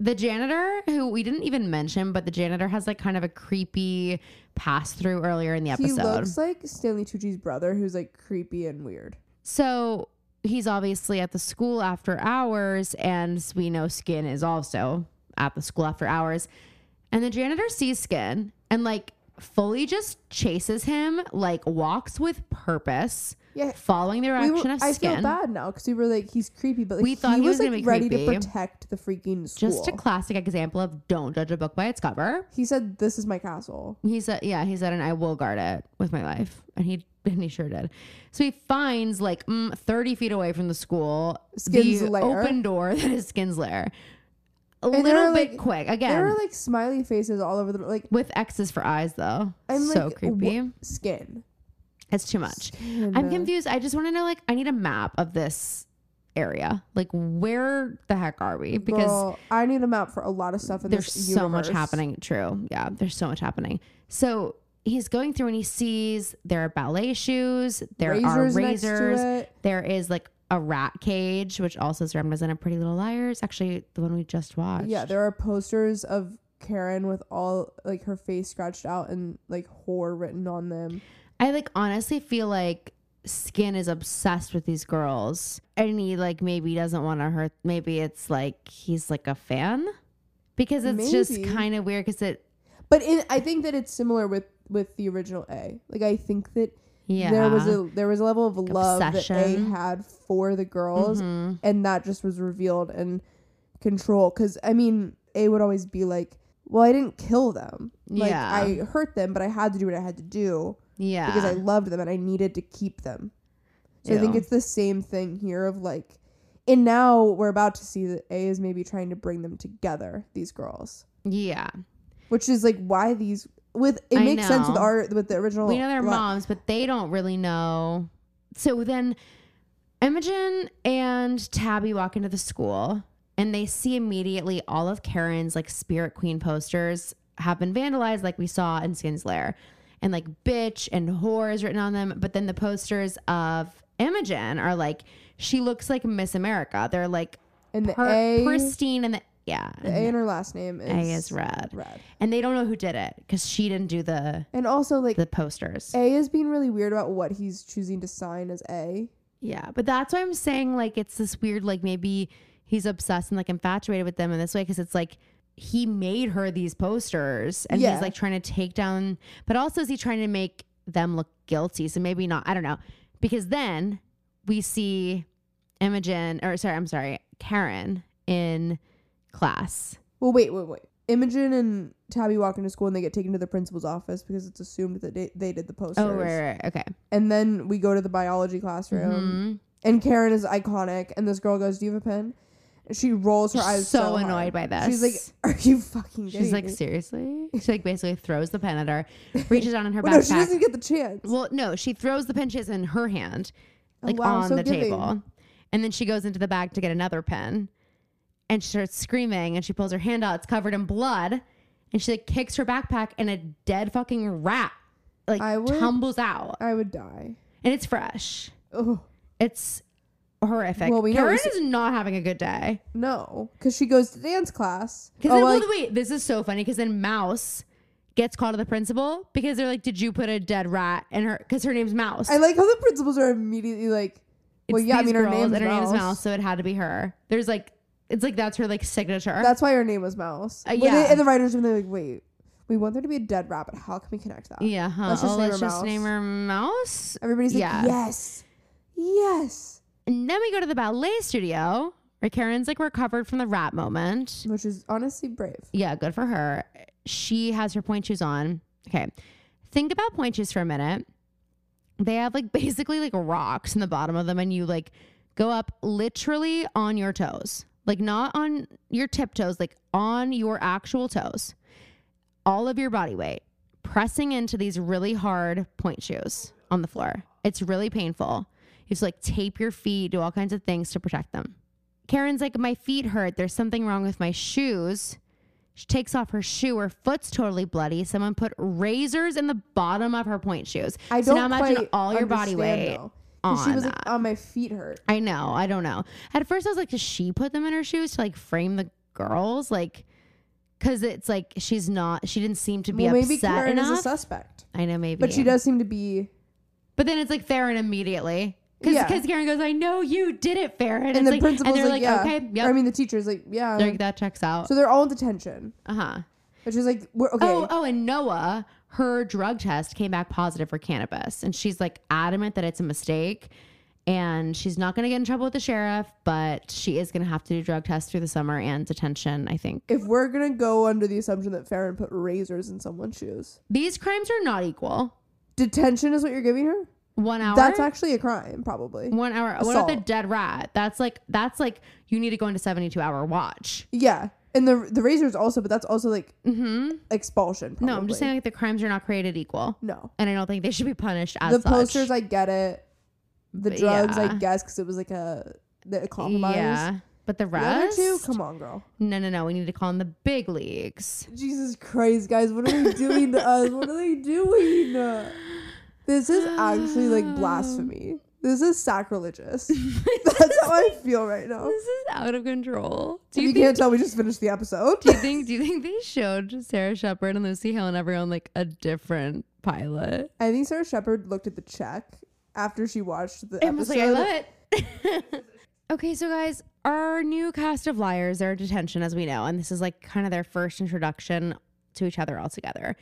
S1: the janitor who we didn't even mention, but the janitor has like kind of a creepy pass through earlier in the
S2: He
S1: episode.
S2: looks like Stanley Tucci's brother, who's like creepy and weird.
S1: so he's obviously at the school after hours, and we know Skin is also at the school after hours. And the janitor sees Skin and like fully just chases him, like walks with purpose,
S2: Yeah.
S1: following the
S2: We were-
S1: direction of
S2: I
S1: skin.
S2: feel bad now because we were like, he's creepy, but like,
S1: We thought he was
S2: like
S1: gonna be
S2: ready to
S1: creepy.
S2: protect the freaking school.
S1: Just a classic example of don't judge a book by its cover.
S2: he said, "This is my castle."
S1: He said, "Yeah," he said, "and I will guard it with my life," and he and he sure did. So he finds like mm, thirty feet away from the school
S2: Skin's
S1: the
S2: lair.
S1: open door that is Skin's lair. A
S2: there
S1: little
S2: are,
S1: bit
S2: like-
S1: quick
S2: There
S1: again
S2: are like smiley faces all over the like
S1: with X's for eyes though.
S2: I'm
S1: so
S2: like,
S1: creepy.
S2: skin.
S1: It's too much.
S2: Skin,
S1: I'm
S2: uh,
S1: confused. I just want to know like I need a map of this area. Like where the heck are we? Because
S2: Girl, I need a map for a lot of stuff in
S1: there's
S2: this
S1: so much
S2: universe.
S1: happening. True. Yeah, there's so much happening. So he's going through and he sees there are ballet shoes, there are
S2: next to
S1: razors,
S2: it.
S1: there is like a rat cage, which also is represented in Pretty Little Liars. Actually, the one we just watched.
S2: Yeah, there are posters of Karen with all like her face scratched out and like whore written on them.
S1: I like honestly feel like Skin is obsessed with these girls, and he like maybe doesn't want to hurt. Maybe it's like he's like a fan, because it's just
S2: Maybe.
S1: kind of weird. Because it,
S2: But in, I think that it's similar with with the original A. Like I think that
S1: yeah,
S2: there was a there was a level of love that A
S1: obsession.
S2: had for the girls,
S1: Mhm.
S2: and that just was revealed and control. Because I mean, A would always be like, "Well, I didn't kill them. Like
S1: Yeah.
S2: I hurt them, but I had to do what I had to do
S1: yeah,
S2: because I loved them and I needed to keep them." So I think
S1: Ew.
S2: it's the same thing here of like, and now we're about to see that A is maybe trying to bring them together. These girls,
S1: yeah.
S2: which is like why these with it
S1: I
S2: makes sense with
S1: know.
S2: our with the original.
S1: We know their
S2: li-
S1: moms, but they don't really know. So then Imogen and Tabby walk into the school and they see immediately all of Karen's like spirit queen posters have been vandalized, like we saw in Skin's Lair. And like bitch and whore is written on them. But then the posters of Imogen are like, she looks like Miss America. They're like
S2: and the
S1: per-
S2: A.
S1: pristine and the, yeah.
S2: the A in her last name is
S1: A is red.
S2: red.
S1: And they don't know who did it because she didn't do the
S2: And also like
S1: the posters.
S2: A is being really weird about what he's choosing to sign as A.
S1: Yeah, but that's why I'm saying like it's this weird like maybe he's obsessed and like infatuated with them in this way because it's like he made her these posters and
S2: Yeah.
S1: he's like trying to take down, but also is he trying to make them look guilty? So maybe not. I don't know because then we see Imogen or sorry, I'm sorry, Karen in class.
S2: Well, wait, wait, wait. Imogen and Tabby walk into school and they get taken to the principal's office because it's assumed that they, they did the posters.
S1: Oh, right, right, right. okay.
S2: And then we go to the biology classroom
S1: Mhm.
S2: and Karen is iconic and this girl goes, "Do you have a pen?" And she rolls her eyes.
S1: so,
S2: So, hard.
S1: annoyed by this.
S2: She's like, "Are you fucking?"
S1: she's
S2: kidding
S1: like,
S2: me?"
S1: seriously? She like basically throws the pen at her, reaches down in her
S2: Well, no,
S1: backpack.
S2: she doesn't get the chance.
S1: Well, no, she throws the pinches in her hand, like
S2: Oh, wow,
S1: on
S2: so
S1: the
S2: giving.
S1: table. And then she goes into the bag to get another pen and she starts screaming and she pulls her hand out. It's covered in blood. And she like kicks her backpack and a dead fucking rat like
S2: I would-
S1: tumbles out.
S2: I would die.
S1: And it's fresh.
S2: Oh
S1: It's horrific.
S2: Well, we know
S1: Karen
S2: it's-
S1: is not having a good day.
S2: no, because she goes to dance class.
S1: Because
S2: Oh,
S1: then,
S2: well,
S1: well, wait, this is so funny. Because then Mouse gets called to the principal because they're like, "Did you put a dead rat in her?" Because her name's Mouse.
S2: I like how the principals are immediately like, "Well,
S1: It's
S2: yeah, I
S1: these
S2: mean, her
S1: girls,
S2: name's
S1: and her name is
S2: Mouse.
S1: Mouse, so it had to be her. There's like, it's like that's her like signature.
S2: That's why her name was Mouse.
S1: Uh,
S2: When
S1: yeah.
S2: they- and the writers room, they're like, wait, we want there to be a dead rabbit. How can we connect that?
S1: yeah, huh?
S2: Let's just
S1: oh,
S2: name
S1: let's
S2: her
S1: just
S2: Mouse.
S1: name her Mouse.
S2: Everybody's like,
S1: Yeah.
S2: yes, yes,
S1: And then we go to the ballet studio where Karen's like recovered from the rap moment.
S2: which is honestly brave.
S1: Yeah, good for her. She has her point shoes on. Okay, think about point shoes for a minute. They have like basically like rocks in the bottom of them, and you like go up literally on your toes, like not on your tiptoes, like on your actual toes. all of your body weight pressing into these really hard point shoes on the floor. It's really painful. You just like tape your feet, do all kinds of things to protect them. Karen's like, My feet hurt. There's something wrong with my shoes. She takes off her shoe. Her foot's totally bloody. Someone put razors in the bottom of her point shoes.
S2: I
S1: so
S2: don't
S1: now imagine
S2: quite
S1: all your body
S2: understand,
S1: weight.
S2: though, 'cause she
S1: on
S2: was like, oh, my feet hurt.
S1: I know. I don't know. At first, I was like, does she put them in her shoes to like frame the girls? Like, because it's like she's not, she didn't seem to be
S2: Well, maybe
S1: upset
S2: Karen
S1: enough.
S2: is a suspect,
S1: I know, maybe.
S2: but she does seem to be.
S1: But then it's like Farron immediately. Because
S2: Yeah.
S1: Karen goes, I know you did it, Farron.
S2: And
S1: it's
S2: the
S1: like,
S2: principal's
S1: and they're like,
S2: like, yeah.
S1: okay,
S2: Or, I
S1: yep.
S2: mean, um, the teacher's like, yeah.
S1: They're like, that checks out.
S2: so they're all in detention,
S1: uh huh.
S2: which is like, we're okay.
S1: Oh, oh, and Noah, her drug test came back positive for cannabis. And she's like adamant that it's a mistake and she's not going to get in trouble with the sheriff, but she is going to have to do drug tests through the summer and detention, I think.
S2: If we're gonna go under the assumption that Farron put razors in someone's shoes,
S1: These crimes are not equal.
S2: detention is what you're giving her.
S1: One hour.
S2: That's actually a crime, probably.
S1: one hour. What about the
S2: assault.
S1: dead rat? That's like that's like you need to go into seventy two hour watch.
S2: Yeah, and the the razors also, but that's also like
S1: hmm
S2: expulsion. Probably.
S1: No, I'm just saying like the crimes are not created equal,
S2: No,
S1: and I don't think they should be punished as
S2: the
S1: such.
S2: posters, I get it. The
S1: But
S2: drugs, I
S1: yeah.
S2: guess, because it was like a the compromise.
S1: yeah, but the
S2: The other
S1: rest.
S2: two, come on, girl.
S1: no, no, no. We need to call in the big leagues.
S2: Jesus Christ, guys, what are they doing to us? What are they doing? This is actually like
S1: Um.
S2: blasphemy. This is sacrilegious. That's how I feel right now.
S1: This is out of control. Do
S2: If
S1: you,
S2: you
S1: think?
S2: can't tell, we just finished the episode.
S1: Do you think? Do you think they showed Sarah Shepard and Lucy Hale and everyone like a different pilot?
S2: I think Sarah Shepard looked at the check after she watched the
S1: And was like, I
S2: episode.
S1: love it. okay, so guys, our new cast of liars are in detention, as we know, and this is like kind of their first introduction to each other all together.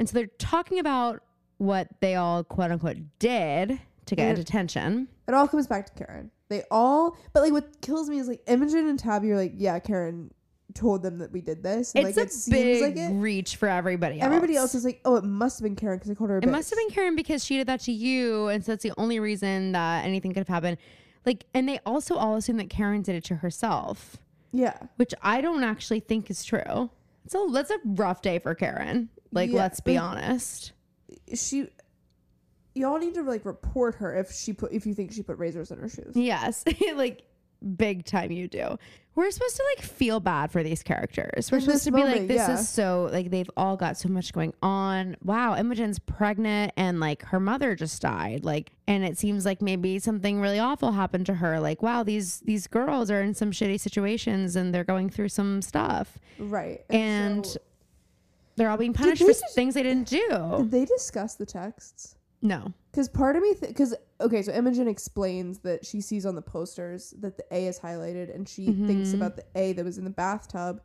S1: And so they're talking about what they all quote unquote did to get
S2: Yeah.
S1: into detention.
S2: It all comes back to Karen. They all, but like what kills me is like Imogen and Tabby are like, yeah, Karen told them that we did this. And
S1: it's
S2: like
S1: a
S2: it
S1: big
S2: seems like it.
S1: reach for everybody else.
S2: Everybody else is like, oh, it must have been Karen because I called her a
S1: It must have
S2: bitch."
S1: been Karen because she did that to you, and so that's the only reason that anything could have happened. Like, and they also all assume that Karen did it to herself.
S2: Yeah.
S1: which I don't actually think is true. So that's a rough day for Karen. Like,
S2: Yeah.
S1: let's be honest.
S2: she y'all need to like report her if she put if you think she put razors in her shoes.
S1: Yes, like big time you do. We're supposed to like feel bad for these characters. We're
S2: In
S1: supposed
S2: this
S1: to be like,
S2: moment,
S1: this
S2: yeah.
S1: is so like they've all got so much going on. Wow, Imogen's pregnant and like her mother just died. Like, and it seems like maybe something really awful happened to her. Like, wow, these these girls are in some shitty situations and they're going through some stuff.
S2: Right.
S1: And
S2: so-
S1: they're all being punished
S2: they
S1: for
S2: just-
S1: things they didn't do.
S2: did they discuss the texts?
S1: No.
S2: Because part of me, because okay, so Imogen explains that she sees on the posters that the A is highlighted, and she thinks
S1: Mhm.
S2: about the A that was in the bathtub,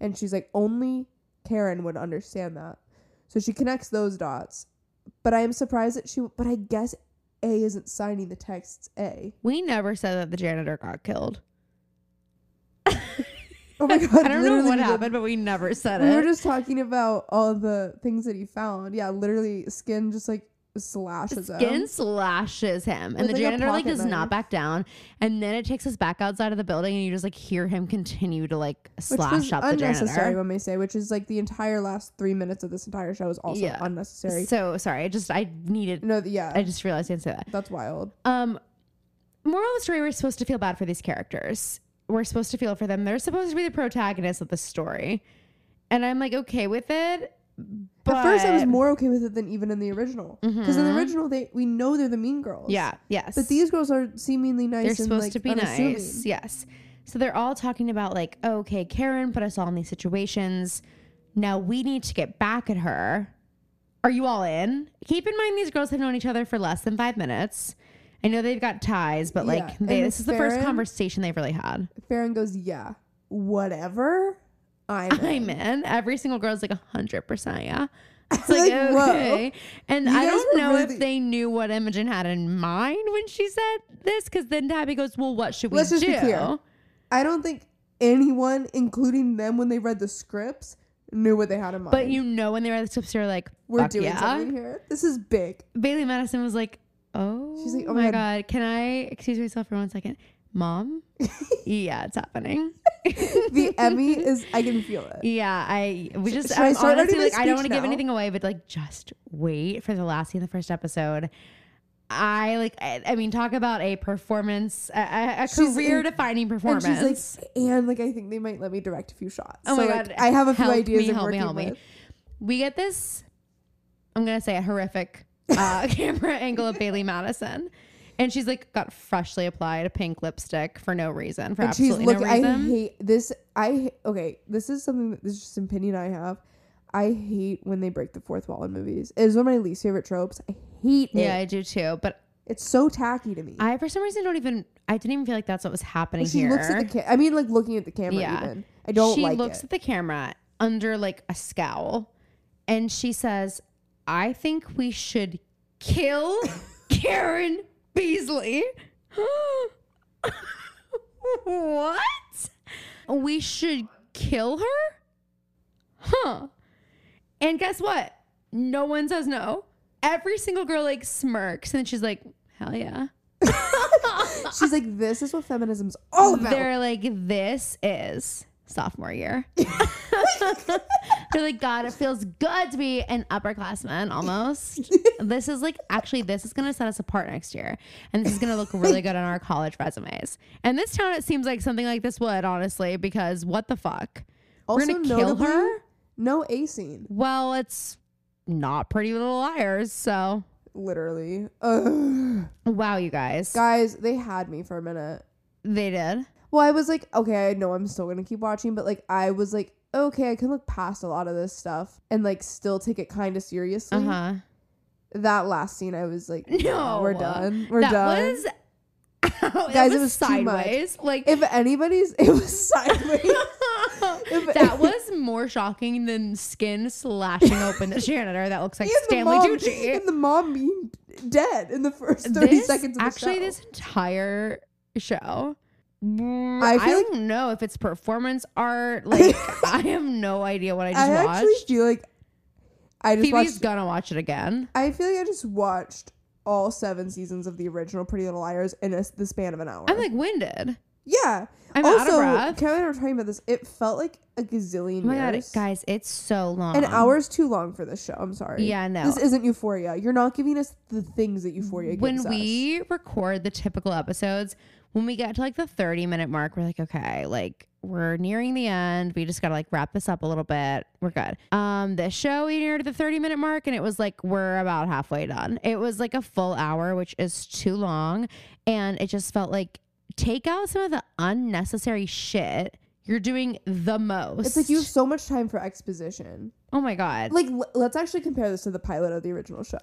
S2: and she's like, only Karen would understand that. So she connects those dots, but I am surprised that she. But I guess A isn't signing the texts A.
S1: We never said that the janitor got killed.
S2: Oh my god!
S1: I don't know
S2: literally
S1: what
S2: we did-
S1: happened, but we never said
S2: We were
S1: it.
S2: just talking about all the things that he found. Yeah, literally, skin just like slashes
S1: Skin
S2: him.
S1: slashes him, and
S2: With,
S1: the
S2: like, a
S1: janitor like
S2: pocket
S1: does not
S2: knife.
S1: back down. And then it takes us back outside of the building, and you just like hear him continue to like
S2: Which
S1: slash
S2: was
S1: up the
S2: unnecessary,
S1: janitor.
S2: one may say. Which is like the entire last three minutes of this entire show is also
S1: Yeah.
S2: unnecessary.
S1: So sorry, I just I needed.
S2: No, th- yeah,
S1: I just realized I didn't say that.
S2: that's wild.
S1: Um, moral of the story: We're supposed to feel bad for these characters. We're supposed to feel for them. They're supposed to be the protagonists of the story, and I'm like okay with it. But Mm-hmm.
S2: At first, I was more okay with it than even in the original, because in the original, they we know they're the mean girls.
S1: yeah, yes.
S2: but these girls are seemingly nice.
S1: They're
S2: and,
S1: supposed
S2: like,
S1: to be
S2: unassuming.
S1: nice. Yes. So they're all talking about like, oh, okay, Karen put us all in these situations. Now we need to get back at her. Are you all in? Keep in mind these girls have known each other for less than five minutes. I know they've got ties, but like
S2: Yeah,
S1: they,
S2: and
S1: this is the first
S2: Farron-
S1: conversation they've really had.
S2: Farron goes, "Yeah, whatever." I'm.
S1: I'm in. Every single girl's like hundred percent, yeah. It's
S2: Like,
S1: like,
S2: whoa.
S1: okay. And
S2: You
S1: I
S2: guys
S1: don't
S2: were
S1: know
S2: really-
S1: if they knew what Imogen had in mind when she said this, because then Tabby goes, Well, what should we
S2: Let's
S1: do?
S2: just be clear. I don't think anyone, including them when they read the scripts, knew what they had in mind.
S1: But you know when they were at the tips, you're like,
S2: we're
S1: "Fuck
S2: doing
S1: yeah."
S2: something here. This is big.
S1: Bailey Madison was like, oh,
S2: She's like, "Oh my
S1: my god. can I excuse myself for one second, mom? yeah, it's happening.
S2: The Emmy is. I can feel it.
S1: yeah, I we
S2: Sh-
S1: just
S2: should I
S1: I'm
S2: start writing
S1: honestly
S2: my
S1: like I
S2: speech
S1: don't want to give
S2: now?
S1: anything away, but like just wait for the last scene of the first episode. I like, I, I mean, talk about a performance, a- a, a
S2: She's
S1: career defining
S2: And
S1: performance.
S2: she's like, and like, I think they might let me direct a few shots.
S1: Oh my
S2: So, like,
S1: God,
S2: I have a few
S1: help
S2: ideas.
S1: me,
S2: I'm
S1: help me,
S2: working
S1: help me.
S2: with.
S1: we get this i'm gonna say a horrific uh, camera angle of bailey madison and she's like got freshly applied a pink lipstick for no reason for
S2: And she's
S1: absolutely
S2: look.
S1: no
S2: I
S1: reason
S2: hate this. I ha- okay. This is something that this is just an opinion I have. I hate when they break the fourth wall in movies. It is one of my least favorite tropes. I hate it.
S1: yeah i do too but
S2: It's so tacky to me.
S1: i for some reason don't even i didn't even feel like that's what was happening
S2: she
S1: here
S2: looks at the. Ca- I mean, like looking at the camera.
S1: Yeah.
S2: Even I don't
S1: she
S2: like
S1: looks
S2: it.
S1: at the camera under like a scowl and she says I think we should kill Karen Beasley. what? We should kill her? Huh. And guess what? No one says no. Every single girl like smirks and then she's like, hell yeah.
S2: She's like, this is what feminism's all about.
S1: They're like, this is sophomore year. They're like, God, it feels good to be an upperclassman almost. this is like, actually, this is going to set us apart next year. And this is going to look really good on our college resumes. And this town, it seems like something like this would, honestly, because what the fuck? We're
S2: also,
S1: going to kill
S2: notably,
S1: her?
S2: no A scene.
S1: Well, it's not Pretty Little Liars. So,
S2: Literally. Ugh.
S1: wow, you guys.
S2: Guys, they had me for a minute.
S1: They did.
S2: Well, I was like, okay, I know I'm still gonna keep watching, but like, I was like, okay, I can look past a lot of this stuff and like still take it kind of seriously.
S1: Uh huh.
S2: That last scene, I was like,
S1: No.
S2: we're done. We're
S1: that
S2: done.
S1: Was, that
S2: Guys,
S1: was
S2: it was too much.
S1: sideways. Like,
S2: if anybody's, it was sideways. If-
S1: that was more shocking than skin slashing open the janitor that looks like
S2: And the
S1: Stanley
S2: mom-
S1: Tucci.
S2: And the mom being dead in the first 30
S1: This,
S2: seconds of the
S1: actually,
S2: show.
S1: this entire show. mm,
S2: I
S1: I,
S2: feel like-
S1: don't know if it's performance art. Like, I have no idea what I just
S2: I
S1: watched.
S2: actually feel like I just
S1: Phoebe's
S2: watched.
S1: gonna watch it again.
S2: I feel like I just watched all seven seasons of the original Pretty Little Liars in a, the span of an hour.
S1: I'm like winded.
S2: yeah.
S1: I'm out of
S2: also,
S1: breath.
S2: Kevin and I were talking about this. It felt like a gazillion
S1: Oh my god,
S2: years.
S1: guys, it's so long.
S2: An hour's too long for this show. I'm sorry.
S1: Yeah, no.
S2: This isn't Euphoria. You're not giving us the things that Euphoria gives
S1: when
S2: us.
S1: we record the typical episodes, when we get to like the 30 minute mark, we're like, okay, like we're nearing the end. We just gotta like wrap this up a little bit. We're good. Um, this show we neared the 30 minute mark and it was like we're about halfway done. It was like a full hour, which is too long. And it just felt like take out some of the unnecessary shit. You're doing the most.
S2: It's like you have so much time for exposition.
S1: Oh my god.
S2: Like, l- let's actually compare this to the pilot of the original show.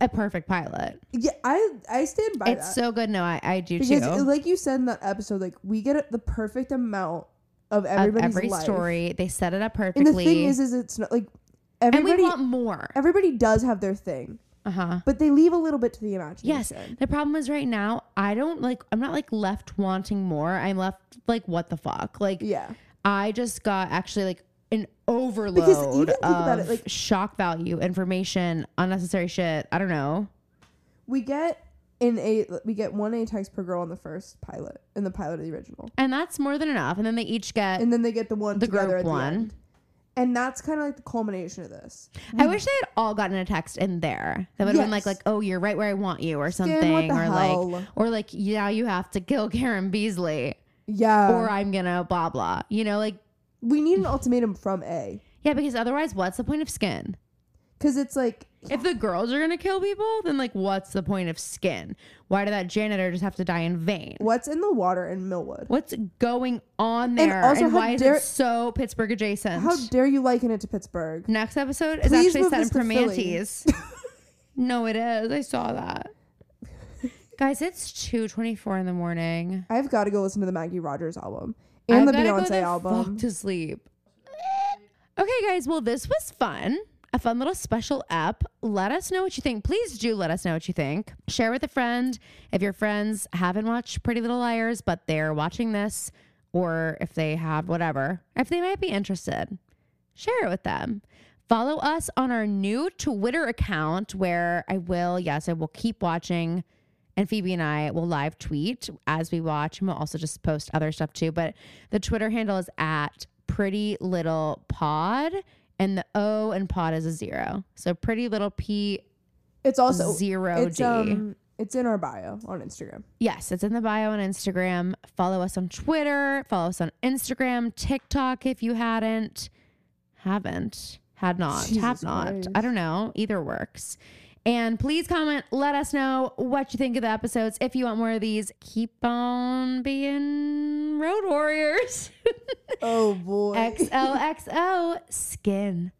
S1: a perfect pilot.
S2: Yeah, I I stand by
S1: It's
S2: that
S1: so good. No, I, I do
S2: because,
S1: too.
S2: like you said in that episode, like we get the perfect amount of
S1: Of
S2: everybody's
S1: every
S2: life.
S1: story, they set it up
S2: And
S1: perfectly.
S2: the thing is, is it's not like
S1: and we
S2: everybody
S1: want more.
S2: everybody does have their thing,
S1: Uh huh.
S2: but they leave a little bit to the
S1: Yes.
S2: imagination.
S1: The problem is right now, I don't like, I'm not like left wanting more. I'm left like, what the fuck? Like,
S2: Yeah.
S1: I just got actually like an overload
S2: even think
S1: of
S2: about it, like-
S1: shock value, information, unnecessary shit. I don't know.
S2: We get in a we get one A text per girl in the first pilot in the pilot of the original,
S1: And that's more than enough. And then they each get.
S2: and then they get the one
S1: The
S2: together
S1: group
S2: at the
S1: one.
S2: end. And that's kind of like the culmination of this.
S1: I wish they had all gotten a text in there. That would have been like,
S2: Yes.
S1: like, oh, you're right where I want you, or
S2: what
S1: something,
S2: the
S1: or
S2: hell?
S1: like, or like, yeah, you have to kill Karen Beasley,
S2: Yeah,
S1: or uh, I'm gonna blah blah. You know, like,
S2: we need an ultimatum from A
S1: yeah, because otherwise, what's the point of skin?
S2: because it's like
S1: If the girls are gonna kill people, then like, what's the point of skin? Why did that janitor just have to die in vain?
S2: what's in the water in Millwood.
S1: What's going on there? And,
S2: also, how
S1: why
S2: dare-
S1: is it so Pittsburgh adjacent?
S2: How dare you liken it to Pittsburgh?
S1: Next episode is
S2: Please
S1: actually
S2: move
S1: set in
S2: this to Philly.
S1: Primantes. no, it is. I saw that. Guys, it's two twenty-four in the morning.
S2: I've got to go listen to the Maggie Rogers album
S1: I've
S2: and the
S1: gotta go
S2: Beyonce
S1: the
S2: album.
S1: fuck to sleep. Okay, guys. Well, this was fun. A fun little special app. Let us know what you think. Please do let us know what you think. Share with a friend. If your friends haven't watched Pretty Little Liars, but they're watching this, or if they have, whatever, if they might be interested, share it with them. Follow us on our new Twitter account where I will, yes, I will keep watching. And Phoebe and I will live tweet as we watch. And we'll also just post other stuff too. But the Twitter handle is at pretty little pod. And the O and pod is a zero. So pretty little P
S2: It's also
S1: zero
S2: it's
S1: G.
S2: um it's in our bio on Instagram.
S1: Yes, it's in the bio on Instagram. Follow us on Twitter. Follow us on Instagram, TikTok if you hadn't. Haven't. Had not. have
S2: Jesus
S1: not.
S2: Christ.
S1: I don't know. Either works. And please comment. Let us know what you think of the episodes. If you want more of these, keep on being road warriors.
S2: Oh boy.
S1: XOXO skin.